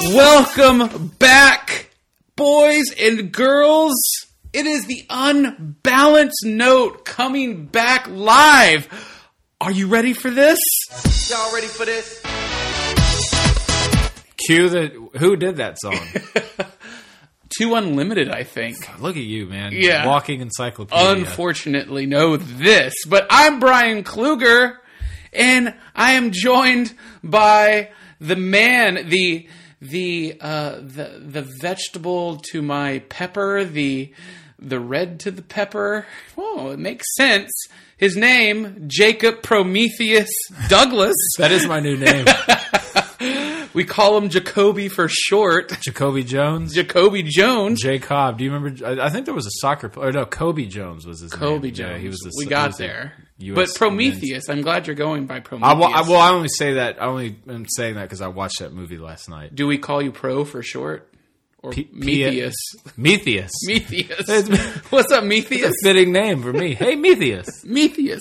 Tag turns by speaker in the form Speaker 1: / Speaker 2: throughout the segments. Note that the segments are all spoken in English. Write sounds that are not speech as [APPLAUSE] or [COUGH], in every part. Speaker 1: Welcome back, boys and girls. It is the unbalanced note coming back live. Are you ready for this?
Speaker 2: Y'all ready for this?
Speaker 3: Cue the who did that
Speaker 1: [LAUGHS]
Speaker 3: song?
Speaker 1: Too unlimited, I think.
Speaker 3: Look at you, man.
Speaker 1: Yeah.
Speaker 3: Walking encyclopedia.
Speaker 1: Unfortunately, know this, but I'm Brian Kluger, and I am joined by the man, the the uh, the the vegetable to my pepper, the the red to the pepper. Whoa, it makes sense. His name, Jacob Prometheus Douglas.
Speaker 3: that is my
Speaker 1: [LAUGHS]
Speaker 3: new name.
Speaker 1: we call him Jacoby for short.
Speaker 3: Jacoby Jones.
Speaker 1: Jacoby Jones.
Speaker 3: Jay Cobb. Do you remember? I, I think there was a soccer player. No, Kobe Jones was his name.
Speaker 1: Jacoby
Speaker 3: Yeah,
Speaker 1: Jones.
Speaker 3: he was the,
Speaker 1: we
Speaker 3: he
Speaker 1: got
Speaker 3: was the
Speaker 1: there.
Speaker 3: US
Speaker 1: But
Speaker 3: men's-
Speaker 1: Prometheus, I'm glad you're going by
Speaker 3: I,
Speaker 1: Prometheus.
Speaker 3: wa- I, well, I only say that. I only am saying that because I watched that movie last night.
Speaker 1: Do we call you Pro for short? Or
Speaker 3: P- P-
Speaker 1: Metheus? [LAUGHS]
Speaker 3: Metheus.
Speaker 1: Metheus. [LAUGHS] What's up,
Speaker 3: [LAUGHS]
Speaker 1: Metheus?
Speaker 3: Fitting name for me. Hey, Metheus.
Speaker 1: Metheus.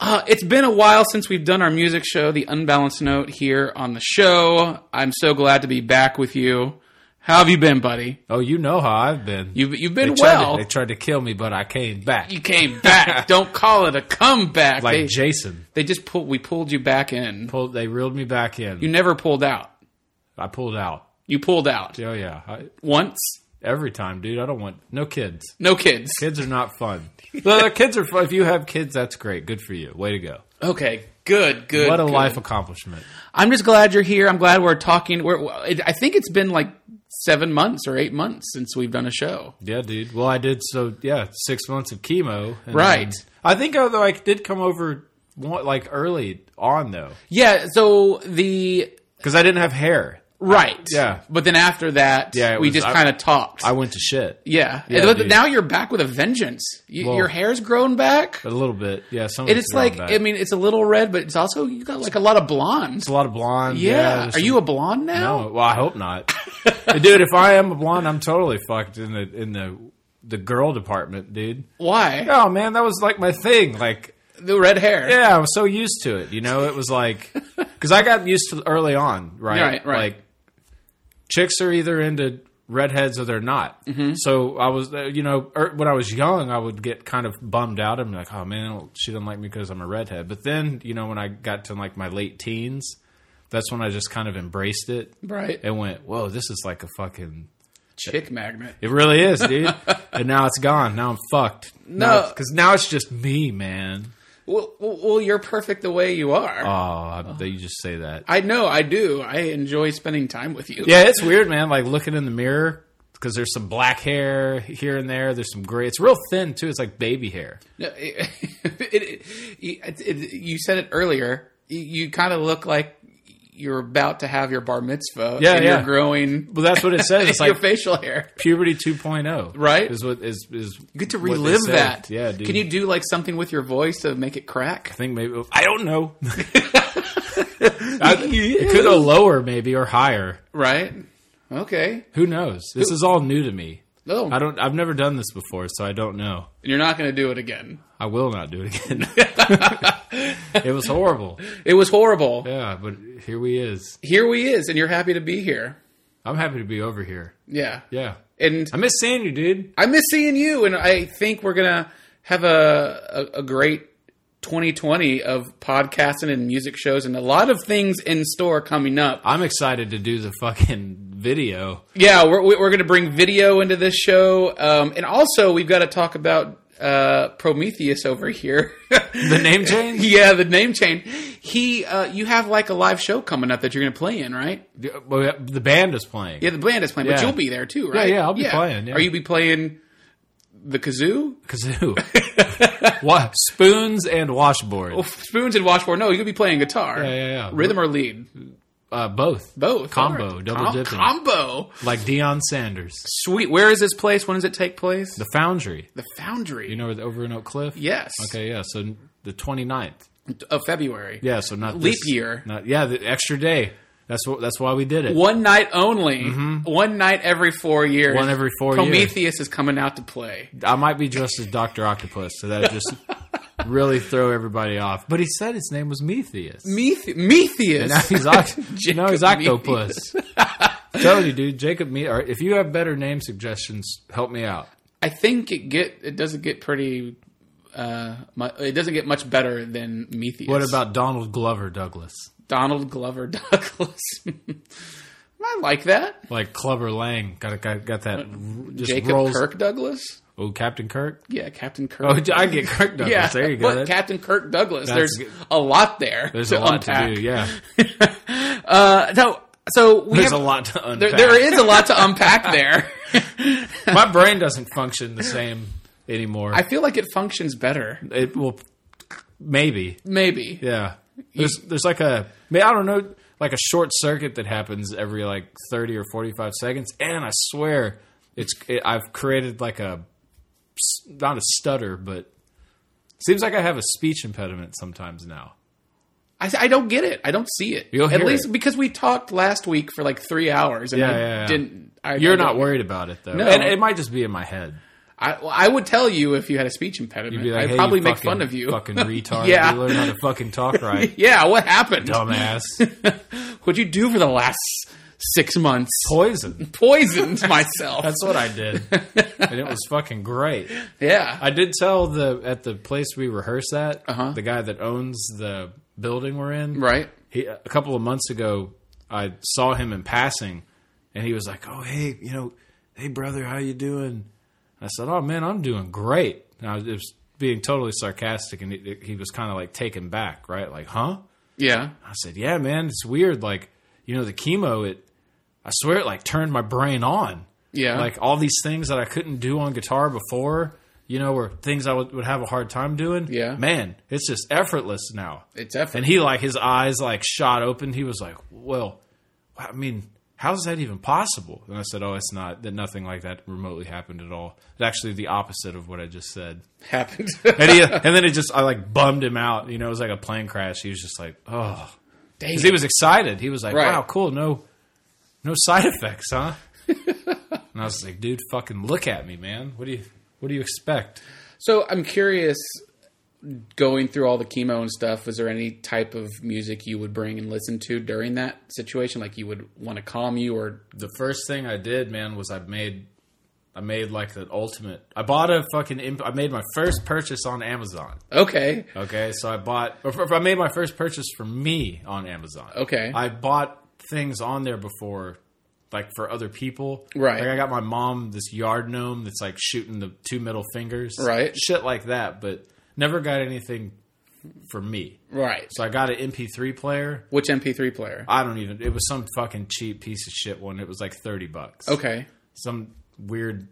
Speaker 1: Uh, it's been a while since we've done our music show, The Unbalanced Note, here on the show. I'm so glad to be back with you. How have you been, buddy?
Speaker 3: Oh, you know how I've been.
Speaker 1: You've, you've
Speaker 3: they
Speaker 1: been
Speaker 3: tried to-
Speaker 1: well.
Speaker 3: they tried to kill me, but I came back.
Speaker 1: you came
Speaker 3: [LAUGHS]
Speaker 1: back. Don't call it a comeback.
Speaker 3: like
Speaker 1: they,
Speaker 3: Jason.
Speaker 1: they just pulled. We pulled you back in.
Speaker 3: Pulled, they reeled me back in.
Speaker 1: You never pulled out.
Speaker 3: I pulled out.
Speaker 1: You pulled out
Speaker 3: Oh, yeah. I,
Speaker 1: once.
Speaker 3: every time, dude. I don't want no kids.
Speaker 1: No kids.
Speaker 3: Kids are not fun. [LAUGHS] No, no, kids are fun. If you have kids, that's great. Good for you. Way to go.
Speaker 1: Okay. Good. Good.
Speaker 3: what a
Speaker 1: good.
Speaker 3: life accomplishment.
Speaker 1: I'm just glad you're here. I'm glad we're talking. We're, it- I think it's been like seven months or eight months since we've done a show.
Speaker 3: Yeah, dude. Well, I did so. Yeah, six months of chemo. and
Speaker 1: Right.
Speaker 3: then- I think although I did come over one, like early on though,
Speaker 1: Yeah. So the
Speaker 3: because I didn't have hair.
Speaker 1: right.
Speaker 3: Yeah.
Speaker 1: But then after that,
Speaker 3: Yeah, it
Speaker 1: we
Speaker 3: was-
Speaker 1: just
Speaker 3: I-
Speaker 1: kind of talked.
Speaker 3: I went to shit.
Speaker 1: yeah.
Speaker 3: Yeah,
Speaker 1: But
Speaker 3: dude.
Speaker 1: now you're back with a vengeance. You,
Speaker 3: Well-
Speaker 1: your hair's grown back.
Speaker 3: A little bit. Yeah. Some. of
Speaker 1: It
Speaker 3: it's
Speaker 1: is
Speaker 3: grown
Speaker 1: like
Speaker 3: back.
Speaker 1: I mean, it's a little red, but it's also you got like a lot of blondes.
Speaker 3: It's a lot of blonde.
Speaker 1: Yeah.
Speaker 3: there's
Speaker 1: Are
Speaker 3: some-
Speaker 1: you a blonde now?
Speaker 3: No. Well, I hope not. dude, if I am a blonde, I'm totally fucked in the in the the girl department, dude.
Speaker 1: Why?
Speaker 3: Oh man, that was like my thing. Like
Speaker 1: The red hair.
Speaker 3: Yeah, I was so used to it. You know, it
Speaker 1: [LAUGHS]
Speaker 3: was like because I got used to early on, right?
Speaker 1: Right, right.
Speaker 3: Like chicks are either into redheads or they're not.
Speaker 1: Mm-hmm.
Speaker 3: So I was, uh, you know, er, when I was young, I would get kind of bummed out. I'm like, oh man, I don't- she doesn't like me because I'm a redhead. But then, you know, when I got to like my late teens, that's when I just kind of embraced it
Speaker 1: Right.
Speaker 3: and went, whoa, this is like a fucking.
Speaker 1: Chick magnet.
Speaker 3: It really
Speaker 1: [LAUGHS]
Speaker 3: is, dude. and now it's gone. Now I'm fucked.
Speaker 1: No.
Speaker 3: because now it's just me, man.
Speaker 1: Well, well, well, you're perfect the way you are.
Speaker 3: Oh, I, you just say that.
Speaker 1: I know. I do. I enjoy spending time with you.
Speaker 3: Yeah, it's weird, man. Like looking in the mirror because there's some black hair here and there. There's some gray. It's real thin too. It's like baby hair.
Speaker 1: No, [LAUGHS] it, it, it, it- you said it earlier. You, you kind of look like you're about to have your bar mitzvah.
Speaker 3: Yeah,
Speaker 1: and
Speaker 3: yeah.
Speaker 1: You're growing
Speaker 3: Well, that's what it
Speaker 1: [LAUGHS]
Speaker 3: says. [LAUGHS] It's
Speaker 1: your
Speaker 3: like
Speaker 1: facial
Speaker 3: [LAUGHS]
Speaker 1: hair.
Speaker 3: puberty 2.0.
Speaker 1: Right.
Speaker 3: Is what is is.
Speaker 1: You get to
Speaker 3: what they
Speaker 1: relive
Speaker 3: say.
Speaker 1: that.
Speaker 3: Yeah, dude.
Speaker 1: Can you do like something with your voice to make it crack?
Speaker 3: I think maybe I
Speaker 1: [LAUGHS]
Speaker 3: don't know. [LAUGHS] I, it could go lower, maybe, or higher.
Speaker 1: Right. Okay.
Speaker 3: Who knows? This is all new to me.
Speaker 1: No,
Speaker 3: I don't. I've never done this before, so I don't know.
Speaker 1: you're not going to do it again.
Speaker 3: I will not do it again. [LAUGHS] it was horrible.
Speaker 1: It was horrible.
Speaker 3: Yeah, but here we is.
Speaker 1: Here we is, and you're happy to be here.
Speaker 3: I'm happy to be over here.
Speaker 1: Yeah.
Speaker 3: Yeah.
Speaker 1: And
Speaker 3: I miss seeing you, dude.
Speaker 1: I miss seeing you, and I think we're gonna have a a, a great 2020 of podcasting and music shows, and a lot of things in store coming up.
Speaker 3: I'm excited to do the fucking video.
Speaker 1: Yeah, we're we're gonna bring video into this show, um, and also we've got to talk about uh, Prometheus over here. [LAUGHS]
Speaker 3: The name change?
Speaker 1: yeah, the name chain. He, uh, you have like a live show coming up that you're gonna play in, right?
Speaker 3: The- well, the band is playing.
Speaker 1: Yeah, the band is playing, but
Speaker 3: Yeah.
Speaker 1: you'll be there too, right?
Speaker 3: yeah, I'll be playing, yeah.
Speaker 1: Are you be playing the kazoo? [LAUGHS]
Speaker 3: Kazoo. Wa- spoons and washboard.
Speaker 1: Well, spoons and washboard. No, you could be playing guitar.
Speaker 3: yeah, yeah.
Speaker 1: Rhythm or lead,
Speaker 3: Uh, both.
Speaker 1: both.
Speaker 3: Combo,
Speaker 1: All right.
Speaker 3: double dipping.
Speaker 1: Combo.
Speaker 3: Like Deion Sanders.
Speaker 1: Sweet. Where is this place? When does it take place? The,
Speaker 3: The Foundry.
Speaker 1: Foundry.
Speaker 3: You know, over in Oak Cliff?
Speaker 1: yes.
Speaker 3: Okay, yeah. So the 29th.
Speaker 1: Of February.
Speaker 3: Yeah, so not
Speaker 1: Leap
Speaker 3: this-
Speaker 1: year.
Speaker 3: Not, yeah, the extra day. That's what. That's why we did it.
Speaker 1: One night only. One night every four years.
Speaker 3: Mm-hmm. One every four
Speaker 1: Prometheus
Speaker 3: years.
Speaker 1: is coming out to play.
Speaker 3: I might be dressed as Doctor Octopus, so that
Speaker 1: [LAUGHS]
Speaker 3: just really throw everybody off. But he said his name was Metheus. [LAUGHS]
Speaker 1: Meth- Metheus. [LAUGHS]
Speaker 3: Now he's, oct- now he's
Speaker 1: Jacob
Speaker 3: octopus. telling you, dude, Jacob. Me, or if you have better name suggestions, help me out.
Speaker 1: I think it get it doesn't get pretty. Uh, mu- it doesn't get much better than Metheus.
Speaker 3: What about Donald Glover Douglas?
Speaker 1: Donald Glover [LAUGHS] Douglas? I like that.
Speaker 3: Like Clever Lang, got got, got that r- just
Speaker 1: Jacob
Speaker 3: rolls.
Speaker 1: Kirk Douglas.
Speaker 3: Oh, Captain Kirk.
Speaker 1: Yeah, Captain Kirk.
Speaker 3: Oh, I get Kirk Douglas.
Speaker 1: yeah,
Speaker 3: There you go.
Speaker 1: But
Speaker 3: That-
Speaker 1: Captain Kirk Douglas.
Speaker 3: That's
Speaker 1: There's
Speaker 3: good.
Speaker 1: a lot there.
Speaker 3: there's
Speaker 1: to
Speaker 3: a lot
Speaker 1: unpack.
Speaker 3: to do. Yeah,
Speaker 1: Uh, so so we
Speaker 3: there's
Speaker 1: have,
Speaker 3: a lot to unpack.
Speaker 1: there, there is a lot to [LAUGHS] unpack there.
Speaker 3: My brain doesn't function the same anymore.
Speaker 1: I feel like it functions better.
Speaker 3: it will maybe.
Speaker 1: Maybe.
Speaker 3: Yeah. There's there's like a may- I don't know like a short circuit that happens every like 30 or 45 seconds and I swear it's it, I've created like a s- not a stutter but seems like I have a speech impediment sometimes now.
Speaker 1: I, I don't get it. I don't see it.
Speaker 3: You'll
Speaker 1: At
Speaker 3: hear
Speaker 1: least
Speaker 3: it.
Speaker 1: because we talked last week for like three hours and
Speaker 3: Yeah,
Speaker 1: I
Speaker 3: yeah, yeah.
Speaker 1: didn't. I,
Speaker 3: You're
Speaker 1: I
Speaker 3: not
Speaker 1: don't-
Speaker 3: worried about it though.
Speaker 1: No.
Speaker 3: And it might just be in my head.
Speaker 1: I, well, I would tell you if you had a speech impediment.
Speaker 3: You'd be like,
Speaker 1: I'd
Speaker 3: hey,
Speaker 1: probably
Speaker 3: you
Speaker 1: make
Speaker 3: fucking-
Speaker 1: fun of you.
Speaker 3: Fucking retard.
Speaker 1: Yeah.
Speaker 3: You learn how to fucking talk right.
Speaker 1: [LAUGHS] yeah. What happened?
Speaker 3: Dumbass.
Speaker 1: What'd you do for the last six months?
Speaker 3: Poison.
Speaker 1: Poisoned myself.
Speaker 3: [LAUGHS] That's what
Speaker 1: [LAUGHS]
Speaker 3: I did. and it was fucking great.
Speaker 1: yeah.
Speaker 3: I did tell the at the place we rehearse at
Speaker 1: Uh-huh.
Speaker 3: the guy that owns the building we're in.
Speaker 1: right.
Speaker 3: He, a couple of months ago, I saw him in passing, and he was like, "Oh, hey, you know, hey, brother, how you doing?" I said, "Oh man, I'm doing great." And I was, it was being totally sarcastic, and he, he was kind of like taken back, right? Like, "Huh?"
Speaker 1: Yeah.
Speaker 3: I said, "Yeah, man, it's weird. Like, you know, the chemo. It, I swear, it like turned my brain on."
Speaker 1: Yeah.
Speaker 3: like all these things that I couldn't do on guitar before, you know, were things I would, would have a hard time doing.
Speaker 1: Yeah.
Speaker 3: man, it's just effortless now.
Speaker 1: it's effort.
Speaker 3: And he like his eyes like shot open. He was like, "Well, I mean, how's that even possible?" And I said, "Oh, it's not. That nothing like that remotely happened at all. It's actually the opposite of what I just said." [LAUGHS]
Speaker 1: happened.
Speaker 3: And he and then it just I like bummed him out. You know, it was like a plane crash. He was just like, "Oh."
Speaker 1: Dang.
Speaker 3: Because he was excited. He was like,
Speaker 1: Right.
Speaker 3: "Wow, cool, no, no side effects, huh?" [LAUGHS] and I was like, "Dude, fucking look at me, man. What do you, what do you expect?"
Speaker 1: So I'm curious, going through all the chemo and stuff, was there any type of music you would bring and listen to during that situation? Like you would want to calm you or
Speaker 3: The first thing I did, man, was I made, I made like the ultimate. I bought a fucking. imp- I made my first purchase on Amazon.
Speaker 1: okay,
Speaker 3: Okay, so I bought. or f- I made my first purchase for me on Amazon.
Speaker 1: Okay.
Speaker 3: I bought things on there before, like for other people.
Speaker 1: Right.
Speaker 3: Like I got my mom this yard gnome that's like shooting the two middle fingers.
Speaker 1: Right.
Speaker 3: Shit like that, but never got anything for me.
Speaker 1: right?
Speaker 3: So I got an MP3 player.
Speaker 1: Which MP3 player?
Speaker 3: I don't even. It was some fucking cheap piece of shit one. It was like thirty bucks.
Speaker 1: Okay,
Speaker 3: Some weird,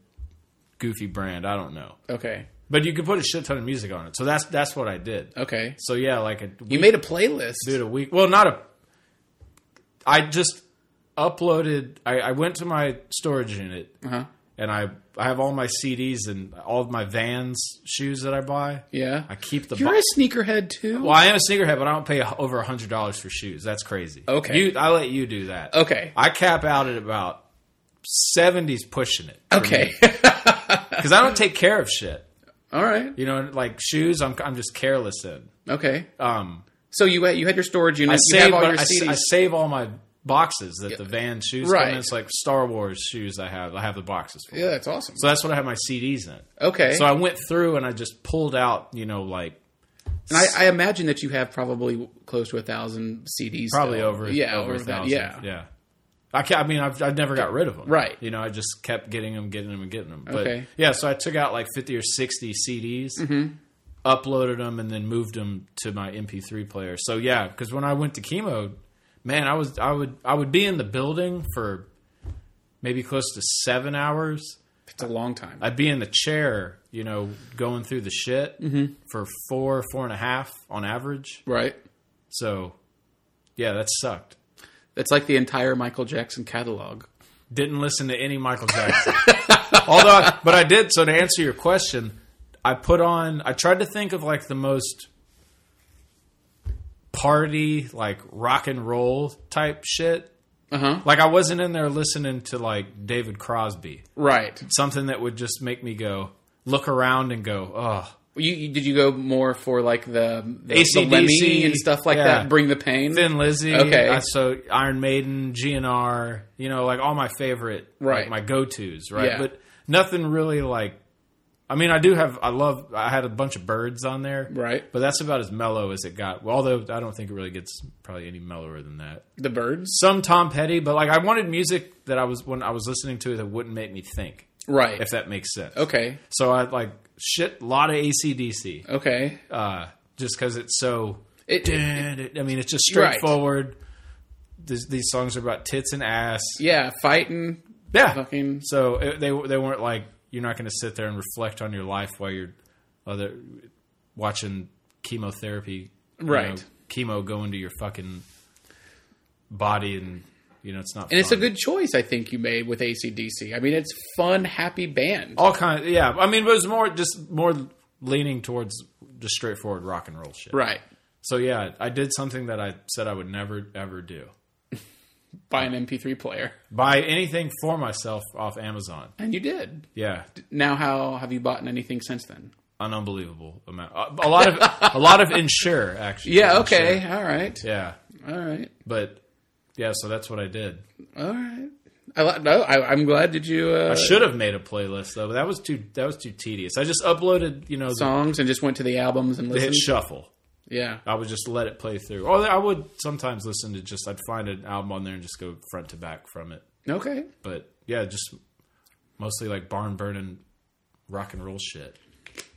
Speaker 3: goofy brand. I don't know.
Speaker 1: okay,
Speaker 3: But you could put a shit ton of music on it. So that's that's what I did.
Speaker 1: okay.
Speaker 3: So yeah, like a
Speaker 1: You made a playlist.
Speaker 3: dude a week well not a i just uploaded i, I went to my storage unit
Speaker 1: Uh-huh.
Speaker 3: and i i have all my cds and all of my vans shoes that i buy
Speaker 1: Yeah,
Speaker 3: i keep the
Speaker 1: you're
Speaker 3: bo-
Speaker 1: a sneakerhead too.
Speaker 3: well i am a sneakerhead but i don't pay over a hundred dollars for shoes that's crazy
Speaker 1: Okay.
Speaker 3: you i let you do that
Speaker 1: Okay,
Speaker 3: i cap out at about 70s pushing it
Speaker 1: okay, [LAUGHS]
Speaker 3: because i don't take care of shit
Speaker 1: all right,
Speaker 3: you know like shoes i'm, I'm just careless in
Speaker 1: okay.
Speaker 3: um
Speaker 1: So you had, you had your storage unit.
Speaker 3: I
Speaker 1: you have
Speaker 3: save,
Speaker 1: all
Speaker 3: but
Speaker 1: your
Speaker 3: I s-
Speaker 1: CDs.
Speaker 3: I save all my boxes that the van shoes
Speaker 1: Right.
Speaker 3: come in. It's like Star Wars shoes I have. I have the boxes for.
Speaker 1: yeah, that's awesome.
Speaker 3: So that's what I have my CDs in.
Speaker 1: okay,
Speaker 3: So I went through and I just pulled out, you know, like
Speaker 1: and I, I imagine that you have probably close to a thousand CDs.
Speaker 3: probably
Speaker 1: still.
Speaker 3: over
Speaker 1: yeah,
Speaker 3: over a
Speaker 1: that-
Speaker 3: thousand.
Speaker 1: yeah,
Speaker 3: yeah. I can I mean, I've, I've never got rid of them.
Speaker 1: Right.
Speaker 3: You know, I just kept getting them, getting them, and getting them. But
Speaker 1: Okay. Mm-hmm.
Speaker 3: yeah, so I took out like fifty or sixty CDs, uploaded them, and then moved them to my MP3 player. So yeah, because when I went to chemo, man, I was I would I would be in the building for maybe close to seven hours.
Speaker 1: It's a long time.
Speaker 3: I'd be in the chair, you know, going through the shit
Speaker 1: Mm-hmm.
Speaker 3: for four, four and a half on average.
Speaker 1: Right.
Speaker 3: So yeah, that sucked.
Speaker 1: That's like the entire Michael Jackson catalog.
Speaker 3: didn't listen to any Michael Jackson. [LAUGHS] Although, I, but I did. So to answer your question, I put on. I tried to think of like the most party, like rock and roll type shit.
Speaker 1: Uh huh.
Speaker 3: Like I wasn't in there listening to like David Crosby,
Speaker 1: Right.
Speaker 3: something that would just make me go look around and go, oh,
Speaker 1: You, you- did you go more for like the, the, the
Speaker 3: AC/DC,
Speaker 1: Lemmy and stuff like
Speaker 3: yeah.
Speaker 1: that? Bring the pain.
Speaker 3: Thin Lizzy.
Speaker 1: Okay.
Speaker 3: I- so Iron Maiden, GNR, you know, like all my favorite,
Speaker 1: Right.
Speaker 3: like my go tos, right?
Speaker 1: Yeah.
Speaker 3: But nothing really like. I mean, I do have. I love. I had a bunch of birds on there,
Speaker 1: Right.
Speaker 3: But that's about as mellow as it got. Well, although I don't think it really gets probably any mellower than that.
Speaker 1: the birds.
Speaker 3: Some Tom Petty, but like I wanted music that I was when I was listening to it that wouldn't make me think,
Speaker 1: Right.
Speaker 3: if that makes sense.
Speaker 1: okay.
Speaker 3: So I like shit, a lot of ACDC,
Speaker 1: Okay.
Speaker 3: uh, just because it's so
Speaker 1: It-
Speaker 3: I mean, it's just
Speaker 1: Right.
Speaker 3: straightforward. These, these songs are about tits and ass.
Speaker 1: yeah, fighting.
Speaker 3: Yeah.
Speaker 1: Fucking-
Speaker 3: So it, they they weren't like you're not going to sit there and reflect on your life while you're other watching chemotherapy, you
Speaker 1: Right.
Speaker 3: know, chemo go into your fucking body, and you know it's not.
Speaker 1: And it's a
Speaker 3: fun.
Speaker 1: good choice I think you made with ACDC. I mean, it's fun, happy band.
Speaker 3: all kind. Of, yeah. I mean, it was more just more leaning towards just straightforward rock and roll shit.
Speaker 1: Right.
Speaker 3: So yeah, I did something that I said I would never ever do.
Speaker 1: Buy an MP3 player.
Speaker 3: Buy anything for myself off Amazon.
Speaker 1: And you did.
Speaker 3: Yeah,
Speaker 1: Now how have you bought anything since then?
Speaker 3: an unbelievable amount. A a lot of a lot of insure actually.
Speaker 1: Yeah,
Speaker 3: Insure.
Speaker 1: okay. All right.
Speaker 3: Yeah,
Speaker 1: All right.
Speaker 3: but yeah, so that's what I did.
Speaker 1: All right. I li- no, I, I'm glad did you uh,
Speaker 3: I should have made a playlist though, but that was too that was too tedious. I just uploaded, you know, the
Speaker 1: songs and just went to the albums and
Speaker 3: hit
Speaker 1: listened.
Speaker 3: shuffle.
Speaker 1: yeah.
Speaker 3: I would just let it play through. Or I would sometimes listen to just I'd find an album on there and just go front to back from it.
Speaker 1: Okay.
Speaker 3: But yeah, just mostly like barn burning rock and roll shit.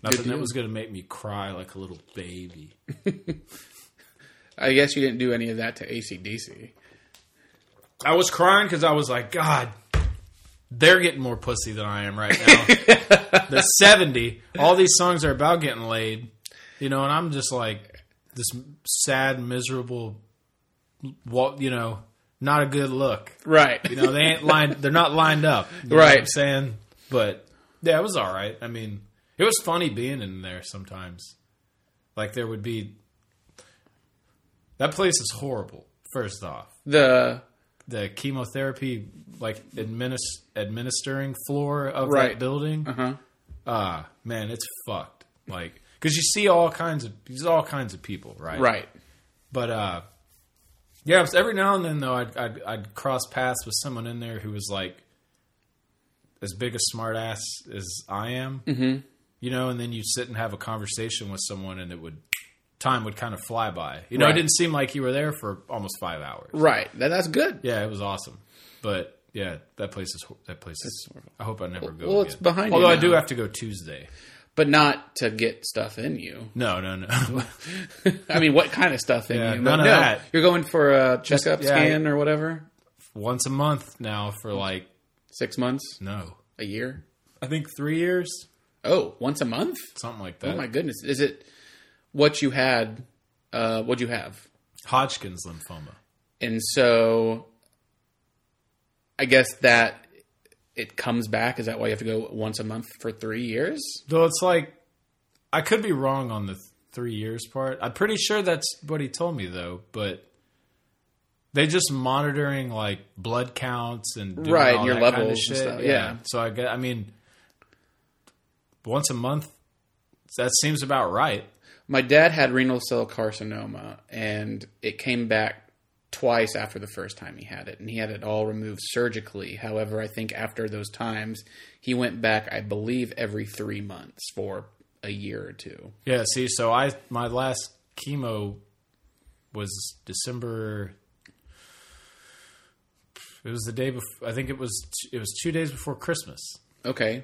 Speaker 3: Nothing that
Speaker 1: deal.
Speaker 3: was gonna make me cry like a little baby.
Speaker 1: I guess you didn't do any of that to ACDC.
Speaker 3: I was crying because I was like, God, they're getting more pussy than I am right now. they're 70. All these songs are about getting laid, you know, and I'm just like this sad, miserable, wa- you know, not a good look.
Speaker 1: Right.
Speaker 3: You know, they ain't lined, they're not lined up. You know what
Speaker 1: Right.
Speaker 3: I'm saying? But yeah, it was all right. I mean, it was funny being in there sometimes. Like there would be, that place is horrible, first off
Speaker 1: the
Speaker 3: the chemotherapy like adminis- administering floor of
Speaker 1: Right.
Speaker 3: that building.
Speaker 1: uh-huh.
Speaker 3: Ah, man, it's fucked. Like because you see all kinds of there's all kinds of people, right?
Speaker 1: Right.
Speaker 3: But uh, yeah. so every now and then though, I'd, I'd I'd cross paths with someone in there who was like as big a smartass as I am, mm-hmm. you know. And then you sit and have a conversation with someone, and it would time would kind of fly by. You know,
Speaker 1: Right.
Speaker 3: it didn't seem like you were there for almost five hours.
Speaker 1: Right. That, that's good.
Speaker 3: Yeah, it was awesome. But yeah, that place is that place is. I hope I never go.
Speaker 1: Well, it's
Speaker 3: again.
Speaker 1: behind you
Speaker 3: Although I
Speaker 1: now.
Speaker 3: do have to go Tuesday.
Speaker 1: But not to get stuff in you. [LAUGHS]
Speaker 3: No, no, no. [LAUGHS]
Speaker 1: I mean, what kind of stuff in
Speaker 3: Yeah,
Speaker 1: you?
Speaker 3: none
Speaker 1: But
Speaker 3: of that.
Speaker 1: You're going for a checkup
Speaker 3: yeah.
Speaker 1: scan or whatever?
Speaker 3: Once a month now for like
Speaker 1: Six months?
Speaker 3: no,
Speaker 1: A year?
Speaker 3: I think three years,
Speaker 1: Oh, once a month?
Speaker 3: something like
Speaker 1: Oh
Speaker 3: that.
Speaker 1: my goodness. Is it what you had? Uh, what you have?
Speaker 3: Hodgkin's lymphoma.
Speaker 1: And so I guess that it comes back. Is that why you have to go once a month for three years?
Speaker 3: Though it's like I could be wrong on the th- three years part. I'm pretty sure that's what he told me though. But they just monitoring like blood counts and doing
Speaker 1: Right,
Speaker 3: all
Speaker 1: your
Speaker 3: that kind of
Speaker 1: levels and
Speaker 3: shit.
Speaker 1: stuff, yeah.
Speaker 3: So I gue- I mean, once a month. That seems about right.
Speaker 1: My dad had renal cell carcinoma and it came back twice after the first time he had it and he had it all removed surgically. However, I think after those times he went back I believe every 3 months for a year or two.
Speaker 3: Yeah. See, so I my last chemo was December. It was the day before. I think it was t- it was two days before Christmas.
Speaker 1: Okay.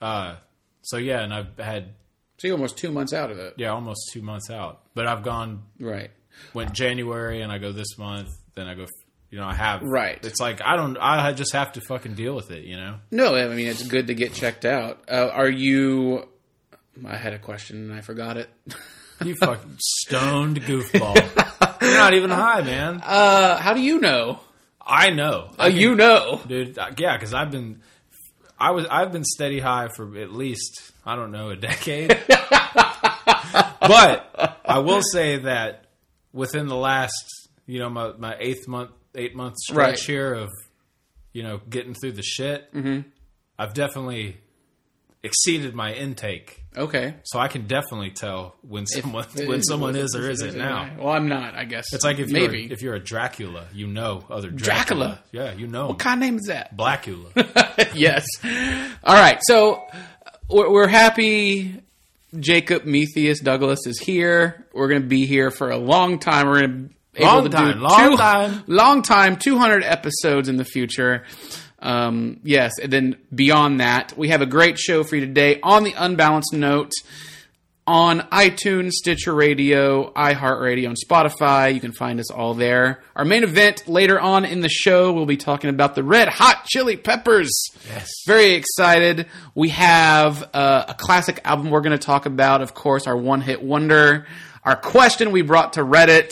Speaker 3: Uh, so yeah, and I've had
Speaker 1: So you're almost 2 months out of it.
Speaker 3: yeah almost two months out, but I've gone
Speaker 1: Right.
Speaker 3: went January and I go this month, then I go. You know, I have
Speaker 1: Right.
Speaker 3: It's like I don't. I just have to fucking deal with it. You know.
Speaker 1: No, I mean it's good to get checked out. Uh, are you? I had a question and I forgot it.
Speaker 3: You
Speaker 1: [LAUGHS]
Speaker 3: fucking stoned goofball. You're not even high, man.
Speaker 1: Uh, how do you know?
Speaker 3: I know.
Speaker 1: Uh, you know.
Speaker 3: dude. uh, Yeah, because I've been, I was, I've been steady high for at least I don't know
Speaker 1: [LAUGHS]
Speaker 3: a decade. but I will say that within the last, you know, my, my eighth month, eight month stretch
Speaker 1: Right. Mm-hmm.
Speaker 3: here of, you know, getting through the shit, I've definitely exceeded my intake.
Speaker 1: Okay.
Speaker 3: So I can definitely tell when someone when someone is or isn't now.
Speaker 1: Well, I'm not. I guess
Speaker 3: It's like if
Speaker 1: maybe
Speaker 3: you're if you're a Dracula, you know other
Speaker 1: Dracula?
Speaker 3: Dracula. Yeah, you know
Speaker 1: what kind of name is that? [LAUGHS]
Speaker 3: Blackula.
Speaker 1: yes. All right. So we're, we're happy. Jacob Metheus Douglas is here. We're going to be here for a long time. We're going to
Speaker 3: Long time, long time.
Speaker 1: long time, two hundred episodes in the future. Um, yes, and then beyond that, we have a great show for you today. On the unbalanced note, on iTunes, Stitcher Radio, iHeartRadio, and Spotify. You can find us all there. Our main event later on in the show, we'll be talking about the Red Hot Chili Peppers.
Speaker 3: Yes.
Speaker 1: Very excited. We have uh, a classic album we're going to talk about, of course, our one hit wonder, our question we brought to Reddit,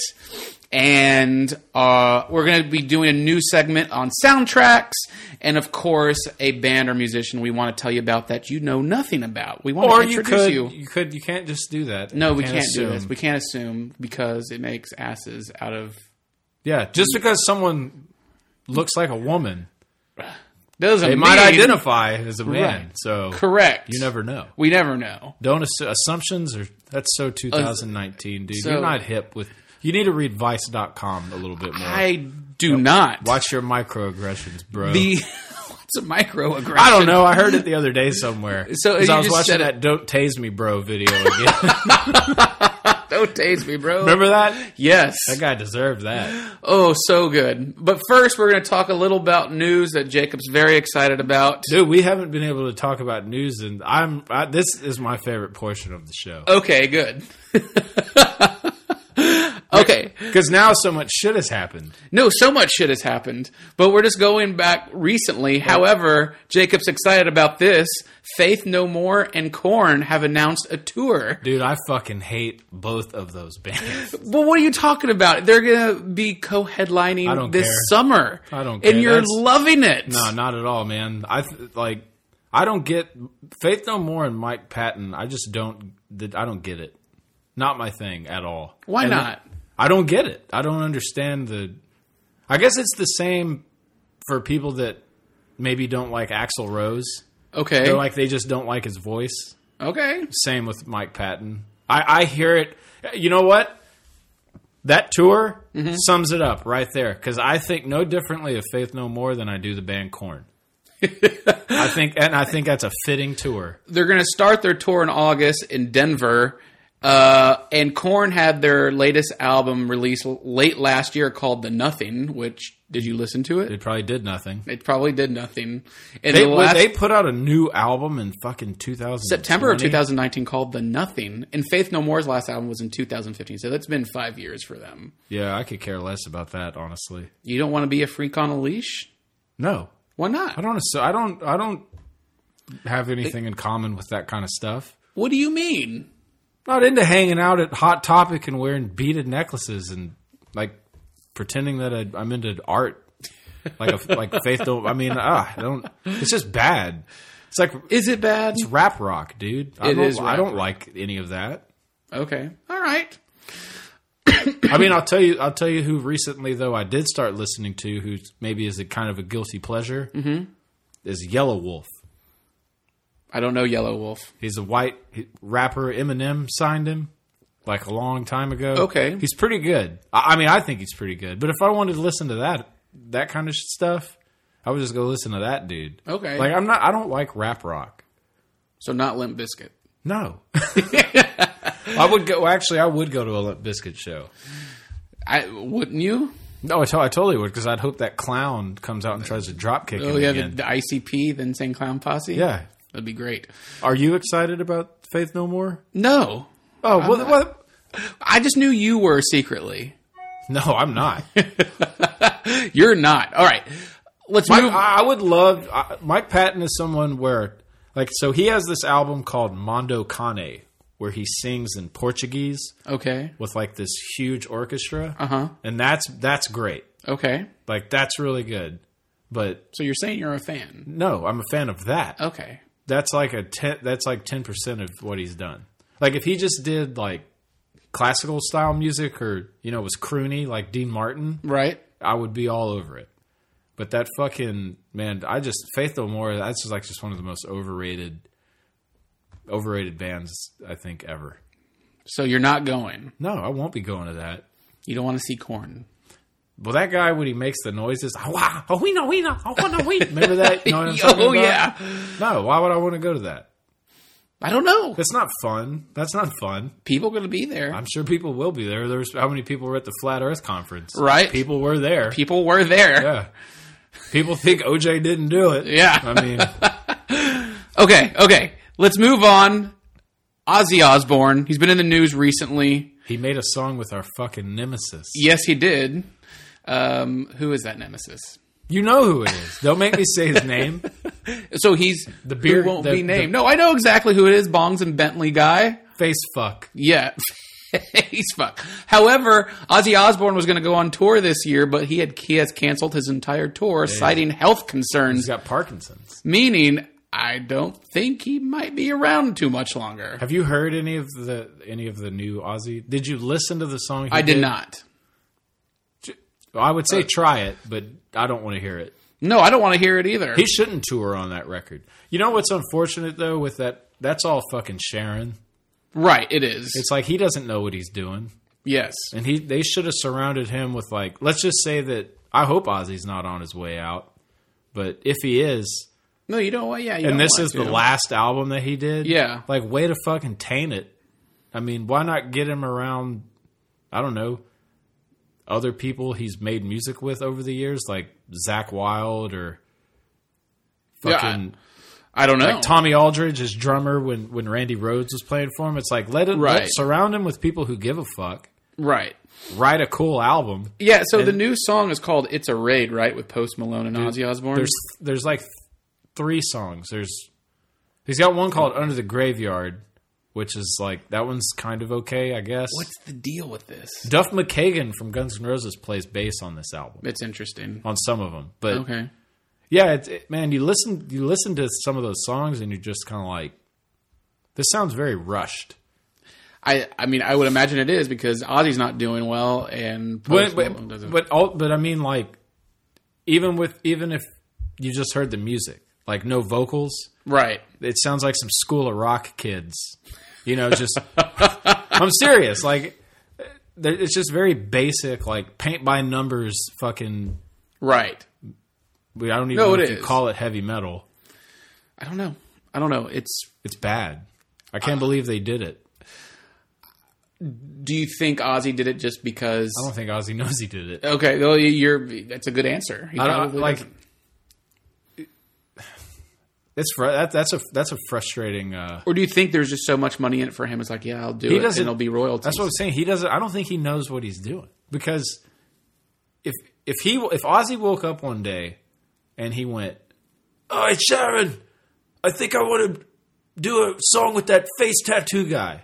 Speaker 1: and uh, we're going to be doing a new segment on soundtracks, and of course, a band or musician we want to tell you about that you know nothing about. We want
Speaker 3: or
Speaker 1: to
Speaker 3: you
Speaker 1: introduce
Speaker 3: could
Speaker 1: you.
Speaker 3: you. could you can't just do that.
Speaker 1: No,
Speaker 3: You
Speaker 1: we can't, do this.
Speaker 3: assume.
Speaker 1: We can't assume because it makes asses out of.
Speaker 3: yeah, just because someone looks like a woman,
Speaker 1: Doesn't
Speaker 3: they might
Speaker 1: mean-
Speaker 3: identify as a man.
Speaker 1: Right.
Speaker 3: So
Speaker 1: Correct.
Speaker 3: You never know.
Speaker 1: We never know.
Speaker 3: Don't assu- assumptions are that's so 2019, dude.
Speaker 1: Uh, so-
Speaker 3: You're not hip with. You need to read Vice.com a little bit more.
Speaker 1: I do not.
Speaker 3: Watch your microaggressions, bro.
Speaker 1: the [LAUGHS] what's a microaggression?
Speaker 3: Oh. I don't know. I heard it the other day somewhere.
Speaker 1: [LAUGHS] So
Speaker 3: 'Cause
Speaker 1: you
Speaker 3: I was
Speaker 1: just
Speaker 3: watching
Speaker 1: said
Speaker 3: that
Speaker 1: it-
Speaker 3: "Don't Tase Me, Bro" video again. [LAUGHS]
Speaker 1: Don't tase me, bro.
Speaker 3: Remember that?
Speaker 1: [LAUGHS] Yes.
Speaker 3: That guy deserved that.
Speaker 1: Oh, so good. But first, we're going to talk a little about news that Jacob's very excited about.
Speaker 3: Dude, we haven't been able to talk about news, and I'm I, this is my favorite portion of the show
Speaker 1: Okay, good. [LAUGHS] okay.
Speaker 3: because now so much shit has happened.
Speaker 1: No, so much shit has happened, but we're just going back recently. However, Jacob's excited about this. Faith No More and Korn have announced a tour.
Speaker 3: Dude, I fucking hate both of those
Speaker 1: [LAUGHS]
Speaker 3: bands.
Speaker 1: Well, what are you talking about? They're going to be co-headlining
Speaker 3: I don't
Speaker 1: this
Speaker 3: care.
Speaker 1: summer.
Speaker 3: I don't care.
Speaker 1: And you're
Speaker 3: That's-
Speaker 1: loving it.
Speaker 3: no, not at all, man. I th- like. I don't get Faith No More and Mike Patton. I just don't. I don't get it. Not my thing at all.
Speaker 1: Why
Speaker 3: And
Speaker 1: not?
Speaker 3: I don't get it. I don't understand the. I guess it's the same for people that maybe don't like Axl Rose.
Speaker 1: Okay.
Speaker 3: They're like they just don't like his voice.
Speaker 1: okay.
Speaker 3: Same with Mike Patton. I, I hear it. You know what? That tour
Speaker 1: Mm-hmm.
Speaker 3: sums it up right there because I think no differently of Faith No More than I do the band
Speaker 1: [LAUGHS]
Speaker 3: Corn. I think, and I think that's a fitting tour.
Speaker 1: They're going to start their tour in August in Denver. Uh, and Korn had their latest album released l- late last year called The Nothing, which did you listen to it?
Speaker 3: It probably did nothing.
Speaker 1: It probably did nothing. And
Speaker 3: They,
Speaker 1: the last
Speaker 3: they put out a new album in fucking 2000
Speaker 1: September of 2019 called The Nothing, and Faith No More's last album was in 2015. So that's been five years for them.
Speaker 3: Yeah, I could care less about that, honestly.
Speaker 1: You don't want to be a freak on a leash?
Speaker 3: No,
Speaker 1: Why
Speaker 3: I
Speaker 1: not?
Speaker 3: don't. asso- I don't. I don't have anything in common with that kind of stuff.
Speaker 1: What do you mean?
Speaker 3: Not into hanging out at Hot Topic and wearing beaded necklaces and like pretending that I, I'm into art, like a, like faith. Don't, I mean, ah, I don't. It's just bad. It's like
Speaker 1: Is it bad?
Speaker 3: it's rap rock, dude. I
Speaker 1: It
Speaker 3: don't,
Speaker 1: is
Speaker 3: I
Speaker 1: rap
Speaker 3: don't like any of that.
Speaker 1: Okay. All right.
Speaker 3: I mean, I'll tell you, I'll tell you who recently though I did start listening to, who maybe is a kind of a guilty pleasure, mm-hmm. is Yellow Wolf.
Speaker 1: I don't know Yellow Wolf.
Speaker 3: He's a white he- rapper. Eminem signed him like a long time ago.
Speaker 1: Okay.
Speaker 3: he's pretty good. I, I mean, I think he's pretty good. But if I wanted to listen to that that kind of sh- stuff, I would just go listen to that dude.
Speaker 1: Okay.
Speaker 3: like I'm not. I don't like rap rock.
Speaker 1: So not Limp Biscuit.
Speaker 3: No, [LAUGHS] I would go. Actually, I would go to a Limp Biscuit show.
Speaker 1: I wouldn't you?
Speaker 3: No, I to- I totally would because I'd hope that clown comes out and tries to drop kick
Speaker 1: Oh
Speaker 3: him
Speaker 1: yeah, the,
Speaker 3: again.
Speaker 1: the ICP, then St. Clown Posse.
Speaker 3: yeah.
Speaker 1: that'd be great.
Speaker 3: Are you excited about Faith No More?
Speaker 1: No,
Speaker 3: Oh, well, what?
Speaker 1: I just knew you were secretly.
Speaker 3: No, I'm not.
Speaker 1: You're not. All right. Let's
Speaker 3: Mike,
Speaker 1: move.
Speaker 3: I I would love I, Mike Patton is someone where like so he has this album called Mondo Cane where he sings in Portuguese
Speaker 1: okay.
Speaker 3: with like this huge orchestra.
Speaker 1: Uh-huh.
Speaker 3: And that's that's great.
Speaker 1: Okay.
Speaker 3: Like that's really good. But
Speaker 1: So you're saying you're a fan?
Speaker 3: no, I'm a fan of that.
Speaker 1: Okay.
Speaker 3: That's like a ten, that's like 10% of what he's done. Like if he just did like classical style music or you know was croony like Dean Martin,
Speaker 1: Right.
Speaker 3: I would be all over it. But that fucking man, I just Faith No More. That's just like just one of the most overrated overrated bands I think ever.
Speaker 1: So you're not going.
Speaker 3: No, I won't be going to that.
Speaker 1: You don't want to see corn.
Speaker 3: Well, that guy when he makes the noises, oh wow, oh we know, we know, oh no, we [LAUGHS] remember that. You know what I'm
Speaker 1: Oh,
Speaker 3: talking about?
Speaker 1: yeah.
Speaker 3: No, why would I want to go to that?
Speaker 1: I don't know.
Speaker 3: That's not fun. That's not fun.
Speaker 1: People are going to be there.
Speaker 3: I'm sure people will be there. There's how many people were at the Flat Earth conference?
Speaker 1: Right.
Speaker 3: people were there.
Speaker 1: People were there.
Speaker 3: yeah, people think OJ didn't do it.
Speaker 1: Yeah.
Speaker 3: I mean,
Speaker 1: Okay, okay. Let's move on. Ozzy Osbourne. He's been in the news recently.
Speaker 3: he made a song with our fucking nemesis.
Speaker 1: Yes, he did. Um, who is that nemesis?
Speaker 3: You know who it is. Don't make me
Speaker 1: [LAUGHS]
Speaker 3: say his name.
Speaker 1: So he's the
Speaker 3: beer-
Speaker 1: won't
Speaker 3: the-
Speaker 1: be
Speaker 3: the-
Speaker 1: named. no, I know exactly who it is. Bongs and Bentley guy.
Speaker 3: Face fuck.
Speaker 1: Yeah. [LAUGHS] He's fuck. However, Ozzy Osbourne was going to go on tour this year, but he had he has canceled his entire tour, citing health
Speaker 3: He's
Speaker 1: concerns.
Speaker 3: got Parkinson's.
Speaker 1: Meaning, I don't think he might be around too much longer.
Speaker 3: Have you heard any of the any of the new Aussie? Did you listen to the song? He
Speaker 1: I did not. Uh.
Speaker 3: Well, I would say try it, but I don't want to hear it.
Speaker 1: No, I don't want to hear it either.
Speaker 3: He shouldn't tour on that record. You know what's unfortunate though with that? That's all fucking Sharon.
Speaker 1: right, it is.
Speaker 3: It's like he doesn't know what he's doing,
Speaker 1: yes.
Speaker 3: and he they should have surrounded him with like. Let's just say that I hope Ozzy's not on his way out, but if he is,
Speaker 1: No, you don't. want- Yeah, you
Speaker 3: and
Speaker 1: don't
Speaker 3: this
Speaker 1: want
Speaker 3: is the
Speaker 1: to.
Speaker 3: last album that he did.
Speaker 1: Yeah.
Speaker 3: Like, way to fucking taint it. I mean, why not get him around, I don't know, other people he's made music with over the years, like Zach Wild or
Speaker 1: Yeah, I-
Speaker 3: fucking
Speaker 1: I don't know.
Speaker 3: Tommy Aldridge as drummer when, when Randy Rhodes was playing for him. It's like, let him
Speaker 1: Right.
Speaker 3: let- surround him with people who give a fuck,
Speaker 1: right.
Speaker 3: write a cool album.
Speaker 1: Yeah. So the new song is called "It's a Raid," right, with Post Malone and Ozzy Osbourne.
Speaker 3: There's, there's like three songs. There's, he's got one called Under the Graveyard. Which is like that one's kind of okay, I guess.
Speaker 1: What's the deal with this?
Speaker 3: Duff McKagan from Guns N' Roses plays bass on this album,
Speaker 1: It's interesting.
Speaker 3: on some of them. But
Speaker 1: Okay.
Speaker 3: yeah, it's it, man, you listen, you listen to some of those songs, and you're just kind of like, this sounds very rushed.
Speaker 1: I I mean I would imagine it is because Ozzy's not doing well and
Speaker 3: But
Speaker 1: Post Malone
Speaker 3: but
Speaker 1: doesn't.
Speaker 3: but, all, but I mean, like, even with even if you just heard the music, like no vocals,
Speaker 1: right.
Speaker 3: it sounds like some School of Rock kids. You know, just [LAUGHS] I'm serious. Like, there- it's just very basic, like paint by numbers, fucking
Speaker 1: Right.
Speaker 3: We- I don't even
Speaker 1: No,
Speaker 3: know
Speaker 1: it
Speaker 3: if you
Speaker 1: is.
Speaker 3: call it heavy metal.
Speaker 1: I don't know. I don't know. It's.
Speaker 3: It's bad. I can't believe they did it.
Speaker 1: Do you think Ozzy did it just because?
Speaker 3: I don't think Ozzy knows he did it.
Speaker 1: Okay. Well, you're. That's a good answer. He
Speaker 3: I don't
Speaker 1: probably
Speaker 3: like.
Speaker 1: doesn't.
Speaker 3: It's fr- that, that's a that's a frustrating. Uh,
Speaker 1: Or do you think there's just so much money in it for him? It's like, yeah, I'll do
Speaker 3: He
Speaker 1: it, and
Speaker 3: doesn't-
Speaker 1: it'll be royalties.
Speaker 3: that's what I'm saying. He doesn't. I don't think he knows what he's doing because if if he if Ozzy woke up one day and he went, "All right, Sharon, I think I want to do a song with that face tattoo guy."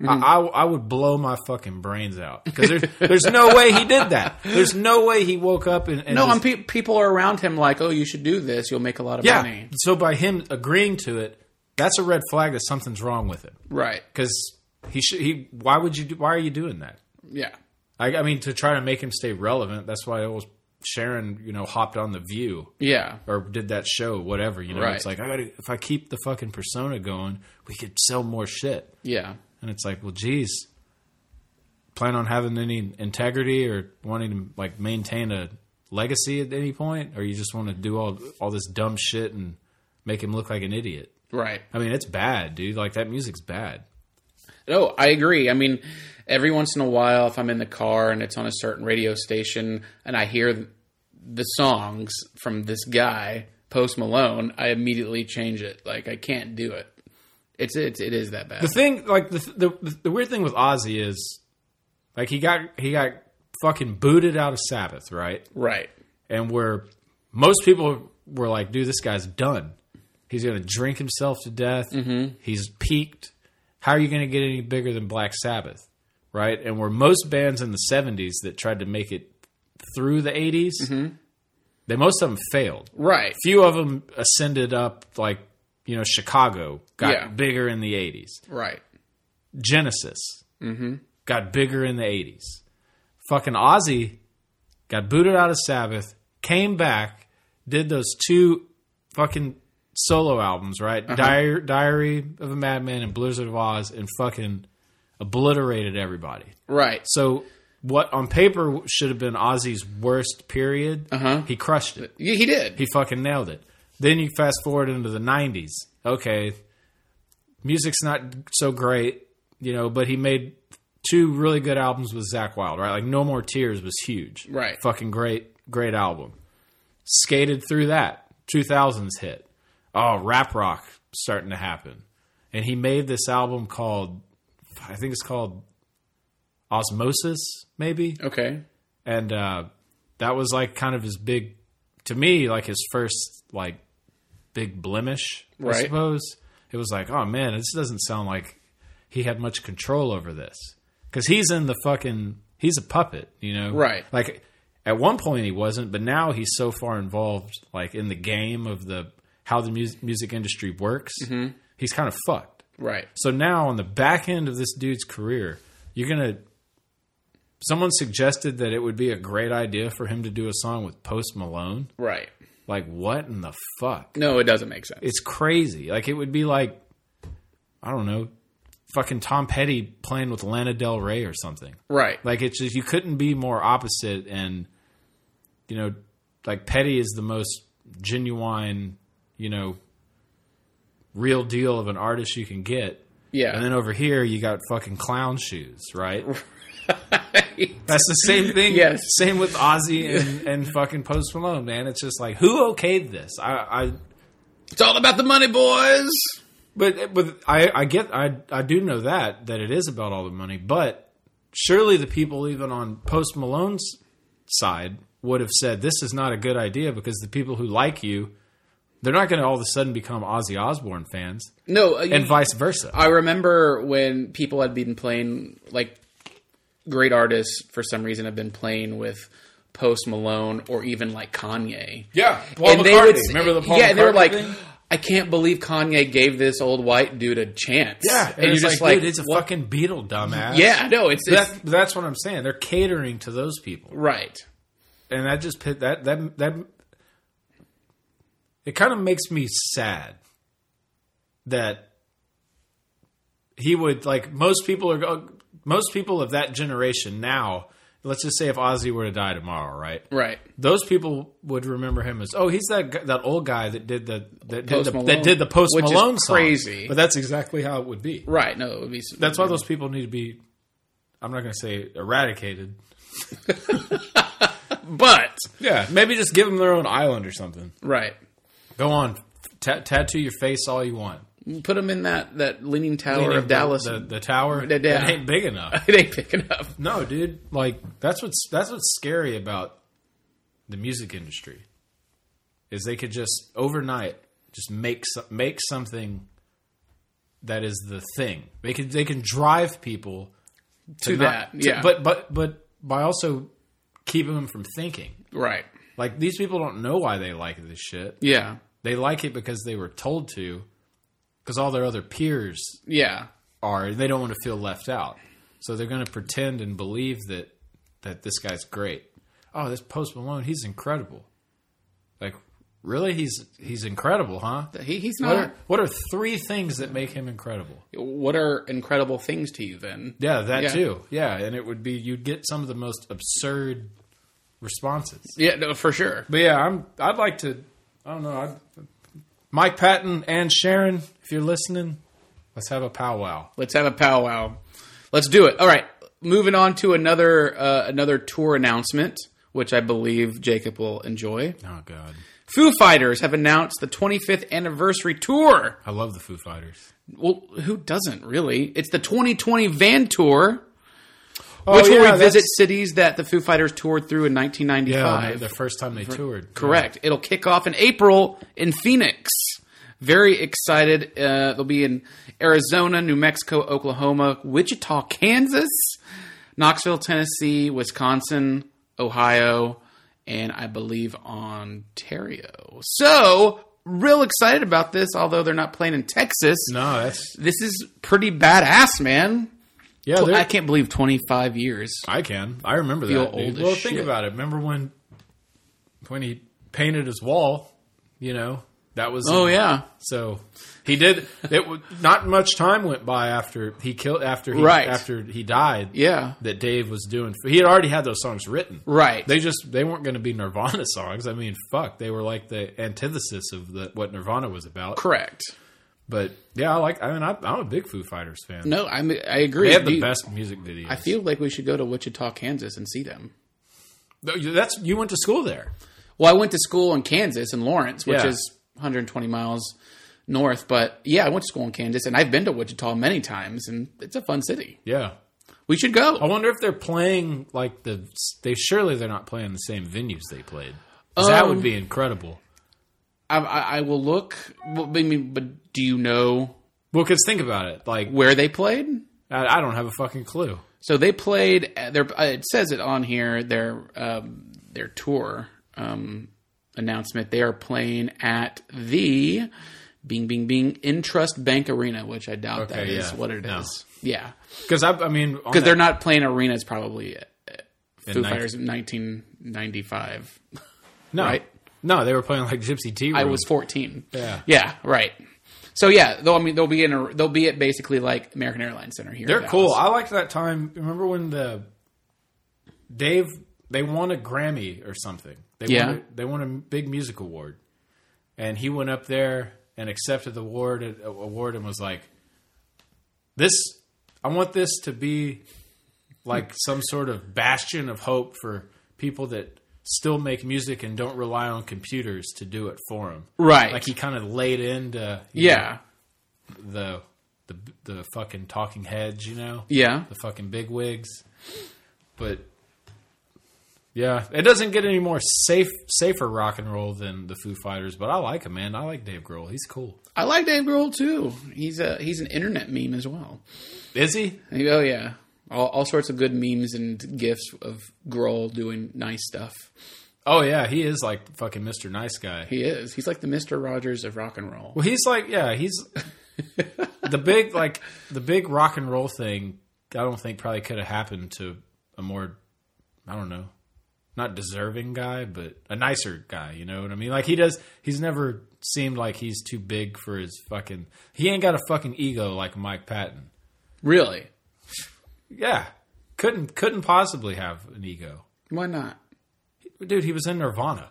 Speaker 1: Mm-hmm.
Speaker 3: I, I, I would blow my fucking brains out because there's, there's no way he did that. There's no way he woke up and, and
Speaker 1: No,
Speaker 3: just-
Speaker 1: I'm pe- people are around him like, oh, you should do this. You'll make a lot of
Speaker 3: Yeah.
Speaker 1: money.
Speaker 3: So by him agreeing to it, that's a red flag that something's wrong with him.
Speaker 1: Right.
Speaker 3: Because he should. He why would you? Do, why are you doing that?
Speaker 1: Yeah.
Speaker 3: I, I mean, to try to make him stay relevant. That's why I always Sharon, you know, hopped on the View
Speaker 1: Yeah.
Speaker 3: or did that show, whatever. You know,
Speaker 1: Right.
Speaker 3: it's like I gotta. If I keep the fucking persona going, we could sell more shit.
Speaker 1: Yeah.
Speaker 3: And it's like, well, geez, plan on having any integrity or wanting to like maintain a legacy at any point, or you just want to do all all this dumb shit and make him look like an idiot.
Speaker 1: Right.
Speaker 3: I mean, it's bad, dude. Like that music's bad.
Speaker 1: No, Oh, I agree. I mean, every once in a while, if I'm in the car and it's on a certain radio station and I hear th- the songs from this guy, Post Malone, I immediately change it. Like, I can't do it. It's, it's it is that bad.
Speaker 3: The thing, like the the, the weird thing with Ozzy is, like he got he got fucking booted out of Sabbath, right?
Speaker 1: right.
Speaker 3: And where most people were like, dude, this guy's done. He's gonna drink himself to death. He's peaked. How are you gonna get any bigger than Black Sabbath, right? And where most bands in the '70s that tried to make it through the '80s, they most of them failed.
Speaker 1: Right.
Speaker 3: few of them ascended up like you know chicago got
Speaker 1: Yeah.
Speaker 3: bigger in the 80s
Speaker 1: Right.
Speaker 3: genesis got bigger in the 80s fucking ozzy got booted out of sabbath came back did those two fucking solo albums, right? Diary, Diary of a Madman and Blizzard of Oz, and fucking obliterated everybody.
Speaker 1: Right.
Speaker 3: So what on paper should have been Ozzy's worst period,
Speaker 1: Uh-huh.
Speaker 3: he crushed it.
Speaker 1: Yeah, he did.
Speaker 3: He fucking nailed it. Then you fast forward into the '90s. Okay, music's not so great, you know, but he made two really good albums with Zach Wild, right? Like No More Tears was huge,
Speaker 1: Right.
Speaker 3: Fucking great, great album. Skated through that. 2000s hit. Oh, rap rock starting to happen, and he made this album called, I think it's called Osmosis, maybe
Speaker 1: okay.
Speaker 3: and uh, that was like kind of his big to me like his first like big blemish i
Speaker 1: Right.
Speaker 3: suppose it was like oh man this doesn't sound like he had much control over this because he's in the fucking he's a puppet you know
Speaker 1: Right.
Speaker 3: like at one point he wasn't but now he's so far involved like in the game of the how the mus- music industry works
Speaker 1: Mm-hmm.
Speaker 3: he's kind of fucked
Speaker 1: Right.
Speaker 3: so now on the back end of this dude's career, you're gonna. Someone suggested that it would be a great idea for him to do a song with Post Malone.
Speaker 1: Right.
Speaker 3: Like, what in the fuck?
Speaker 1: No, it doesn't make sense.
Speaker 3: It's crazy. Like, it would be like, I don't know, fucking Tom Petty playing with Lana Del Rey or something.
Speaker 1: Right.
Speaker 3: Like, it's just, you couldn't be more opposite. And, you know, like, Petty is the most genuine, you know, real deal of an artist you can get.
Speaker 1: yeah.
Speaker 3: And then over here, you got fucking clown shoes, [LAUGHS] right? That's the same thing.
Speaker 1: Yes.
Speaker 3: Same with Ozzy and, and fucking Post Malone, man. It's just like, who okayed this? I, I
Speaker 1: it's all about the money, boys.
Speaker 3: but but I, I get I I do know that that it is about all the money, but surely the people even on Post Malone's side would have said this is not a good idea because the people who like you, they're not going to all of a sudden become Ozzy Osbourne fans,
Speaker 1: No, uh, you-
Speaker 3: and vice versa.
Speaker 1: I remember when people had been playing like great artists for some reason have been playing with Post Malone or even like Kanye.
Speaker 3: yeah,
Speaker 1: s- yeah, and they were like, I can't believe Kanye gave this old white dude a chance.
Speaker 3: Yeah,
Speaker 1: and, you're just like,
Speaker 3: dude, it's a
Speaker 1: what-
Speaker 3: fucking Beatle, dumbass.
Speaker 1: yeah, no, it's, it's
Speaker 3: That- that's what I'm saying. They're catering to those people,
Speaker 1: right,
Speaker 3: and that just pit that that that it kind of makes me sad that he would like most people are most people of that generation now. Let's just say if Ozzy were to die tomorrow, right?
Speaker 1: right,
Speaker 3: Those people would remember him as, oh, he's that gu- that old guy that did the that did
Speaker 1: Post
Speaker 3: the, that
Speaker 1: Malone.
Speaker 3: did the Post
Speaker 1: Which is
Speaker 3: Malone song.
Speaker 1: crazy.
Speaker 3: But that's exactly how it would be.
Speaker 1: right. No, it would be s-
Speaker 3: That's why those people need to be. I'm not going to say eradicated.
Speaker 1: but
Speaker 3: Yeah, maybe just give them their own island or something.
Speaker 1: right.
Speaker 3: Go on, ta- tattoo your face all you want.
Speaker 1: Put him in that that leaning tower
Speaker 3: The-
Speaker 1: of Dallas. [LAUGHS]
Speaker 3: the, the tower,
Speaker 1: The- yeah.
Speaker 3: it ain't big enough.
Speaker 1: it ain't picking up.
Speaker 3: No, dude, like that's what's that's what's scary about the music industry is they could just overnight just make so- make something that is the thing. They could they can drive people
Speaker 1: To
Speaker 3: not-
Speaker 1: that,
Speaker 3: to-
Speaker 1: yeah.
Speaker 3: but but but by also keeping them from thinking.
Speaker 1: Right.
Speaker 3: Like these people don't know why they like this shit.
Speaker 1: Yeah.
Speaker 3: They like it because they were told to, because all their other peers
Speaker 1: Yeah.
Speaker 3: are. and They don't want to feel left out, so they're going to pretend and believe that that this guy's great. Oh, this Post Malone, he's incredible. Like, really, he's he's incredible, huh?
Speaker 1: He, he's
Speaker 3: What are,
Speaker 1: not.
Speaker 3: what are three things that make him incredible?
Speaker 1: What are incredible things to you then?
Speaker 3: Yeah, that
Speaker 1: Yeah.
Speaker 3: too. Yeah, and it would be you'd get some of the most absurd responses.
Speaker 1: Yeah, no, for sure.
Speaker 3: But yeah, I'm. I'd like to. I don't know. I'd, Mike Patton and Sharon, if you're listening, let's have a powwow.
Speaker 1: Let's have a powwow. Let's do it. All right. Moving on to another uh, another tour announcement, which I believe Jacob will enjoy.
Speaker 3: Oh God,
Speaker 1: Foo Fighters have announced the 25th anniversary tour.
Speaker 3: I love the Foo Fighters.
Speaker 1: Well, who doesn't really? It's the 2020 Van Tour,
Speaker 3: Oh,
Speaker 1: which
Speaker 3: yeah,
Speaker 1: will revisit
Speaker 3: that's-
Speaker 1: cities that the Foo Fighters toured through in
Speaker 3: Yeah,
Speaker 1: 1995.
Speaker 3: the first time they toured.
Speaker 1: Correct. It'll kick off in April in Phoenix. Very excited. Uh, they'll be in Arizona, New Mexico, Oklahoma, Wichita, Kansas, Knoxville, Tennessee, Wisconsin, Ohio, and I believe Ontario. So, real excited about this, although they're not playing in Texas.
Speaker 3: No, that's
Speaker 1: This is pretty badass, man.
Speaker 3: yeah. they're-
Speaker 1: I can't believe 25 years.
Speaker 3: I can. I remember
Speaker 1: Feel
Speaker 3: that. dude.
Speaker 1: old as
Speaker 3: well,
Speaker 1: shit.
Speaker 3: think about it. Remember when when he painted his wall? You know, That was
Speaker 1: Oh yeah.
Speaker 3: So he did. It wa- not much time went by after he killed after he,
Speaker 1: Right.
Speaker 3: after he died.
Speaker 1: Yeah.
Speaker 3: that Dave was doing. He had already had those songs written.
Speaker 1: Right.
Speaker 3: They just they weren't going to be Nirvana [LAUGHS] songs. I mean, fuck, they were like the antithesis of the, what Nirvana was about.
Speaker 1: Correct.
Speaker 3: But yeah, I like. I mean, I, I'm a big Foo Fighters fan.
Speaker 1: No, I I agree.
Speaker 3: They have the
Speaker 1: You-
Speaker 3: best music videos.
Speaker 1: I feel like we should go to Wichita, Kansas, and see them.
Speaker 3: No, you- that's you went to school there.
Speaker 1: Well, I went to school in Kansas in Lawrence, which
Speaker 3: Yeah.
Speaker 1: is 120 miles north. But yeah, I went to school in Kansas, and I've been to Wichita many times, and it's a fun city.
Speaker 3: Yeah.
Speaker 1: We should go.
Speaker 3: I wonder if they're playing like the they surely they're not playing the same venues they played. 'Cause that
Speaker 1: Um,
Speaker 3: would be incredible.
Speaker 1: I, I, I will look. Well, I mean, but do you know
Speaker 3: Well, because think about it. Like
Speaker 1: where they played?
Speaker 3: I, I don't have a fucking clue.
Speaker 1: So they played. at Their uh, it says it on here. Their um, their tour um, announcement. They are playing at the Bing Bing Bing Intrust Bank Arena, which I doubt that
Speaker 3: Okay,
Speaker 1: is
Speaker 3: yeah.
Speaker 1: what it is.
Speaker 3: No.
Speaker 1: Yeah,
Speaker 3: Because I, I mean,
Speaker 1: because they're not playing arenas. Probably uh, Foo
Speaker 3: nineteen-
Speaker 1: Fighters in 1995.
Speaker 3: no,
Speaker 1: right?
Speaker 3: no, they were playing like Gypsy Tea.
Speaker 1: I
Speaker 3: Room.
Speaker 1: was 14.
Speaker 3: Yeah.
Speaker 1: yeah, right. So yeah, though I mean they'll be in a, they'll be at basically like American Airlines Center here. in
Speaker 3: They're
Speaker 1: Dallas.
Speaker 3: cool. I liked that time. Remember when the Dave they won a Grammy or something? They
Speaker 1: Yeah.
Speaker 3: won a, they won a big music award, and he went up there and accepted the award award and was like, "This, I want this to be like some sort of bastion of hope for people that." Still make music and don't rely on computers to do it for them.
Speaker 1: Right.
Speaker 3: Like he kind of laid into you know,
Speaker 1: Yeah,
Speaker 3: the the the fucking talking heads, you know,
Speaker 1: yeah.
Speaker 3: the fucking big wigs. But yeah, it doesn't get any more safe safer rock and roll than the Foo Fighters. But I like him, man. I like Dave Grohl. He's cool.
Speaker 1: I like Dave Grohl too. He's a he's an internet meme as well.
Speaker 3: Is he?
Speaker 1: Oh yeah, all, all sorts of good memes and gifs of Grohl doing nice stuff.
Speaker 3: Oh yeah, he is like fucking Mister Nice Guy.
Speaker 1: He is. He's like the Mister Rogers of rock and roll.
Speaker 3: Well, he's like yeah, he's the big like the big rock and roll thing. I don't think probably could have happened to a more I don't know, not deserving guy, but a nicer guy. You know what I mean? Like he does. He's never seemed like he's too big for his fucking. He ain't got a fucking ego like Mike Patton.
Speaker 1: Really?
Speaker 3: Yeah, couldn't couldn't possibly have an ego,
Speaker 1: Why not?
Speaker 3: dude. He was in Nirvana.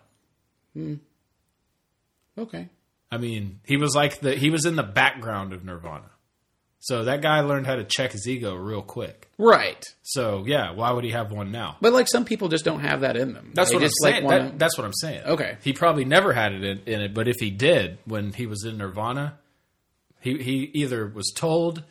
Speaker 1: Okay.
Speaker 3: I mean, he was like the he was in the background of Nirvana. So that guy learned how to check his ego real quick.
Speaker 1: Right.
Speaker 3: So yeah, why would he have one now?
Speaker 1: But like some people just don't have that in them.
Speaker 3: That's
Speaker 1: They
Speaker 3: what I'm
Speaker 1: just
Speaker 3: saying.
Speaker 1: wanna-
Speaker 3: That- that's what I'm saying.
Speaker 1: Okay.
Speaker 3: He probably never had it in, in it, but if he did, when he was in Nirvana, he he either was told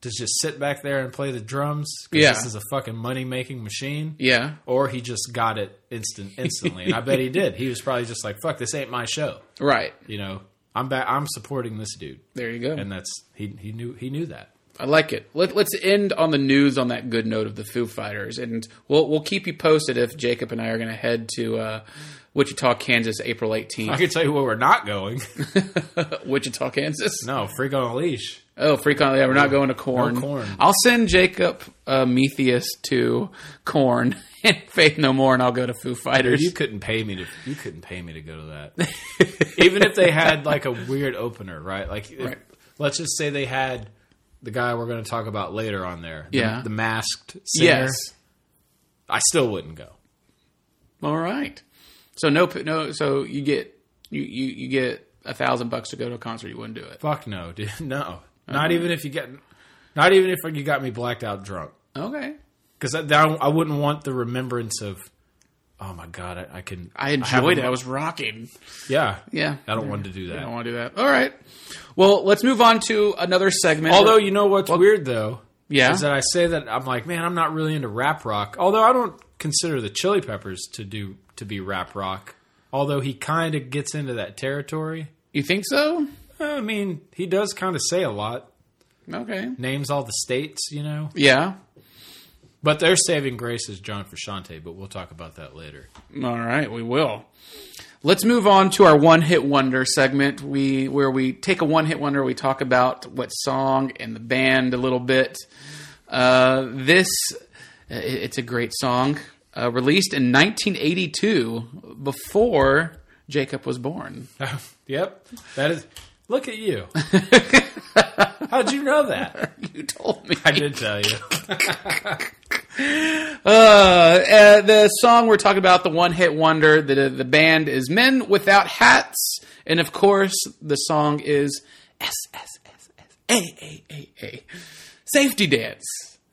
Speaker 3: to just sit back there and play the drums 'cause
Speaker 1: Yeah.
Speaker 3: this is a fucking money making machine,
Speaker 1: yeah.
Speaker 3: or he just got it instant instantly. and I bet
Speaker 1: [LAUGHS]
Speaker 3: he did. He was probably just like, "Fuck, this ain't my show."
Speaker 1: Right.
Speaker 3: You know, I'm back. I'm supporting this dude,
Speaker 1: There you go.
Speaker 3: and that's he he knew he knew that.
Speaker 1: I like it. Let, let's end on the news on that good note of the Foo Fighters, and we'll we'll keep you posted if Jacob and I are going to head to uh, Wichita, Kansas, April
Speaker 3: I [LAUGHS]
Speaker 1: 18th.
Speaker 3: can tell you where we're not going. [LAUGHS]
Speaker 1: Wichita, Kansas.
Speaker 3: No, freak on a leash.
Speaker 1: Oh, free con. Yeah, we're not going to corn.
Speaker 3: No corn.
Speaker 1: I'll send Jacob uh, Metheus to corn [LAUGHS] and Faith No More, and I'll go to Foo Fighters.
Speaker 3: You couldn't pay me to you couldn't pay me to go to that.
Speaker 1: [LAUGHS]
Speaker 3: Even if they had like a weird opener, right? Like if-
Speaker 1: Right.
Speaker 3: let's just say they had the guy we're going to talk about later on there. the-
Speaker 1: Yeah.
Speaker 3: The, masked singer.
Speaker 1: yes.
Speaker 3: I still wouldn't go.
Speaker 1: All right. So no, p- no. So you get you you, you get a thousand bucks to go to a concert. You wouldn't do it.
Speaker 3: Fuck no, [LAUGHS] dude. No.
Speaker 1: Uh-huh.
Speaker 3: Not even if you get not even if you got me blacked out drunk.
Speaker 1: Okay.
Speaker 3: Cuz I, that- I wouldn't want the remembrance of oh my god, I, I can
Speaker 1: I
Speaker 3: have
Speaker 1: enjoyed
Speaker 3: a-
Speaker 1: it. I was rocking.
Speaker 3: Yeah.
Speaker 1: Yeah.
Speaker 3: I don't want to do
Speaker 1: I
Speaker 3: that.
Speaker 1: don't want to do that. All right. Well, let's move on to another segment.
Speaker 3: Although you know what's weird though?
Speaker 1: yeah,
Speaker 3: is that I say that I'm like, man, I'm not really into rap rock. Although I don't consider the Chili Peppers to do to be rap rock. Although he kind of gets into that territory. Eh,
Speaker 1: you think so?
Speaker 3: I mean, he does kind of say a lot,
Speaker 1: Okay.
Speaker 3: names all the states, you know.
Speaker 1: Yeah.
Speaker 3: But their saving grace is John Frusciante. But we'll talk about that later. [LAUGHS]
Speaker 1: All right, we will. Let's move on to our one hit wonder segment. We where we take a one hit wonder. We talk about what song and the band a little bit. Uh, this i- it's a great song, uh, released in 1982, before Jacob was born. [LAUGHS]
Speaker 3: Yep. That is. Look at you. How'd you know that?
Speaker 1: you told me.
Speaker 3: I did
Speaker 1: [LAUGHS]
Speaker 3: tell you.
Speaker 1: Uh, uh, the song we're talking about, the one hit wonder, the, the band is Men Without Hats. And of course, the song is SSSSAAAA. Safety Dance.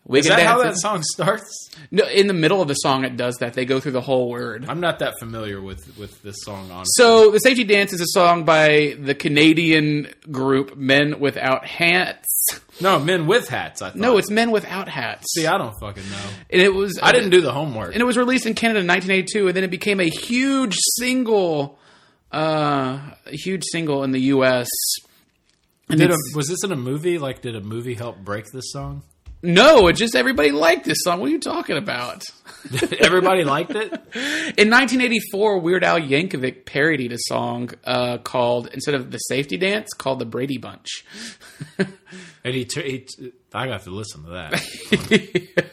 Speaker 1: We
Speaker 3: Is
Speaker 1: can
Speaker 3: that how that
Speaker 1: dance
Speaker 3: song starts?
Speaker 1: it- no, in the middle of the song, it does that. They go through the whole word.
Speaker 3: I'm not that familiar with with this song. Honestly.
Speaker 1: So, The Safety Dance is a song by the Canadian group Men Without Hats.
Speaker 3: no, men with hats. I thought.
Speaker 1: No, it's Men Without Hats.
Speaker 3: See, I don't fucking know.
Speaker 1: and it was
Speaker 3: I didn't do the homework.
Speaker 1: and it was released in Canada in 1982, and then it became a huge single, uh, a huge single in the U.S. And
Speaker 3: Did a,
Speaker 1: it's-
Speaker 3: was this in a movie? Like, did a movie help break this song? [LAUGHS]
Speaker 1: no, it just everybody liked this song. What are you talking about? [LAUGHS]
Speaker 3: Everybody liked it.
Speaker 1: In 1984, Weird Al Yankovic parodied a song uh, called instead of the Safety Dance, called the Brady Bunch. [LAUGHS]
Speaker 3: And he, t- he t- I got to listen to
Speaker 1: [LAUGHS]
Speaker 3: that.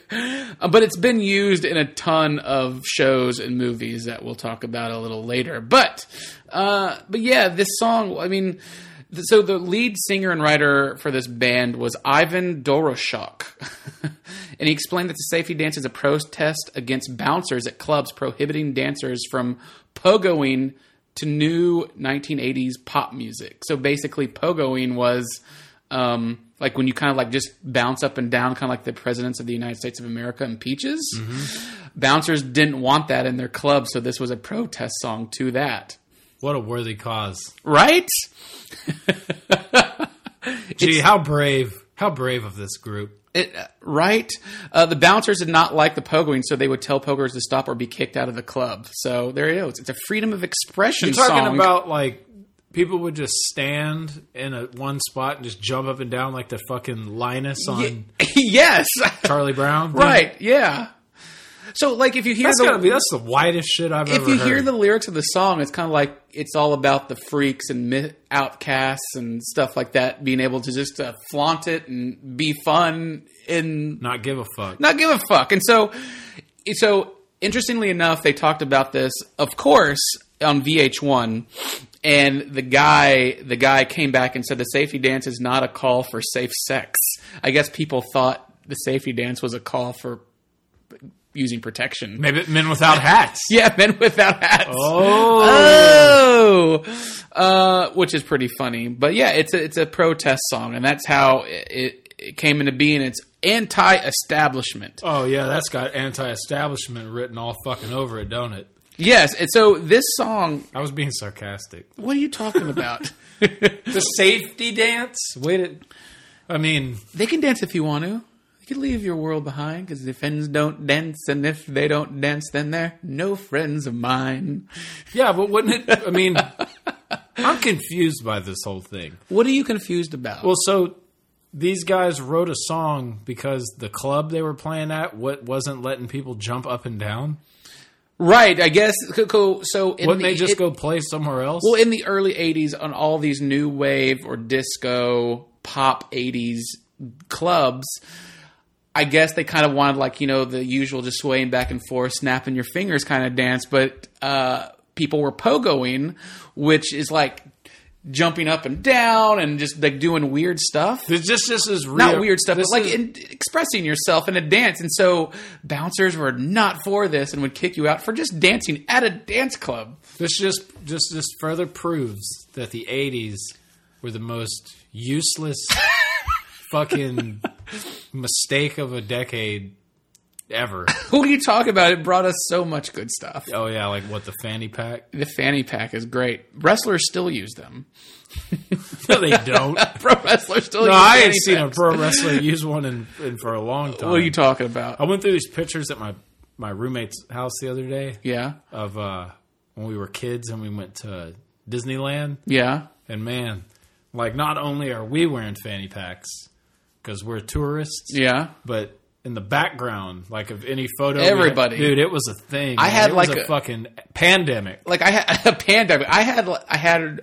Speaker 1: Uh, but it's been used in a ton of shows and movies that we'll talk about a little later. But uh, but yeah, this song. I mean, th- so the lead singer and writer for this band was Ivan Doroshuk, [LAUGHS] and he explained that the safety dance is a protest against bouncers at clubs prohibiting dancers from pogoing to new 1980s pop music. So basically, pogoing was um, like when you kind of like just bounce up and down, kind of like the presidents of the United States of America and peaches.
Speaker 3: Mm-hmm.
Speaker 1: Bouncers didn't want that in their club, so this was a protest song to that.
Speaker 3: What a worthy cause.
Speaker 1: Right?
Speaker 3: Gee, how brave! How brave of this group.
Speaker 1: It, uh, right? Uh, the bouncers did not like the pogoing, so they would tell pogers to stop or be kicked out of the club. So there it is. It's a freedom of expression
Speaker 3: You're talking
Speaker 1: song.
Speaker 3: about like people would just stand in a one spot and just jump up and down like the fucking Linus on
Speaker 1: [LAUGHS]
Speaker 3: [LAUGHS]
Speaker 1: yes.
Speaker 3: Charlie Brown.
Speaker 1: [LAUGHS]
Speaker 3: Dude,
Speaker 1: right. Yeah. So like if you hear
Speaker 3: That's
Speaker 1: the
Speaker 3: gotta be that's the widest shit I've
Speaker 1: if
Speaker 3: ever
Speaker 1: you
Speaker 3: heard.
Speaker 1: hear the lyrics of the song, it's kind of like it's all about the freaks and mi- outcasts and stuff like that, being able to just uh, flaunt it and be fun and
Speaker 3: Not give a fuck.
Speaker 1: not give a fuck. And so, so interestingly enough, they talked about this, of course, on VH1. And the guy, the guy came back and said the safety dance is not a call for safe sex. I guess people thought the safety dance was a call for using protection.
Speaker 3: Maybe men without hats.
Speaker 1: [LAUGHS] Yeah, men without hats.
Speaker 3: Oh,
Speaker 1: Oh, uh, which is pretty funny. But yeah, it's a it's a protest song, and that's how it, it, it came into being. It's anti-establishment.
Speaker 3: oh yeah, that's got anti-establishment written all fucking over it, don't it?
Speaker 1: Yes, and so this song.
Speaker 3: I was being sarcastic.
Speaker 1: What are you talking about?
Speaker 3: [LAUGHS]
Speaker 1: [LAUGHS]
Speaker 3: The safety dance. Wait, a- I mean,
Speaker 1: they can dance if you want to. You can leave your world behind because if friends don't dance, and if they don't dance, then they're no friends of mine.
Speaker 3: yeah, but wouldn't it?
Speaker 1: [LAUGHS]
Speaker 3: I mean, I'm confused by this whole thing.
Speaker 1: What are you confused about?
Speaker 3: Well, so these guys wrote a song because the club they were playing at what wasn't letting people jump up and down.
Speaker 1: right, I guess. co- co- So in
Speaker 3: Wouldn't
Speaker 1: the-
Speaker 3: they just
Speaker 1: it-
Speaker 3: go play somewhere else?
Speaker 1: Well, in the early 80s, on all these new wave or disco pop 80s clubs, I guess they kind of wanted, like, you know, the usual just swaying back and forth, snapping your fingers kind of dance, but uh, people were pogoing, which is like jumping up and down and just like doing weird stuff
Speaker 3: This just this is real,
Speaker 1: not weird stuff, but
Speaker 3: this
Speaker 1: like
Speaker 3: is-
Speaker 1: in, expressing yourself in a dance. And so bouncers were not for this and would kick you out for just dancing at a dance club.
Speaker 3: this just just just further proves that the '80s were the most
Speaker 1: [LAUGHS]
Speaker 3: useless fucking mistake of a decade ever.
Speaker 1: What are you talking about? It brought us so much good stuff.
Speaker 3: Oh yeah, like what the fanny pack?
Speaker 1: The fanny pack is great. Wrestlers still use them. [LAUGHS]
Speaker 3: No, they don't.
Speaker 1: Pro wrestlers still
Speaker 3: No,
Speaker 1: use
Speaker 3: I
Speaker 1: fanny
Speaker 3: ain't seen a
Speaker 1: packs.
Speaker 3: pro wrestler use one in, in for a long time.
Speaker 1: What are you talking about?
Speaker 3: I went through these pictures at my my roommate's house the other day
Speaker 1: yeah,
Speaker 3: of uh, when we were kids and we went to Disneyland.
Speaker 1: yeah.
Speaker 3: And man, like not only are we wearing fanny packs because we're tourists,
Speaker 1: Yeah.
Speaker 3: but in the background, like of any photo, we
Speaker 1: Everybody.
Speaker 3: had- dude, it was a thing.
Speaker 1: I
Speaker 3: man.
Speaker 1: had
Speaker 3: It was
Speaker 1: like
Speaker 3: a,
Speaker 1: a-
Speaker 3: fucking pandemic.
Speaker 1: Like I had [LAUGHS] a pandemic. I had I had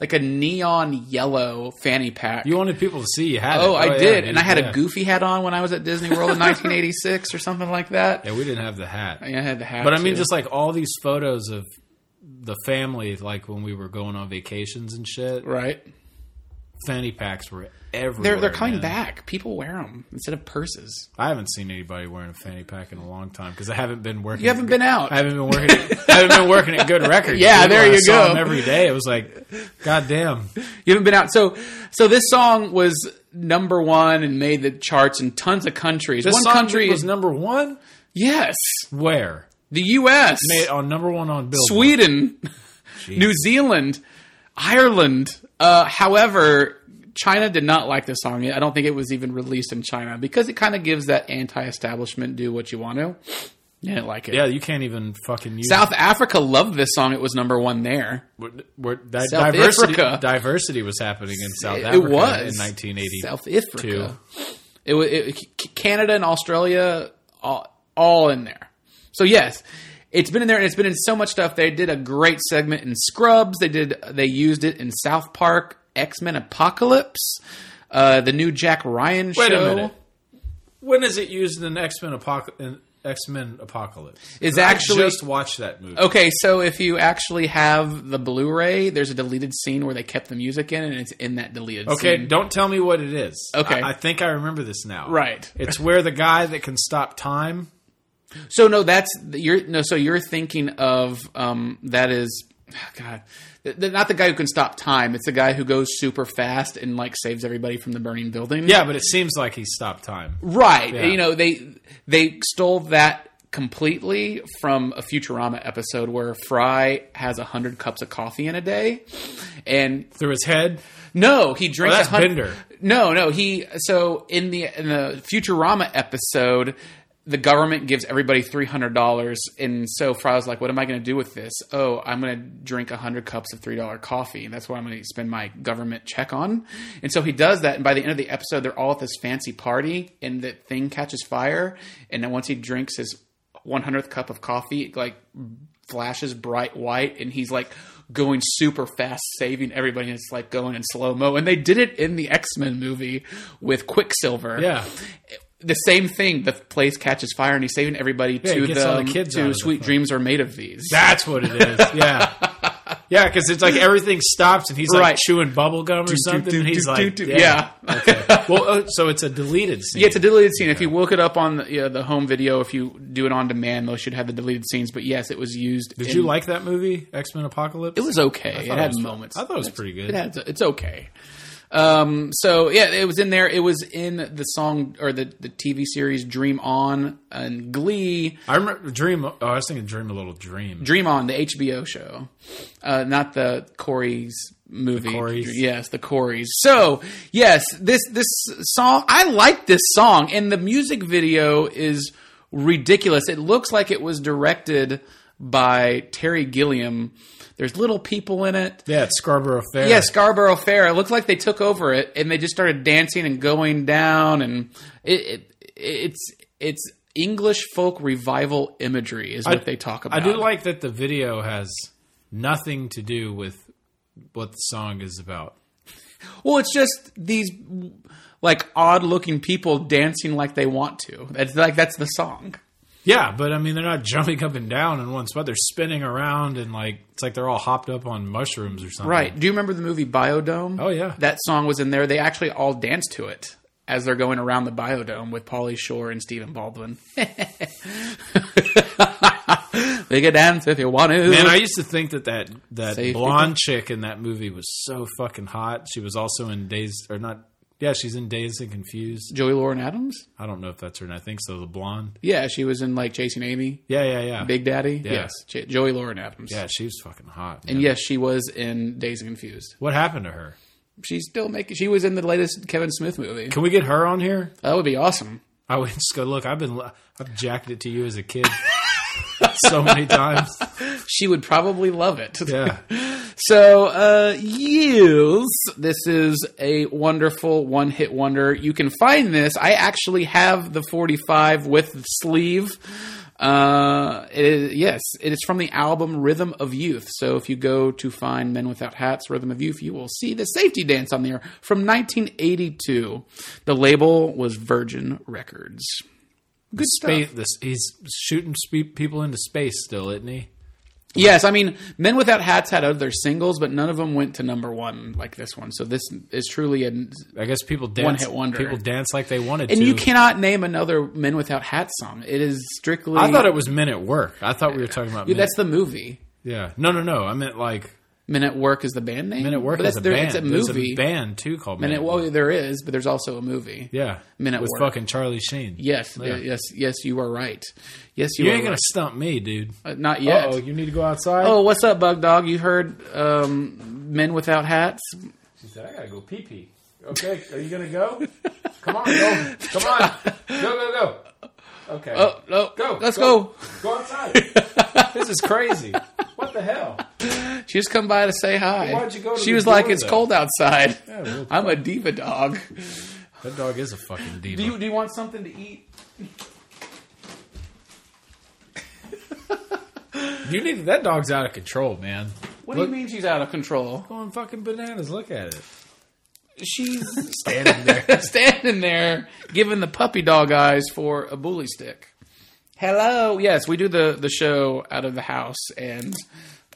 Speaker 1: like a neon yellow fanny pack.
Speaker 3: You wanted people to see you had it.
Speaker 1: oh, I
Speaker 3: yeah,
Speaker 1: did,
Speaker 3: dude,
Speaker 1: and I had
Speaker 3: yeah.
Speaker 1: a goofy hat on when I was at Disney World
Speaker 3: [LAUGHS]
Speaker 1: in 1986 or something like that.
Speaker 3: Yeah, we didn't have the hat.
Speaker 1: I had the hat.
Speaker 3: But I mean,
Speaker 1: too.
Speaker 3: just like all these photos of the family, like when we were going on vacations and shit,
Speaker 1: right?
Speaker 3: fanny packs were everywhere.
Speaker 1: They're they're coming
Speaker 3: man.
Speaker 1: back. People wear them instead of purses.
Speaker 3: I haven't seen anybody wearing a fanny pack in a long time because I haven't been working.
Speaker 1: You haven't been out.
Speaker 3: I haven't been working. I haven't been working at good
Speaker 1: [LAUGHS]
Speaker 3: records.
Speaker 1: Yeah,
Speaker 3: dude.
Speaker 1: there
Speaker 3: When I
Speaker 1: you
Speaker 3: saw
Speaker 1: go.
Speaker 3: them every day, it was like, God damn.
Speaker 1: You haven't been out. So so this song was number one and made the charts in tons of countries.
Speaker 3: This
Speaker 1: one
Speaker 3: song
Speaker 1: country
Speaker 3: was
Speaker 1: is
Speaker 3: number one.
Speaker 1: yes,
Speaker 3: Where
Speaker 1: the U.S.,
Speaker 3: Made on number one on Billboard.
Speaker 1: Sweden,
Speaker 3: Jeez.
Speaker 1: New Zealand, Ireland. Uh, however, China did not like this song. I don't think it was even released in China because it kind of gives that anti-establishment do what you want to. They didn't like it.
Speaker 3: Yeah, you can't even fucking use
Speaker 1: South Africa loved this song. It was number one there.
Speaker 3: where, where that
Speaker 1: South
Speaker 3: diversity
Speaker 1: Africa.
Speaker 3: diversity was happening in South
Speaker 1: It- it
Speaker 3: Africa
Speaker 1: was.
Speaker 3: in 1980.
Speaker 1: South Africa. It, wa- it, C- Canada and Australia, all, all in there. So yes, it's been in there, and it's been in so much stuff. They did a great segment in Scrubs. They did. They used it in South Park, X Men Apocalypse, uh, the new Jack Ryan show.
Speaker 3: Wait a minute. When is it used in X Men Apocalypse? X Men Apocalypse.
Speaker 1: It's
Speaker 3: I
Speaker 1: actually-
Speaker 3: just watched that movie.
Speaker 1: Okay, so if you actually have the Blu-ray, there's a deleted scene where they kept the music in, and it's in that deleted
Speaker 3: Okay,
Speaker 1: scene.
Speaker 3: don't tell me what it is.
Speaker 1: Okay.
Speaker 3: I, I think I remember this now.
Speaker 1: Right.
Speaker 3: It's where the guy that can stop time.
Speaker 1: So no, that's you're no. So you're thinking of um, that is God, th- th- not the guy who can stop time. It's the guy who goes super fast and like saves everybody from the burning building.
Speaker 3: Yeah, but it seems like he stopped time.
Speaker 1: right.
Speaker 3: Yeah.
Speaker 1: You know they they stole that completely from a Futurama episode where Fry has a hundred cups of coffee in a day, and
Speaker 3: Through his head.
Speaker 1: no, he drinks.
Speaker 3: Oh, that's
Speaker 1: a hun-
Speaker 3: Bender.
Speaker 1: No, no, he. So in the in the Futurama episode, the government gives everybody three hundred dollars, and so Fry's like, "What am I going to do with this? Oh, I'm going to drink hundred cups of three dollar coffee, and that's what I'm going to spend my government check on." And so he does that, and by the end of the episode, they're all at this fancy party, and the thing catches fire, and then once he drinks his one hundredth cup of coffee, it, like flashes bright white, and he's like going super fast, saving everybody. And it's like going in slow mo, and they did it in the X Men movie with Quicksilver.
Speaker 3: Yeah.
Speaker 1: the same thing. The place catches fire, and he's saving everybody
Speaker 3: he
Speaker 1: to
Speaker 3: gets
Speaker 1: the,
Speaker 3: all the kids out
Speaker 1: to
Speaker 3: of the
Speaker 1: Sweet
Speaker 3: fuck.
Speaker 1: Dreams Are Made of These.
Speaker 3: That's what it
Speaker 1: [LAUGHS]
Speaker 3: is. Yeah. yeah, because it's like everything stops and he's like
Speaker 1: Right.
Speaker 3: chewing bubble gum or
Speaker 1: do,
Speaker 3: something.
Speaker 1: do,
Speaker 3: and he's
Speaker 1: do,
Speaker 3: like,
Speaker 1: do, do.
Speaker 3: yeah.
Speaker 1: Yeah.
Speaker 3: okay. [LAUGHS] Well, uh, so it's a deleted scene.
Speaker 1: Yeah, it's a deleted scene. If you look it up on the, yeah, the home video, if you do it on demand, those should have the deleted scenes. But yes, it was used.
Speaker 3: Did you like that movie, X Men Apocalypse?
Speaker 1: It was okay. It
Speaker 3: thought
Speaker 1: had
Speaker 3: was-
Speaker 1: moments.
Speaker 3: I thought it was pretty good.
Speaker 1: It adds, it's okay. Um, so yeah, it was in there. It was in the song or the, the TV series Dream On and Glee.
Speaker 3: I remember Dream. Oh, I was thinking Dream a Little Dream.
Speaker 1: Dream On, the HBO show, uh, not the Corey's movie.
Speaker 3: Corys.
Speaker 1: Yes, the Corey's. So yes, this this song. I like this song, and the music video is ridiculous. It looks like it was directed by Terry Gilliam. There's little people in it.
Speaker 3: Yeah, it's Scarborough Fair.
Speaker 1: Yeah, Scarborough Fair. It looked like they took over it and they just started dancing and going down, and it, it it's it's English folk revival imagery is what they talk about.
Speaker 3: I do like that the video has nothing to do with what the song is about.
Speaker 1: Well, it's just these like odd looking people dancing like they want to. That's like that's the song.
Speaker 3: Yeah, but I mean, they're not [LAUGHS] jumping up and down in one spot. They're spinning around and like it's like they're all hopped up on mushrooms or something.
Speaker 1: Right. Do you remember the movie Biodome?
Speaker 3: Oh, yeah.
Speaker 1: That song was in there. They actually all danced to it as they're going around the Biodome with Polly Shore and Stephen Baldwin. [LAUGHS] we can dance if you want to.
Speaker 3: Man, I used to think that that, that
Speaker 1: Safety.
Speaker 3: blonde chick in that movie was so fucking hot. She was also in Dazed or not. Yeah, she's in Dazed and Confused.
Speaker 1: Joey Lauren Adams?
Speaker 3: I don't know if that's her. And I think so. The blonde.
Speaker 1: Yeah, she was in like Chasing Amy,
Speaker 3: Yeah, yeah, yeah.
Speaker 1: Big Daddy.
Speaker 3: Yeah.
Speaker 1: Yes, J- Joey Lauren Adams.
Speaker 3: Yeah, she was fucking hot. man.
Speaker 1: And yes, she was in Days and Confused.
Speaker 3: What happened to her?
Speaker 1: She's still making. She was in the latest Kevin Smith movie.
Speaker 3: Can we get her on here?
Speaker 1: That would be awesome.
Speaker 3: I would just go look. I've been I've jacked it to you as
Speaker 1: [LAUGHS]
Speaker 3: a kid so many times.
Speaker 1: She would probably love it. [LAUGHS]
Speaker 3: Yeah,
Speaker 1: So, uh, yes, this is a wonderful one hit wonder. You can find this. I actually have the 45 with the sleeve. Uh, it is, yes, it is from the album Rhythm of Youth. So, if you go to find Men Without Hats, Rhythm of Youth, you will see the safety dance on there from 1982. The label was Virgin Records. Good
Speaker 3: space.
Speaker 1: stuff.
Speaker 3: This he's shooting spe- people into space still, isn't he?
Speaker 1: Yes, I mean, Men Without Hats had other singles, but none of them went to number one like this one. So this is truly an.
Speaker 3: I guess people dance.
Speaker 1: One-hit wonder.
Speaker 3: People dance like they wanted
Speaker 1: And
Speaker 3: to.
Speaker 1: you cannot name another Men Without Hats song. It is strictly.
Speaker 3: I thought it was men at work. I thought we were talking about
Speaker 1: Yeah,
Speaker 3: men.
Speaker 1: that's the movie.
Speaker 3: yeah. No, no, no. I meant like
Speaker 1: Men at Work is the band name.
Speaker 3: men at work
Speaker 1: But that's
Speaker 3: is a
Speaker 1: their-
Speaker 3: band.
Speaker 1: It's a
Speaker 3: There's
Speaker 1: movie.
Speaker 3: band too called
Speaker 1: Men
Speaker 3: men
Speaker 1: at
Speaker 3: at
Speaker 1: well, there is, but there's also a movie.
Speaker 3: Yeah,
Speaker 1: Men at
Speaker 3: with
Speaker 1: Work.
Speaker 3: fucking Charlie Sheen.
Speaker 1: Yes,
Speaker 3: Yeah.
Speaker 1: yes, yes. You are right. Yes, you,
Speaker 3: You
Speaker 1: are
Speaker 3: ain't gonna
Speaker 1: right.
Speaker 3: stump me, dude.
Speaker 1: Uh, not yet.
Speaker 3: Oh, you need to go outside.
Speaker 1: Oh, what's up, Bug Dog? You heard um, Men Without Hats?
Speaker 3: She said, "I gotta go pee pee." Okay, are you gonna go? Come on, go. Come on, go, go, go. Okay,
Speaker 1: Oh, no.
Speaker 3: Go,
Speaker 1: Let's
Speaker 3: go.
Speaker 1: go.
Speaker 3: go outside. this is crazy. What the hell?
Speaker 1: She just come by to say hi.
Speaker 3: Why'd you go to
Speaker 1: she
Speaker 3: the
Speaker 1: was like,
Speaker 3: door,
Speaker 1: "It's
Speaker 3: though?"
Speaker 1: cold outside.
Speaker 3: Yeah, well-
Speaker 1: I'm a diva dog."
Speaker 3: That dog is a fucking diva.
Speaker 1: Do you do you want something to eat?
Speaker 3: You need that dog's out of control, man.
Speaker 1: What
Speaker 3: Look-
Speaker 1: do you mean she's out of control?
Speaker 3: Going fucking bananas. Look at it.
Speaker 1: She's [LAUGHS]
Speaker 3: Standing there.
Speaker 1: standing there giving the puppy dog eyes for a bully stick. Hello, yes, we do the the show out of the house, and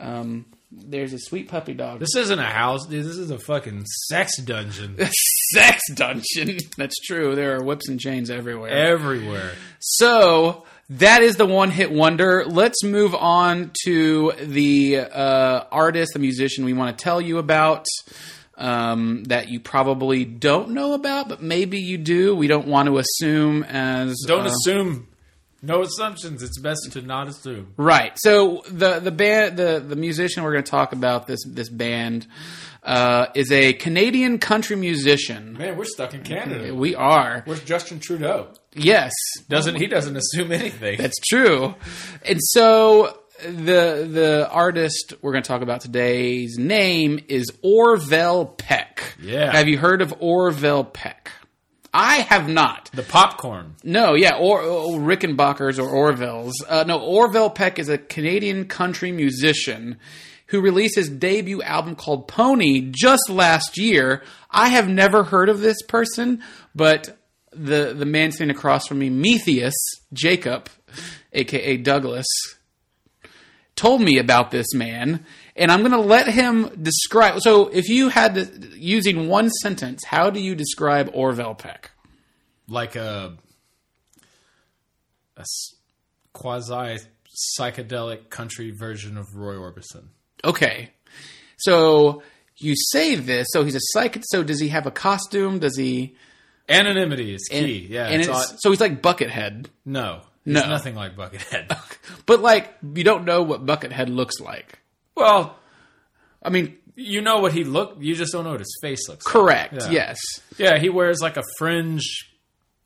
Speaker 1: um, there's a sweet puppy dog.
Speaker 3: this isn't a house, dude. This is a fucking sex dungeon
Speaker 1: [LAUGHS] sex dungeon. That's true. There are whips and chains everywhere.
Speaker 3: everywhere.
Speaker 1: So that is the one hit wonder. Let's move on to the uh, artist, the musician we want to tell you about um, that you probably don't know about, but maybe you do. We don't want to assume as
Speaker 3: Don't
Speaker 1: uh,
Speaker 3: assume. No assumptions. It's best to not assume.
Speaker 1: Right. So the the band the the musician we're going to talk about this this band uh, is a Canadian country musician.
Speaker 3: Man, we're stuck in Canada.
Speaker 1: We are
Speaker 3: Where's Justin Trudeau?
Speaker 1: yes,
Speaker 3: Doesn't he doesn't assume anything?
Speaker 1: [LAUGHS] that's true. And so the the artist we're going to talk about today's name is Orville Peck.
Speaker 3: Yeah.
Speaker 1: Have you heard of Orville Peck? I have not.
Speaker 3: the popcorn.
Speaker 1: No, yeah, or, or Rickenbackers or Orvilles. Uh, no, Orville Peck is a Canadian country musician who released his debut album called Pony just last year. I have never heard of this person, but the the man sitting across from me, Metheus Jacob, aka Douglas, told me about this man, and I'm going to let him describe. So, if you had to, using one sentence, how do you describe Orville Peck?
Speaker 3: Like a, a s- quasi psychedelic country version of Roy Orbison.
Speaker 1: Okay. So you say this. So he's a psychic. So does he have a costume? Does he?
Speaker 3: Anonymity is key. yeah.
Speaker 1: And
Speaker 3: it's
Speaker 1: it's-
Speaker 3: odd.
Speaker 1: so he's like Buckethead,
Speaker 3: no.
Speaker 1: No.
Speaker 3: It's nothing like
Speaker 1: [LAUGHS]
Speaker 3: Buckethead.
Speaker 1: but like you don't know what Buckethead looks like.
Speaker 3: well,
Speaker 1: I mean,
Speaker 3: you know what he looked. You just don't know what his face looks. like.
Speaker 1: correct.
Speaker 3: Yeah.
Speaker 1: Yes.
Speaker 3: Yeah, he wears like a fringe